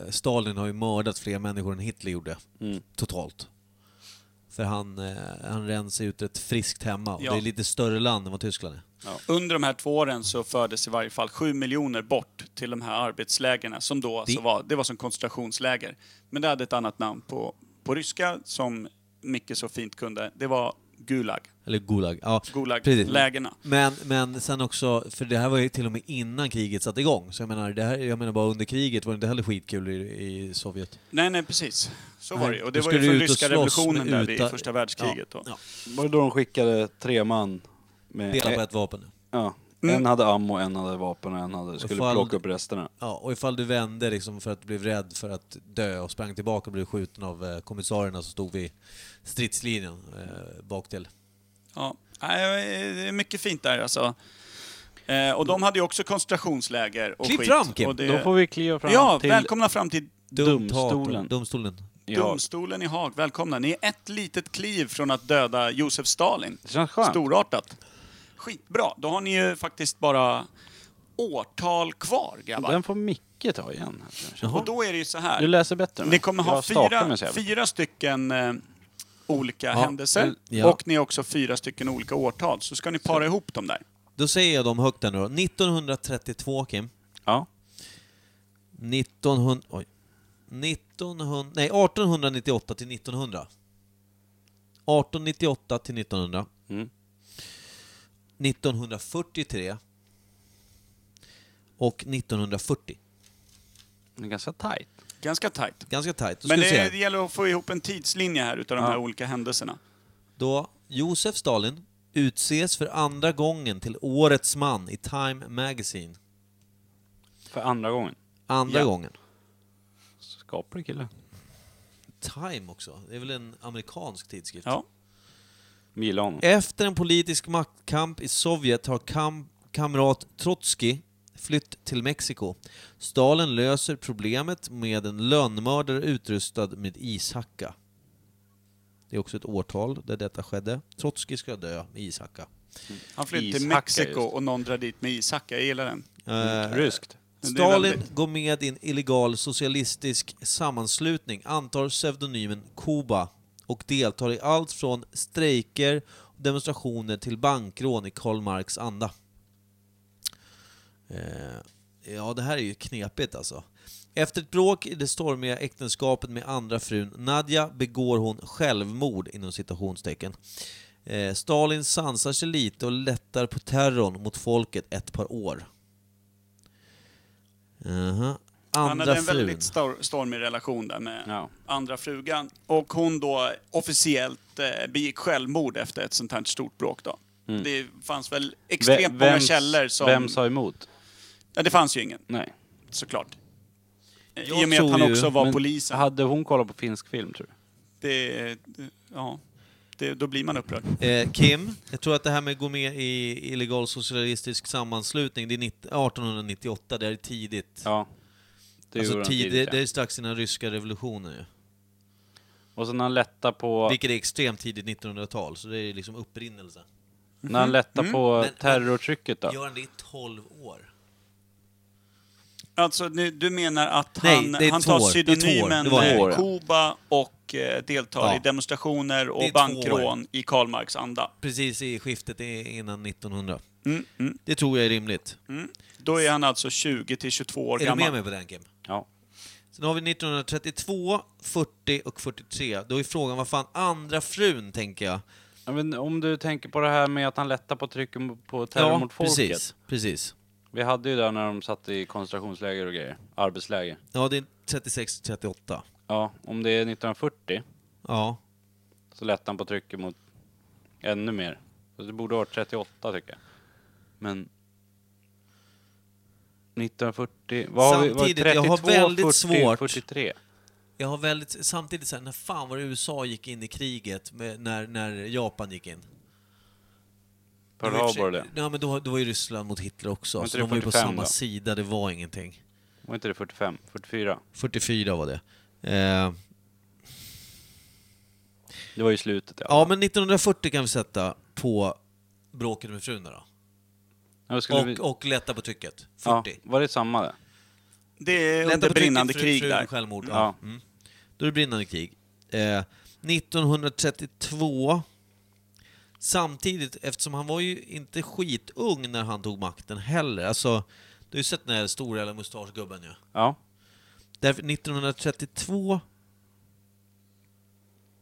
Speaker 1: Eh, Stalin har ju mördat fler människor än Hitler gjorde.
Speaker 3: Mm.
Speaker 1: Totalt. För han, eh, han rensar ut ett friskt hemma. Och
Speaker 3: Ja.
Speaker 1: Det är lite större land än vad Tyskland är.
Speaker 3: Under de här två åren så fördes i varje fall 7 miljoner bort till de här arbetslägerna som då alltså
Speaker 1: Det-
Speaker 3: var, det var som koncentrationsläger. Men det hade ett annat namn på, på ryska som Micke så fint kunde. Det var Gulag.
Speaker 1: Eller Gulag. Ja,
Speaker 3: Gulag,
Speaker 1: precis.
Speaker 3: lägerna.
Speaker 1: Men, men sen också, för det här var ju till och med innan kriget satte igång. Så jag menar, det här, jag menar bara under kriget var det inte heller skitkul i, i Sovjet.
Speaker 3: Nej, nej precis. Så var
Speaker 1: Nej,
Speaker 3: det ju.
Speaker 1: då
Speaker 3: Och det var
Speaker 1: skulle
Speaker 3: ju
Speaker 1: du ut
Speaker 3: från
Speaker 1: och
Speaker 3: ryska
Speaker 1: slåss med
Speaker 3: revolutionen där vid
Speaker 1: uta-
Speaker 3: första världskriget. Då.
Speaker 1: Ja.
Speaker 2: Var det då de skickade tre man? Med
Speaker 1: Dela på ett vapen.
Speaker 2: ja. En
Speaker 3: Mm.
Speaker 2: hade ammo, en hade vapen och en hade, skulle
Speaker 1: Ifall-
Speaker 2: plocka upp resterna.
Speaker 1: Ja, och ifall du vände liksom för att du blev rädd för att dö och sprang tillbaka och blev skjuten av eh, kommissarierna så stod vi stridslinjen eh, bak till.
Speaker 3: Ja, nej, det är mycket fint där alltså. Eh, och de hade ju också koncentrationsläger och
Speaker 1: Klipp
Speaker 3: skit.
Speaker 1: fram, Kim.
Speaker 3: och det...
Speaker 2: Då får vi kliva fram
Speaker 3: Eh, Ja,
Speaker 2: till
Speaker 3: välkomna fram till
Speaker 2: Domstolen.
Speaker 1: Dumtat- Domstolen.
Speaker 2: Ja,
Speaker 3: domstolen i Haag. Välkomna. Ni är ett litet kliv från att döda Josef Stalin.
Speaker 2: Det känns skönt.
Speaker 3: Storartat. Skitbra. Då har ni ju faktiskt bara årtal kvar, grabbar.
Speaker 2: Den får Micke ta igen. här, kanske.
Speaker 3: Och då är det ju så
Speaker 2: Du
Speaker 3: här.
Speaker 2: läser bättre än
Speaker 3: Ni
Speaker 2: mig.
Speaker 3: kommer
Speaker 2: Jag
Speaker 3: ha
Speaker 2: stakar mig
Speaker 3: fyra,
Speaker 2: så jävla.
Speaker 3: fyra stycken eh, olika
Speaker 1: Ja,
Speaker 2: eh,
Speaker 3: händelser.
Speaker 1: ja.
Speaker 3: Och ni har också fyra stycken olika årtal. Så ska ni para ihop dem där.
Speaker 1: Då säger jag dem högt här nu då. 1932, Kim.
Speaker 2: Ja.
Speaker 1: 1900... Oj. 1900... Nej, 1898 till 1900. 1898 till 1900.
Speaker 2: Mm.
Speaker 1: 1943. Och 1940.
Speaker 2: Det är ganska tajt.
Speaker 3: Ganska tajt.
Speaker 1: Ganska tajt. Då ska
Speaker 3: Men
Speaker 1: vi se.
Speaker 3: det, det
Speaker 1: här.
Speaker 3: gäller att få ihop en tidslinje här utav de
Speaker 2: Ja.
Speaker 3: här olika händelserna.
Speaker 1: Då Josef Stalin utses för andra gången till Årets man i Time Magazine.
Speaker 2: För andra gången.
Speaker 1: Andra
Speaker 3: Ja.
Speaker 1: gången.
Speaker 2: Skaplig kille.
Speaker 1: Time också. Det är väl en amerikansk tidskrift?
Speaker 3: Ja.
Speaker 2: Gillar honom.
Speaker 1: Efter en politisk maktkamp i Sovjet har kam kamrat Trotskij flytt till Mexiko. Stalin löser problemet med en lönnmördare utrustad med ishacka. Det är också ett årtal där detta skedde. Trotskij ska dö med ishacka.
Speaker 3: Han flydde till
Speaker 2: Ishacka
Speaker 3: Mexiko
Speaker 2: just.
Speaker 3: och någon drar dit med ishacka. Jag gillar den. Mm.
Speaker 1: Eh,
Speaker 2: Ryskt.
Speaker 3: Men det är
Speaker 1: Stalin
Speaker 3: väldigt-
Speaker 1: går med i en illegal socialistisk sammanslutning, antar pseudonymen Kuba och deltar i allt från strejker och demonstrationer till bankrån i Karl Marx anda. Eh, ja, det här är ju knepigt alltså. Efter ett bråk i det stormiga äktenskapet med andra frun Nadja begår hon självmord inom citationstecken. Eh, Stalin sansar sig lite och lättar på terrorn mot folket ett par år. Aha.
Speaker 3: Han hade
Speaker 1: Andra
Speaker 3: en
Speaker 1: frun.
Speaker 3: väldigt stor, stormig relation där med
Speaker 2: Ja.
Speaker 3: andra frugan. Och hon då officiellt eh, begick självmord efter ett sånt här stort bråk då. Det fanns väl extremt
Speaker 2: Ve-
Speaker 3: många
Speaker 2: vems-
Speaker 3: källor som...
Speaker 2: Vem sa emot?
Speaker 3: Ja, det fanns ju ingen,
Speaker 2: Nej.
Speaker 3: såklart.
Speaker 1: Jag
Speaker 3: I och med att
Speaker 1: tror
Speaker 3: han
Speaker 1: ju-
Speaker 3: också var
Speaker 2: Men
Speaker 3: polisen.
Speaker 2: Hade hon kollat på finsk film, tror du?
Speaker 3: Det, ja, det, då blir man upprörd.
Speaker 1: Eh, Kim, jag tror att det här med att gå med i illegal socialistisk sammanslutning, det är 19- 1898, det är tidigt.
Speaker 2: Ja. Det gjorde
Speaker 1: alltså
Speaker 2: han
Speaker 1: tid, det,
Speaker 2: tidigt,
Speaker 1: det
Speaker 2: ja.
Speaker 1: är strax innan ryska revolutionen ju.
Speaker 2: Och sen när han lättar på,
Speaker 1: Vilket är extremt tidigt 1900-tal, så det är liksom upprinnelse.
Speaker 2: när han lättar på
Speaker 1: Mm. Men-
Speaker 2: terrortrycket då?
Speaker 1: Gör han det i 12 år?
Speaker 3: Alltså, nu, du menar att
Speaker 1: Nej,
Speaker 3: han,
Speaker 1: det är
Speaker 3: han
Speaker 1: två
Speaker 3: tar
Speaker 1: år. Det är två år.
Speaker 3: pseudonymen
Speaker 1: Det var
Speaker 2: ett
Speaker 3: eh,
Speaker 2: år, ja.
Speaker 3: Kuba och eh, deltar
Speaker 1: Ja.
Speaker 3: i demonstrationer
Speaker 1: Det är
Speaker 3: och
Speaker 1: två
Speaker 3: bankrån i Karl Marx anda.
Speaker 1: Precis i skiftet i- innan 1900.
Speaker 3: Mm, mm,
Speaker 1: Det tror jag är rimligt.
Speaker 3: mm. Då är han alltså 20 till 22 år
Speaker 1: Är du med
Speaker 3: gammal.
Speaker 1: mig på den Kim?
Speaker 2: Ja.
Speaker 1: Sen har vi 1932, 40 och 43. Då är frågan, vad fan andra frun tänker jag?
Speaker 2: Ja, Men om du tänker på det här med att han lättar på trycket mot- på terror mot folket.
Speaker 1: precis. precis.
Speaker 2: Vi hade ju det när de satt i koncentrationsläger och grejer. Arbetsläger.
Speaker 1: Ja, det är 36 38.
Speaker 2: Ja, om det är 1940
Speaker 1: Ja.
Speaker 2: så lättar han på trycket mot ännu mer. Så det borde ha varit 38 tycker jag. Men 1940, vad har vi? Var det
Speaker 1: Samtidigt, jag har
Speaker 2: 32,
Speaker 1: väldigt
Speaker 2: 40,
Speaker 1: svårt-
Speaker 2: 43.
Speaker 1: Jag har väldigt, samtidigt så här, när fan var det USA gick in i kriget med, när, när Japan gick in?
Speaker 2: Pearl
Speaker 1: Det var i och
Speaker 2: Harbor
Speaker 1: för
Speaker 2: det.
Speaker 1: sig- Ja, men då, då var ju Ryssland mot Hitler också,
Speaker 2: Var inte
Speaker 1: så
Speaker 2: det
Speaker 1: de var ju på
Speaker 2: 45
Speaker 1: samma
Speaker 2: då?
Speaker 1: sida, det var ingenting.
Speaker 2: Var inte det 45? 44?
Speaker 1: 44 var det. Eh,
Speaker 2: Det var ju slutet. Ja.
Speaker 1: ja, men 1940 kan vi sätta på bråket med frun då.
Speaker 2: ja. skulle vi...
Speaker 1: Och, och lätta på trycket.
Speaker 2: ja,
Speaker 1: 40.
Speaker 2: var det samma det?
Speaker 3: Det är
Speaker 1: Lätta
Speaker 3: under
Speaker 1: på
Speaker 3: brinnande
Speaker 1: trycket, fru-
Speaker 3: krig
Speaker 1: frun,
Speaker 3: där.
Speaker 1: Självmord, ja.
Speaker 2: Ja.
Speaker 1: Mm. Då är det brinnande krig. Eh, 1932, samtidigt, eftersom han var ju inte skitung när han tog makten heller. Alltså, du har ju sett den här stora eller mustaschgubben ju.
Speaker 2: Ja.
Speaker 1: Därför 1932...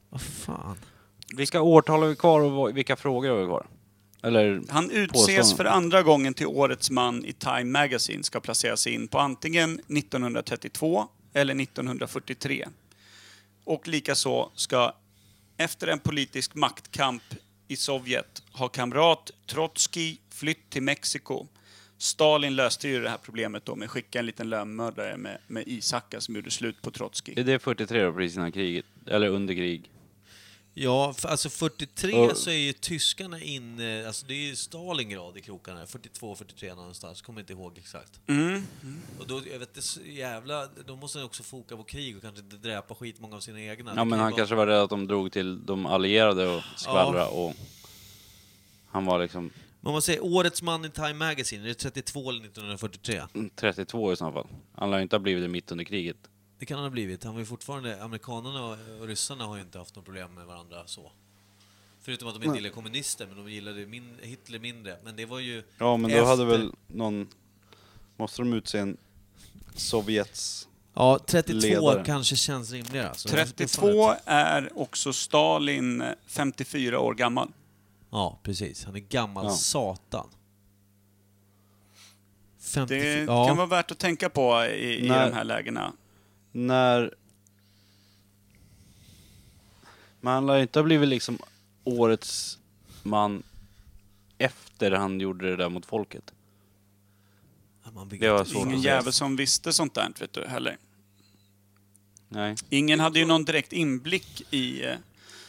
Speaker 1: Vad fan?
Speaker 2: Vilka årtal har vi kvar och vad- vilka frågor har vi kvar? Eller
Speaker 3: Han utses
Speaker 2: påståenden?
Speaker 3: för andra gången till Årets man i Time Magazine ska placeras in på antingen 1932 eller 1943. Och likaså ska efter en politisk maktkamp i Sovjet ha kamrat Trotskij flytt till Mexiko. Stalin löste ju det här problemet då med att skicka en liten lönnmördare med, med ishacka som gjorde slut på Trotskij.
Speaker 2: Är det 43 då, precis innan kriget? Eller under krig?
Speaker 1: Ja, för, alltså 43
Speaker 2: Och-
Speaker 1: så är ju tyskarna inne... Alltså det är ju Stalingrad i krokarna. 42, 43 någonstans. Kommer inte ihåg exakt.
Speaker 3: Mm.
Speaker 1: Och då, jag vet det är så jävla... Då måste han också foka på krig och kanske inte dräpa skitmånga av sina egna. Det
Speaker 2: Ja, men
Speaker 1: kan
Speaker 2: han
Speaker 1: vara-
Speaker 2: kanske var rädd att de drog till de allierade och skvallra och... Han var liksom
Speaker 1: Men om man säger årets man i Time Magazine, är det 32 eller 1943?
Speaker 2: 32 i så fall. Han lär ju inte ha blivit det mitt under kriget.
Speaker 1: Det kan han ha blivit. Han var ju fortfarande... Amerikanerna och- och ryssarna har ju inte haft något problem med varandra så. Förutom att de inte gillade kommunister, men de gillade min, Hitler mindre. Men det var ju...
Speaker 2: Ja, men
Speaker 1: då hade Efter- väl
Speaker 2: någon... Måste de utse en Sovjets...
Speaker 1: Ja, 32
Speaker 2: Ledare.
Speaker 1: kanske känns rimligare. Alltså. Det är
Speaker 3: 32
Speaker 1: fan ett-
Speaker 3: är också Stalin eh, 54 år gammal.
Speaker 1: Ja, precis. Han är gammal
Speaker 2: Ja.
Speaker 1: satan. 54,
Speaker 3: Det
Speaker 1: ja.
Speaker 3: kan vara värt att tänka på i, i
Speaker 2: När-
Speaker 3: de här lägena.
Speaker 2: När... Men han lär ju inte ha blivit liksom årets man efter han gjorde det där mot folket.
Speaker 1: Ja, man vet
Speaker 2: det var
Speaker 1: inte.
Speaker 2: så.
Speaker 3: Ingen jävel som visste sånt där vet du heller.
Speaker 2: Nej.
Speaker 3: Ingen hade ju någon direkt inblick i eh,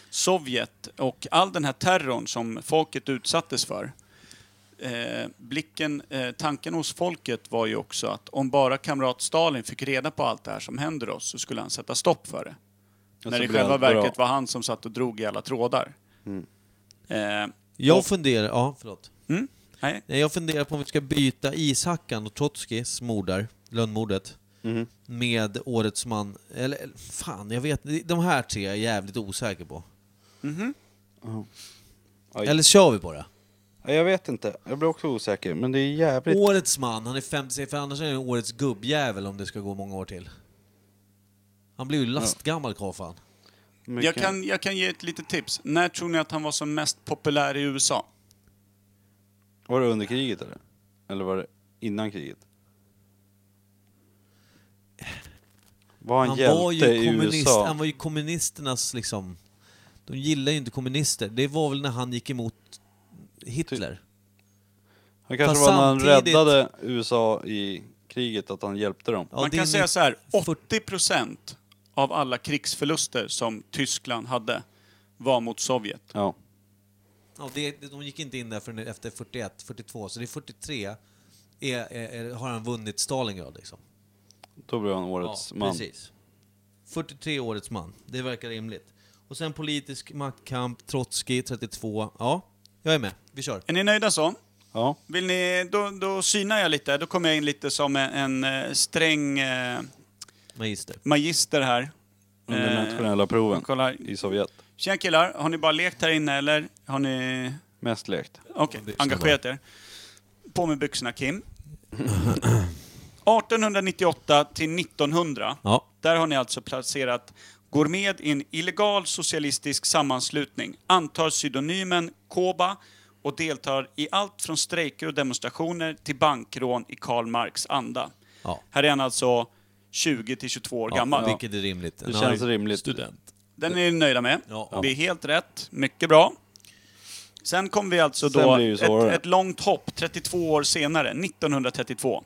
Speaker 3: Sovjet och all den här terrorn som folket utsattes för. Eh, blicken, eh, tanken hos folket var ju också att om bara kamrat Stalin fick reda på allt det här som händer oss så skulle han sätta stopp för det.
Speaker 2: Och
Speaker 3: när
Speaker 2: så
Speaker 3: det i
Speaker 2: blev
Speaker 3: själva
Speaker 2: han bra. Mm.
Speaker 3: verket var han som satt och drog i alla trådar. Eh,
Speaker 1: Jag funderar... Ja, förlåt.
Speaker 3: Mm? Nej.
Speaker 1: Nej, jag funderar på om vi ska byta Ishackan och Trotskijs mord där, lönnmordet,
Speaker 2: Mhm.
Speaker 1: med Årets man. Eller eller, fan, jag vet De här tre är jag jävligt osäker på.
Speaker 2: Mhm. Oj.
Speaker 1: Eller kör vi bara?
Speaker 2: Ja, Jag vet inte. Jag blir också osäker. Men det är jävligt...
Speaker 1: Årets man, han är 56, för annars är han årets gubbjävel om det ska gå många år till. Han blir ju lastgammal karl fan.
Speaker 3: Jag, kan, jag kan ge ett litet tips. När tror ni att han var som mest populär i USA?
Speaker 2: Var det under kriget eller? Eller var det innan kriget? Var han,
Speaker 1: Han
Speaker 2: hjälte
Speaker 1: var, ju
Speaker 2: i
Speaker 1: kommunist,
Speaker 2: USA?
Speaker 1: han var ju kommunisternas liksom... De gillar ju inte kommunister. Det var väl när han gick emot
Speaker 2: Typ.
Speaker 1: Hitler?
Speaker 2: Han kanske
Speaker 1: Fast
Speaker 2: var när han
Speaker 1: samtidigt-
Speaker 2: räddade USA i kriget, att han hjälpte dem.
Speaker 1: Ja,
Speaker 3: Man
Speaker 1: det är
Speaker 3: kan säga
Speaker 1: mitt-
Speaker 3: så här,
Speaker 1: 40
Speaker 3: 80 procent av alla krigsförluster som Tyskland hade var mot Sovjet.
Speaker 2: Ja.
Speaker 1: Ja, det, det- de gick inte in där förrän efter 41, 42, så det är 43 är, är, är, har han vunnit Stalingrad liksom.
Speaker 2: Då blev han årets man.
Speaker 1: precis. 43 årets man, det verkar rimligt. Och sen politisk maktkamp, Trotskij 32. Ja, jag är med. Vi kör.
Speaker 3: Är ni nöjda så?
Speaker 2: Ja.
Speaker 3: Vill ni, då, då synar jag lite, då kommer jag in lite som en, en eh, sträng eh,
Speaker 1: Magister.
Speaker 3: magister här.
Speaker 2: Under
Speaker 3: Eh,
Speaker 2: nationella proven
Speaker 3: Kolla.
Speaker 2: i Sovjet.
Speaker 3: Tjena killar, har ni bara lekt här inne eller? Har ni...
Speaker 2: Mest lekt.
Speaker 3: Okej, engagerat er. På med byxorna Kim. 1898 till 1900,
Speaker 1: Ja.
Speaker 3: där har ni alltså placerat går med i en illegal socialistisk sammanslutning, antar pseudonymen Koba och deltar i allt från strejker och demonstrationer till bankrån i Karl Marx anda.
Speaker 1: Ja.
Speaker 3: Här är han alltså 20 till 22 år
Speaker 1: Ja,
Speaker 3: gammal.
Speaker 1: Vilket är rimligt.
Speaker 2: Det känns rimligt.
Speaker 1: Student.
Speaker 3: Den är ni nöjda med.
Speaker 1: Ja.
Speaker 3: Det är helt rätt. Mycket bra. Sen kom vi alltså
Speaker 2: Sen
Speaker 3: då
Speaker 2: blir det ju svårare.
Speaker 3: ett, ett långt hopp 32 år senare, 1932.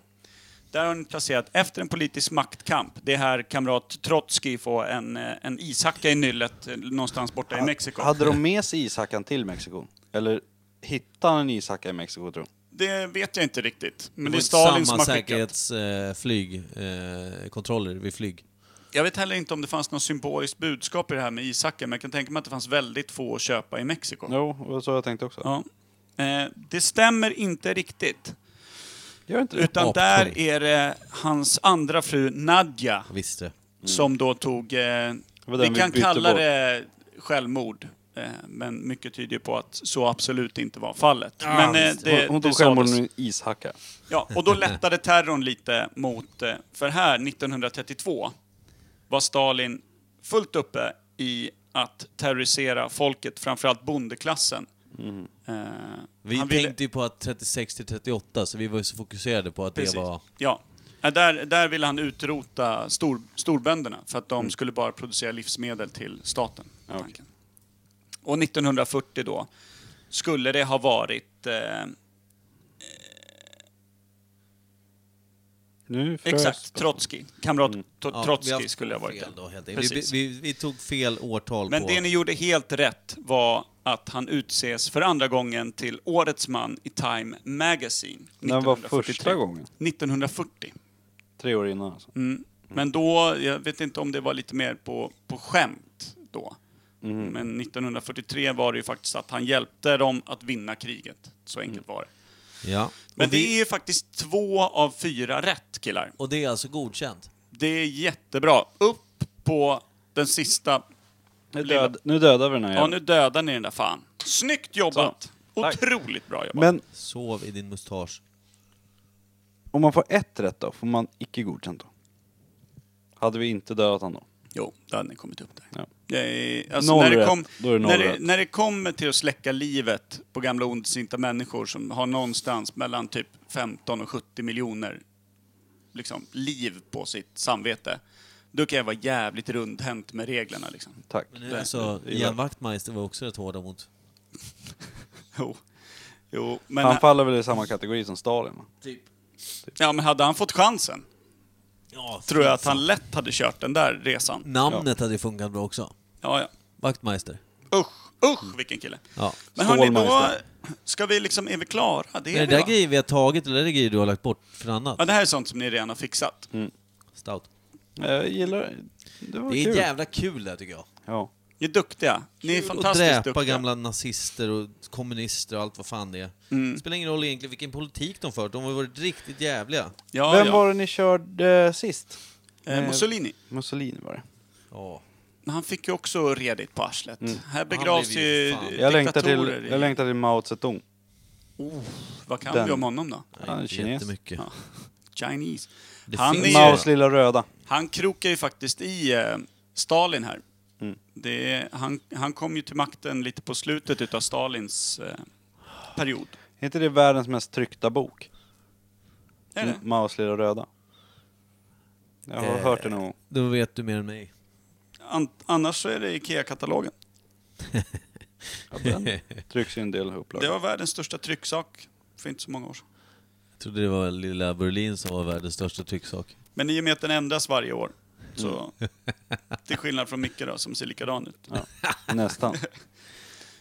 Speaker 3: Där har ni placerat efter en politisk maktkamp. Det är här kamrat Trotskij får en, eh, en ishacka i nyllet eh, någonstans borta i Mexiko.
Speaker 2: Hade de med sig ishackan till Mexiko? Eller hittade han en ishacka i Mexiko tror
Speaker 3: Det vet jag inte riktigt. Men
Speaker 1: Men
Speaker 3: det är Stalin som
Speaker 1: samma eh,
Speaker 3: har skickat.
Speaker 1: säkerhetsflygkontroller eh, vid flyg.
Speaker 3: Jag vet heller inte om det fanns något symboliskt budskap i det här med ishacka, men jag kan tänka mig att det fanns väldigt få att köpa i Mexiko.
Speaker 2: Jo, det var så jag tänkte också.
Speaker 3: Ja. Eh, det stämmer inte riktigt.
Speaker 2: Gör inte det?
Speaker 3: Utan
Speaker 1: Apkung.
Speaker 3: där är det hans andra fru Nadja
Speaker 1: Jag visste.
Speaker 3: som då tog... Eh,
Speaker 2: var
Speaker 3: vi
Speaker 2: den vi
Speaker 3: kan
Speaker 2: bytte
Speaker 3: kalla
Speaker 2: bort.
Speaker 3: det självmord. Eh, men mycket tyder ju på att så absolut inte var fallet.
Speaker 1: Ja,
Speaker 3: men eh,
Speaker 1: visst.
Speaker 3: det,
Speaker 2: Hon, hon
Speaker 3: det
Speaker 2: tog självmord
Speaker 3: sades.
Speaker 2: med en ishacka.
Speaker 3: Ja, och då lättade terrorn lite mot... eh, För här, 1932, var Stalin fullt uppe i att terrorisera folket, framförallt bondeklassen. Eh,
Speaker 1: Vi
Speaker 3: han ville-
Speaker 1: tänkte ju på att 36 till 38, så vi var ju så fokuserade på att
Speaker 3: Precis.
Speaker 1: det var...
Speaker 3: Ja. Ja, Där, där ville han utrota stor, storbönderna för att de
Speaker 1: Mm.
Speaker 3: skulle bara producera livsmedel till staten.
Speaker 2: Ja, okej.
Speaker 3: tanken. Och 1940 då skulle det ha varit... Eh,
Speaker 2: Nu frös
Speaker 3: exakt, Trotskij. Kamrat
Speaker 1: Mm. Ja,
Speaker 3: Trotskij
Speaker 1: vi har haft
Speaker 3: skulle ha varit
Speaker 1: fel
Speaker 3: det.
Speaker 1: då, helt enkelt. vi,
Speaker 3: Precis.
Speaker 1: vi, vi tog fel årtal
Speaker 3: Men
Speaker 1: på...
Speaker 3: det ni gjorde helt rätt var att han utses för andra gången till Årets man i Time Magazine.
Speaker 2: När var
Speaker 3: 1943.
Speaker 2: första gången?
Speaker 3: 1940.
Speaker 2: Tre år innan alltså.
Speaker 3: Mm. Men då, jag vet inte om det var lite mer på, på skämt då.
Speaker 2: Mm.
Speaker 3: Men 1943 var det ju faktiskt att han hjälpte dem att vinna kriget. Så enkelt
Speaker 2: Mm.
Speaker 3: var det.
Speaker 1: Ja.
Speaker 3: Men
Speaker 1: och, vi,
Speaker 3: det är ju faktiskt två av fyra rätt killar.
Speaker 1: och det är alltså godkänt?
Speaker 3: Det är jättebra. Upp på den sista.
Speaker 2: Nu, död, nu dödar vi den här
Speaker 3: Ja,
Speaker 2: jäveln.
Speaker 3: nu dödar ni den där fan. Snyggt jobbat!
Speaker 2: Tack.
Speaker 3: Otroligt bra jobbat.
Speaker 2: Men
Speaker 1: Sov i din mustasch.
Speaker 2: om man får ett rätt då, får man icke godkänt då? Hade vi inte dödat han då?
Speaker 3: Jo, då hade ni kommit upp där.
Speaker 2: Ja.
Speaker 3: Det är- Alltså,
Speaker 2: Noll
Speaker 3: när det
Speaker 2: rätt.
Speaker 3: kom,
Speaker 2: Då är det noll
Speaker 3: när, det,
Speaker 2: rätt.
Speaker 3: när det kommer till att släcka livet på gamla ondsinta människor som har någonstans mellan typ 15 och 70 miljoner liksom, liv på sitt samvete. Då kan jag vara jävligt rundhänt med reglerna liksom.
Speaker 2: Tack.
Speaker 1: Men det, alltså,
Speaker 2: det är
Speaker 1: Ian Wachtmeister var också rätt hårda mot...
Speaker 3: Jo. Jo, men,
Speaker 2: han faller väl i samma kategori som Stalin va?
Speaker 3: ja, men hade han fått chansen
Speaker 1: Ja,
Speaker 3: tror jag att han lätt hade kört den där resan.
Speaker 1: Namnet hade ju funkat bra också.
Speaker 3: Ja,
Speaker 1: Wachtmeister.
Speaker 3: ja. Usch, usch vilken kille.
Speaker 1: Ja.
Speaker 3: Men hörni, då
Speaker 2: Stålmeister.
Speaker 3: ska vi liksom, är vi klara? Det
Speaker 1: Är det
Speaker 3: är vi
Speaker 1: där
Speaker 3: va?
Speaker 1: grejer vi har tagit eller är det grejer du har lagt bort för annat?
Speaker 3: Ja, det här är sånt som ni redan har fixat.
Speaker 1: Stout.
Speaker 2: Jag gillar det. var
Speaker 1: Det är
Speaker 2: kul.
Speaker 1: jävla kul det här, tycker jag.
Speaker 2: Ja.
Speaker 3: Ni är duktiga. Ni är
Speaker 1: Och
Speaker 3: fantastiskt
Speaker 1: dräpa
Speaker 3: duktiga.
Speaker 1: gamla nazister och kommunister och allt vad fan det är.
Speaker 3: Mm.
Speaker 1: Det spelar ingen roll egentligen vilken politik de för, de har varit riktigt jävliga.
Speaker 3: Ja,
Speaker 2: Vem
Speaker 3: ja.
Speaker 2: var det ni körde sist?
Speaker 3: Eh, Mussolini.
Speaker 2: Mussolini var det.
Speaker 1: Ja.
Speaker 3: Men han fick ju också redigt på arslet. Här
Speaker 1: Han
Speaker 3: begravs
Speaker 1: blev
Speaker 3: ju
Speaker 1: ju fan-
Speaker 2: Jag längtar,
Speaker 3: diktatorer
Speaker 2: till,
Speaker 3: i-
Speaker 2: jag längtar till Mao Zedong.
Speaker 3: Vad kan
Speaker 2: den.
Speaker 3: vi om honom då?
Speaker 1: Nej,
Speaker 2: Han är
Speaker 1: inte
Speaker 2: kines.
Speaker 1: jättemycket.
Speaker 3: Ja. Chinese.
Speaker 1: Det
Speaker 3: Han
Speaker 1: finns
Speaker 3: är ju-
Speaker 1: sådana.
Speaker 2: Maos lilla röda.
Speaker 3: Han krokar ju faktiskt i eh, Stalin här. Det är, han, han kom ju till makten lite på slutet utav Stalins eh, period.
Speaker 2: Är inte det världens mest tryckta bok?
Speaker 3: Är det?
Speaker 2: M- Maos lilla röda. Jag har
Speaker 1: Eh.
Speaker 2: hört det nog.
Speaker 1: Då vet du mer än mig.
Speaker 3: An, annars så är det IKEA-katalogen. Eh.
Speaker 2: Trycks ju en del upplagor.
Speaker 3: Det var världens största trycksak för inte så många år sedan.
Speaker 1: Jag trodde det var lilla Berlin som var världens största trycksak.
Speaker 3: Men i och med att den ändras varje år, så till skillnad från Micke då, som ser likadan ut.
Speaker 2: Nästan. Micke,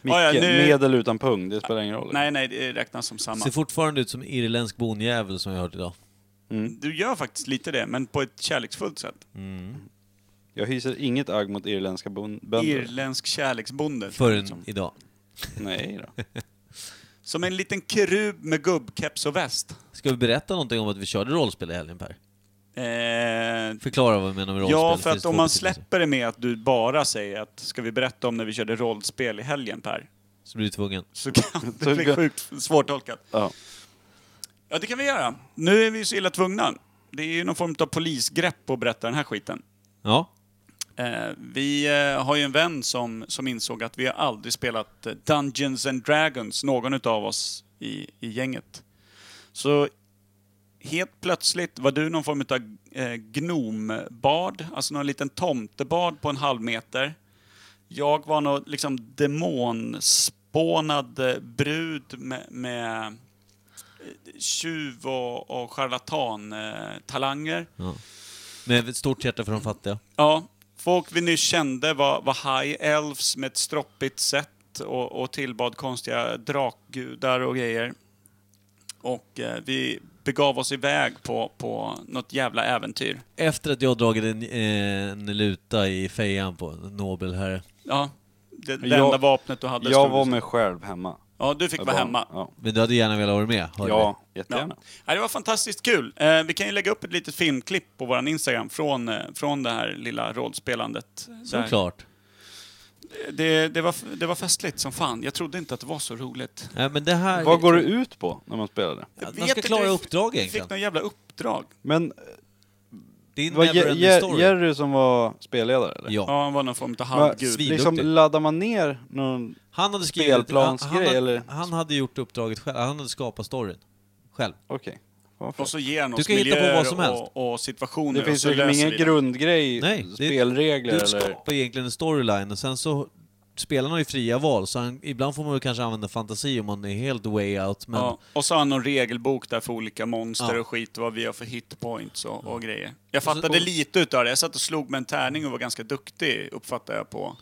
Speaker 3: Ja, ja, nu-
Speaker 2: medel utan pung, det spelar ingen roll.
Speaker 3: Nej, nej, det räknas som samma.
Speaker 1: Ser fortfarande ut som irländsk bonjävel som jag hört idag.
Speaker 3: Du gör faktiskt lite det, men på ett kärleksfullt sätt.
Speaker 2: Jag hyser inget agg mot irländska bon- bönder.
Speaker 3: Irländsk kärleksbonde.
Speaker 1: Förrän idag.
Speaker 2: Nej då.
Speaker 3: Som en liten kerub med gubbkeps och väst.
Speaker 1: Ska vi berätta någonting om att vi körde rollspel i helgen Per?
Speaker 3: Eh,
Speaker 1: Förklara vad vi menar med rollspel.
Speaker 3: Ja,
Speaker 1: Det
Speaker 3: för
Speaker 1: finns
Speaker 3: att om
Speaker 1: två
Speaker 3: man
Speaker 1: betydelser.
Speaker 3: släpper det med att du bara säger att ska vi berätta om när vi körde rollspel i helgen Per,
Speaker 1: Så blir du tvungen.
Speaker 3: så kan det bli sjukt svårtolkat.
Speaker 2: Ja.
Speaker 3: Ja, det kan vi göra. Nu är vi ju så illa tvungna. Det är ju någon form av polisgrepp att berätta den här skiten.
Speaker 1: Ja.
Speaker 3: Eh, vi eh, har ju en vän som, som insåg att vi har aldrig spelat eh, Dungeons and Dragons, någon utav oss i, i gänget. Så helt plötsligt var du någon form av eh, gnombard, alltså någon liten tomtebard på en halv meter. Jag var någon liksom demonspånad eh, brud med, med eh, tjuv och, och charlatan-talanger. Eh, talanger.
Speaker 1: Med ett stort hjärta för de fattiga.
Speaker 3: Ja, folk vi nyss kände var, var high elves med ett stroppigt sätt och, och tillbad konstiga drakgudar och grejer. Och eh, vi begav oss iväg på, på något jävla äventyr.
Speaker 1: Efter att jag dragit en, eh, en luta i fejan på en nobel herre.
Speaker 3: Ja, det, det
Speaker 2: Jag-
Speaker 3: enda vapnet du hade
Speaker 2: Jag
Speaker 3: stod-
Speaker 2: var mig själv hemma.
Speaker 3: Ja, du fick vara hemma.
Speaker 2: Ja,
Speaker 1: Men du hade gärna velat vara med, hörde
Speaker 2: ja
Speaker 3: Ja.
Speaker 2: jättegärna.
Speaker 3: Ja, det var fantastiskt kul. Eh, vi kan ju lägga upp ett litet filmklipp på vår Instagram från, eh, från det här lilla rollspelandet.
Speaker 1: du?
Speaker 3: Där.
Speaker 1: Såklart.
Speaker 3: Det, det, var, det var festligt som fan. Jag trodde inte att det var så roligt.
Speaker 1: Nej, men det här... typ
Speaker 2: Vad går det ut på när man spelar det?
Speaker 1: Att
Speaker 3: Vet
Speaker 1: man ska
Speaker 3: inte,
Speaker 1: klara
Speaker 3: vi-
Speaker 1: uppdrag
Speaker 3: Vi fick
Speaker 1: egentligen.
Speaker 3: någon jävla uppdrag.
Speaker 2: Men
Speaker 1: Det är en
Speaker 2: var Jer-
Speaker 1: neverending
Speaker 2: Jer-
Speaker 1: story.
Speaker 2: Jerry som var spelledare eller?
Speaker 1: Ja.
Speaker 3: Ja, han var någon form av
Speaker 2: Va,
Speaker 3: halvgud.
Speaker 1: svin-
Speaker 2: liksom
Speaker 1: Svinduktig.
Speaker 2: laddar man ner någon...
Speaker 1: Han hade skrivit...
Speaker 2: Spelplansgrej,
Speaker 1: han, han,
Speaker 2: eller?
Speaker 1: hade, han hade gjort uppdraget själv. Han hade skapat storyn. Själv.
Speaker 2: Okej. Vad fan.
Speaker 3: Och så ger han
Speaker 1: Du
Speaker 3: oss
Speaker 1: kan hitta på
Speaker 3: miljöer
Speaker 1: vad som helst.
Speaker 3: Och, och situationer.
Speaker 2: Det finns
Speaker 3: och så
Speaker 2: liksom
Speaker 3: löser
Speaker 2: ingen
Speaker 3: vi det.
Speaker 2: grundgrej,
Speaker 1: Nej, det-
Speaker 2: spelregler
Speaker 1: Du
Speaker 2: eller...
Speaker 1: skapar egentligen en storyline och sen så... Spelarna har ju fria val, så han, ibland får man väl kanske använda fantasi om man är helt way out, men...
Speaker 3: Ja. Och så har han någon regelbok där för olika monster
Speaker 1: Mm. Ja. Mm.
Speaker 3: och skit, vad vi har för hitpoints och, och grejer. Jag fattade
Speaker 1: och-
Speaker 3: lite utav det. Jag satt och slog med en tärning och var ganska duktig, uppfattade jag på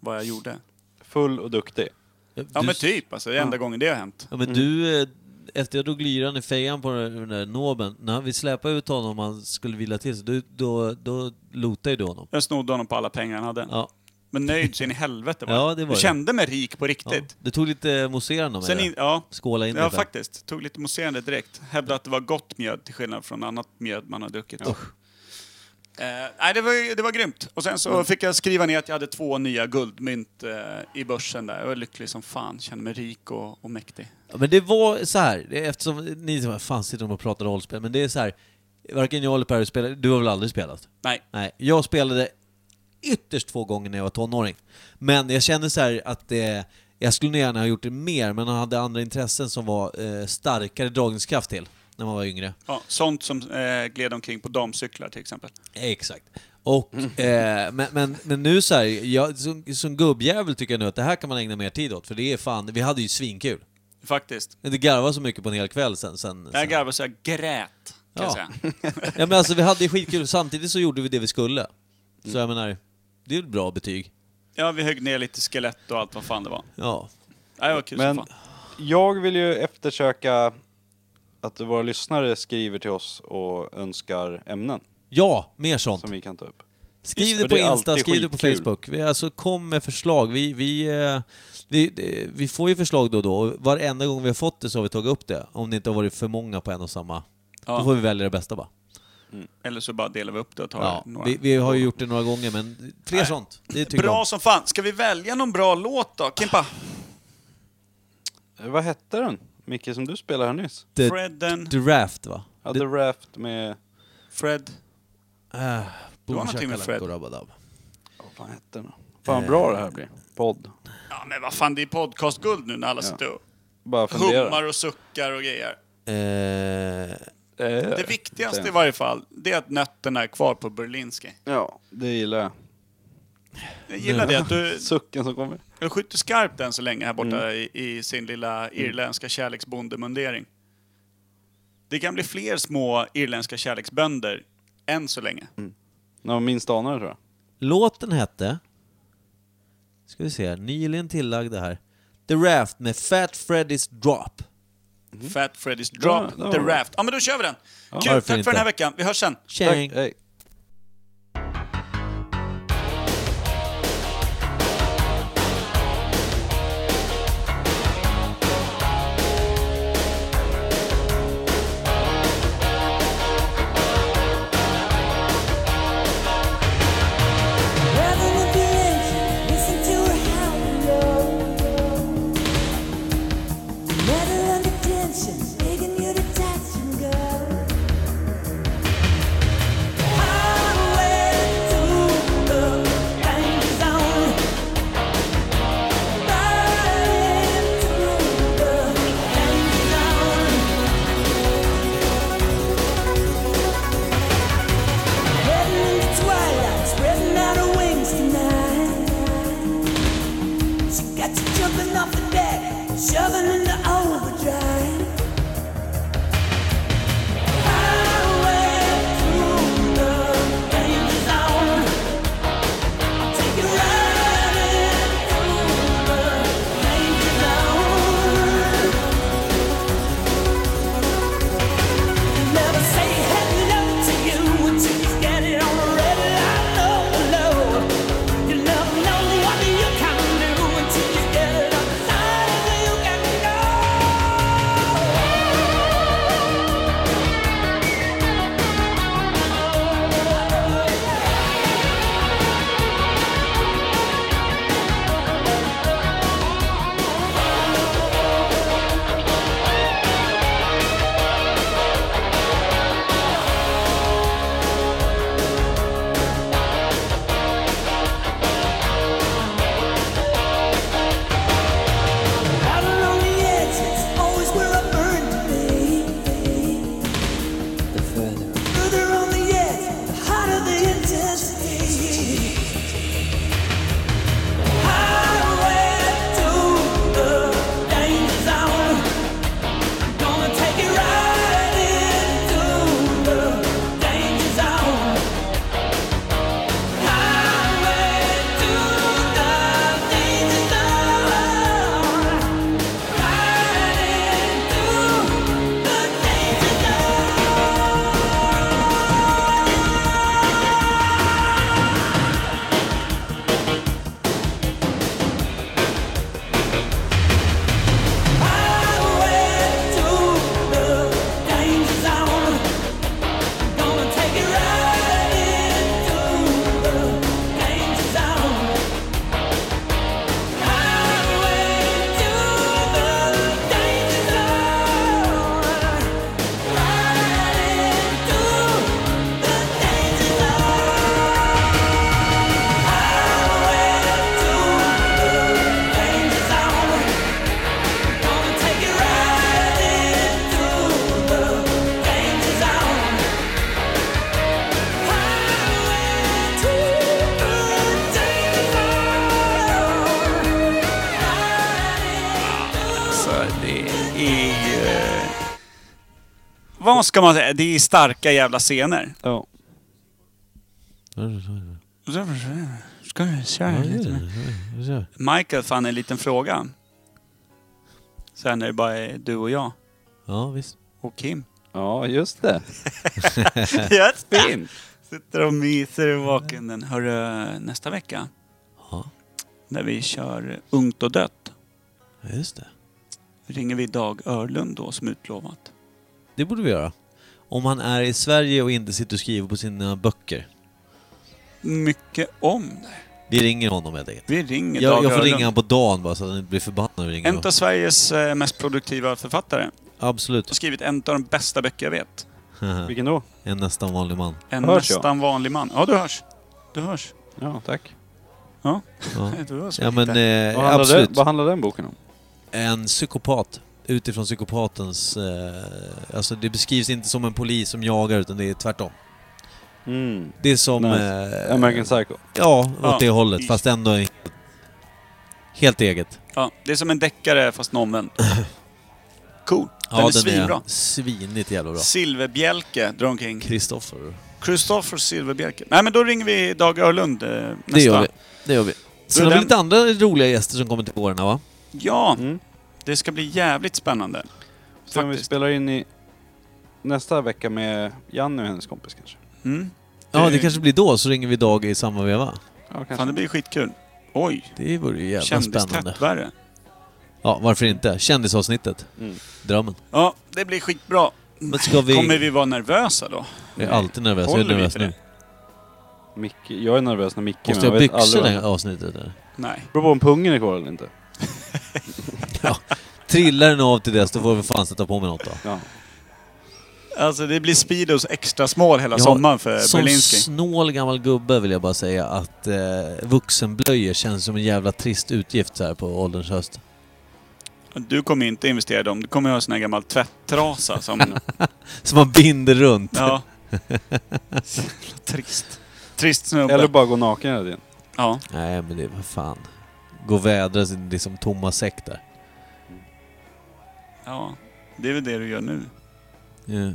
Speaker 3: vad jag gjorde.
Speaker 2: Full och duktig.
Speaker 3: Ja
Speaker 1: Du-
Speaker 3: men typ, alltså, det är enda gången det har hänt.
Speaker 1: Ja men du, eh, efter jag drog lyran i fejan på den den där nobeln, när vi släpade ut honom och han skulle vila till sig, då, då, då lotade ju du honom.
Speaker 3: Jag snodde honom på alla pengar han hade.
Speaker 1: Ja.
Speaker 3: Men nöjd så in i helvete var
Speaker 1: Ja,
Speaker 3: jag.
Speaker 1: det var
Speaker 3: jag
Speaker 1: det.
Speaker 3: kände mig rik på
Speaker 1: ja.
Speaker 3: riktigt.
Speaker 1: Du tog lite mousserande med
Speaker 3: Sen
Speaker 1: det.
Speaker 3: in, ja,
Speaker 1: Skåla in
Speaker 3: Ja,
Speaker 1: lite.
Speaker 3: faktiskt. Tog lite mousserande direkt. Hävdade att det var gott mjöd till skillnad från annat mjöd man har druckit. Eh, nej, det var, det var grymt. Och sen
Speaker 1: Mm.
Speaker 3: så fick jag skriva ner att jag hade två nya guldmynt eh, i börsen där. Jag var lycklig som fan, kände mig rik och, och mäktig.
Speaker 1: Ja, Men det var så här, det är eftersom ni som fan sitter de och pratar rollspel, men det är så här, varken jag eller Per spelar, du har väl aldrig spelat?
Speaker 3: Nej,
Speaker 1: Nej, jag spelade ytterst två gånger när jag var tonåring. Men jag kände så här att det, jag skulle nog gärna ha gjort det mer, men jag hade andra intressen som var eh, starkare dragningskraft till när man var yngre.
Speaker 3: ja, sånt som eh, gled omkring på damcyklar till exempel.
Speaker 1: Exakt. Och, eh, men, men, men nu så här, jag, som, som gubbjävel tycker jag nu att det här kan man ägna mer tid åt, för det är fan, vi hade ju svinkul.
Speaker 3: Faktiskt.
Speaker 1: Det garvade så mycket på en hel kväll sen. sen,
Speaker 3: Jag
Speaker 1: sen.
Speaker 3: garvade så jag grät, kan jag
Speaker 1: Alltså. Ja.
Speaker 3: säga.
Speaker 1: Ja, men alltså, vi hade ju skitkul, samtidigt så gjorde vi det vi skulle. Så jag menar, det är ett bra betyg.
Speaker 3: Ja, vi högg ner lite skelett och allt vad fan det var.
Speaker 1: Ja.
Speaker 3: Nej, det var kul
Speaker 2: Men
Speaker 3: som fan.
Speaker 2: jag vill ju eftersöka att våra lyssnare skriver till oss och önskar ämnen
Speaker 1: Ja, mer sånt.
Speaker 2: som vi kan ta upp.
Speaker 1: Skriv
Speaker 2: Just
Speaker 1: det
Speaker 2: det,
Speaker 1: på
Speaker 2: det är
Speaker 1: Insta,
Speaker 2: alltid
Speaker 1: skriv det på
Speaker 2: skitkul.
Speaker 1: Facebook. Vi alltså kom med förslag. Vi, vi, eh, vi, det- vi får ju förslag då och då. Och Varenda gång vi har fått det så har vi tagit upp det. Om det inte har varit för många på en och samma. Då får
Speaker 3: Ja.
Speaker 1: vi välja det bästa bara.
Speaker 3: Eller så bara delar vi upp det och tar
Speaker 1: Ja,
Speaker 3: några.
Speaker 1: vi, vi har ju gjort det några gånger, men fler
Speaker 3: Nej.
Speaker 1: sånt. Det tycker
Speaker 3: Bra
Speaker 1: jag om.
Speaker 3: som fan. Ska vi välja någon bra låt då?
Speaker 2: Ah,
Speaker 3: Kimpa?
Speaker 2: Eh, Vad hette den? Micke, som du spelade här nyss?
Speaker 1: The
Speaker 3: Fredden...
Speaker 1: Draft va?
Speaker 2: Ja,
Speaker 1: Det-
Speaker 2: The Raft med...
Speaker 3: Fred...
Speaker 1: Äh,
Speaker 3: var någonting med Fred.
Speaker 2: Vad fan hette den då? Fan
Speaker 1: Eh.
Speaker 2: vad bra det här blir. Podd.
Speaker 3: Ja men vad fan, det är podcastguld nu när alla sitter och
Speaker 2: Bara
Speaker 3: hummar
Speaker 2: fundera.
Speaker 3: och suckar och grejer.
Speaker 1: Eh,
Speaker 3: Det viktigaste i varje fall, det är att nötterna är kvar på berlinski.
Speaker 2: Ja, det gillar jag.
Speaker 3: Jag gillar det att du,
Speaker 2: Sucken som kommer.
Speaker 3: du skjuter skarpt än så länge här borta
Speaker 2: Mm.
Speaker 3: i, i sin lilla irländska kärleksbondemundering. Det kan bli fler små irländska kärleksbönder än så länge.
Speaker 2: Mm. När man minst anar det tror jag.
Speaker 1: låten hette... Ska vi se, nyligen tillagd det här. The Raft med Fat Freddy's Drop.
Speaker 3: Fat Freddy's Drop
Speaker 2: Ja, det var
Speaker 3: the
Speaker 2: bra.
Speaker 3: Raft. Ja men då kör vi den! Kul,
Speaker 1: varför
Speaker 3: tack
Speaker 1: inte?
Speaker 3: för den här veckan. Vi hörs sen.
Speaker 1: Tjing!
Speaker 2: Tack, hej.
Speaker 8: Spreading out her wings tonight. She got you jumping off the deck, shoving into overdrive. Highway through the danger zone. I'll take you riding through the danger zone. They'll never say hello to you until you get it on the red light overload. You never know what you can do until you get it on the side that you can go. Out along the edge, it's always where I burn to be. The further on the edge, the hotter the intensity. Highway to the danger zone. I'm gonna take it right into the danger zone. Highway to the danger zone. Riding through the danger zone. Highway to the danger zone. Gonna take it right into the danger zone. Highway to the danger zone. Right into the danger zone. Highway to the danger zone. Gonna take it right into the danger zone. Highway to the danger zone.
Speaker 3: Så Alltså, det är ju... eh, Vad ska man säga? Det är starka jävla scener.
Speaker 2: Ja.
Speaker 3: Ska vi köra lite? Michael, fan en liten fråga. Sen när det bara är du och jag
Speaker 1: Ja, visst.
Speaker 3: och Kim.
Speaker 2: ja, just det.
Speaker 3: Yes.
Speaker 2: Fint.
Speaker 3: Sitter och myser i bakgrunden. Hörru, nästa vecka
Speaker 1: Ja,
Speaker 3: när vi kör Ungt och dött
Speaker 1: just det.
Speaker 3: ringer vi Dag Örlund då som utlovat.
Speaker 1: Det borde vi göra. Om han är i Sverige och inte sitter och skriver på sina böcker.
Speaker 3: Mycket om det.
Speaker 1: Vi ringer honom helt enkelt.
Speaker 3: Vi ringer
Speaker 1: Jag,
Speaker 3: Dag
Speaker 1: jag får
Speaker 3: Örlund.
Speaker 1: ringa honom på dagen bara så att han inte blir förbannad när vi ringer
Speaker 3: en av
Speaker 1: honom.
Speaker 3: Sveriges eh, mest produktiva författare. Har
Speaker 1: Absolut.
Speaker 3: skrivit en av de bästa böcker jag vet.
Speaker 2: Vilken då?
Speaker 1: en nästan vanlig man.
Speaker 3: En
Speaker 2: Hörs jag?
Speaker 3: nästan vanlig man. Ja, du hörs. Du hörs.
Speaker 2: Ja,
Speaker 1: Eh,
Speaker 2: tack.
Speaker 1: Ja,
Speaker 3: Du hörs
Speaker 1: ja men
Speaker 3: lite.
Speaker 2: Vad
Speaker 1: eh,
Speaker 2: handlar,
Speaker 1: absolut.
Speaker 2: den, vad handlar den boken om?
Speaker 1: En psykopat. Utifrån psykopatens... Eh, alltså det beskrivs inte som en polis som jagar utan det är tvärtom.
Speaker 2: Mm.
Speaker 1: Det är som...
Speaker 2: Nice.
Speaker 1: Eh,
Speaker 2: American Psycho.
Speaker 1: Ja, åt
Speaker 3: Ja.
Speaker 1: det hållet. Fast ändå helt- helt eget.
Speaker 3: ja, det är som en deckare fast omvänd. Cool. Den
Speaker 1: Ja,
Speaker 3: är svinbra.
Speaker 1: svinigt jävla bra.
Speaker 3: Silverbjälke drar omkring.
Speaker 1: Kristoffer.
Speaker 3: Kristoffer Silverbjälke. Nej men då ringer vi Dag Örlund eh, nästa.
Speaker 1: Det gör vi. Det gör vi. Sen har vi
Speaker 3: den-
Speaker 1: lite andra roliga gäster som kommer till våren här, va?
Speaker 3: Ja,
Speaker 2: Mm.
Speaker 3: det ska bli jävligt spännande.
Speaker 2: Så om vi
Speaker 3: Faktiskt.
Speaker 2: spelar in i nästa vecka med Janne och hennes kompis kanske.
Speaker 3: Mm.
Speaker 1: Ja,
Speaker 3: Eh,
Speaker 1: det kanske blir då, så ringer vi Dag i samma veva.
Speaker 2: Ja, kanske.
Speaker 3: Fan, det blir skitkul. Oj,
Speaker 1: Det vore ju jävla spännande.
Speaker 3: kändistätt värre.
Speaker 1: Ja, varför inte? Kändisavsnittet.
Speaker 2: Mm.
Speaker 1: Drömmen.
Speaker 3: Ja, det blir skitbra.
Speaker 1: Men ska vi...
Speaker 3: Kommer vi vara nervösa då?
Speaker 1: Jag är alltid nervös. Jag är
Speaker 3: Håller vi
Speaker 1: nervös
Speaker 3: för
Speaker 1: nu.
Speaker 3: det?
Speaker 2: Micke, jag är nervös när Micke...
Speaker 1: Måste jag ha
Speaker 2: vet
Speaker 1: byxor
Speaker 2: aldrig
Speaker 1: i
Speaker 2: vad-
Speaker 1: det här avsnittet? Eller?
Speaker 3: Nej.
Speaker 2: beror på om pungen är kvar eller inte.
Speaker 1: Trillar den av till dess, då får vi fan sätta på mig något då.
Speaker 2: Ja.
Speaker 3: Alltså det blir Speedos extra small hela
Speaker 1: Ja,
Speaker 3: sommaren för
Speaker 1: Som
Speaker 3: Eh, Berlinski.
Speaker 1: snål gammal gubbe vill jag bara säga att eh, vuxenblöjor känns som en jävla trist utgift så här på ålderns höst.
Speaker 3: Du kommer inte investera i dem. Du kommer ha en sån här gammal tvättrasa som...
Speaker 1: Som man binder runt.
Speaker 3: ja. Så jävla Trist. Trist snubbe.
Speaker 2: Eller bara gå naken hela tiden.
Speaker 3: Ja.
Speaker 1: Nej men det, vad fan. Gå och vädra sin liksom tomma säck där.
Speaker 3: ja. Det är väl det du gör nu.
Speaker 1: Ja.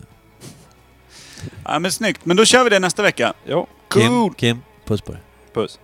Speaker 3: Ja men snyggt. Men då kör vi det nästa vecka.
Speaker 2: Jo,
Speaker 3: Cool!
Speaker 1: Kim, Kim, puss på dig.
Speaker 2: puss.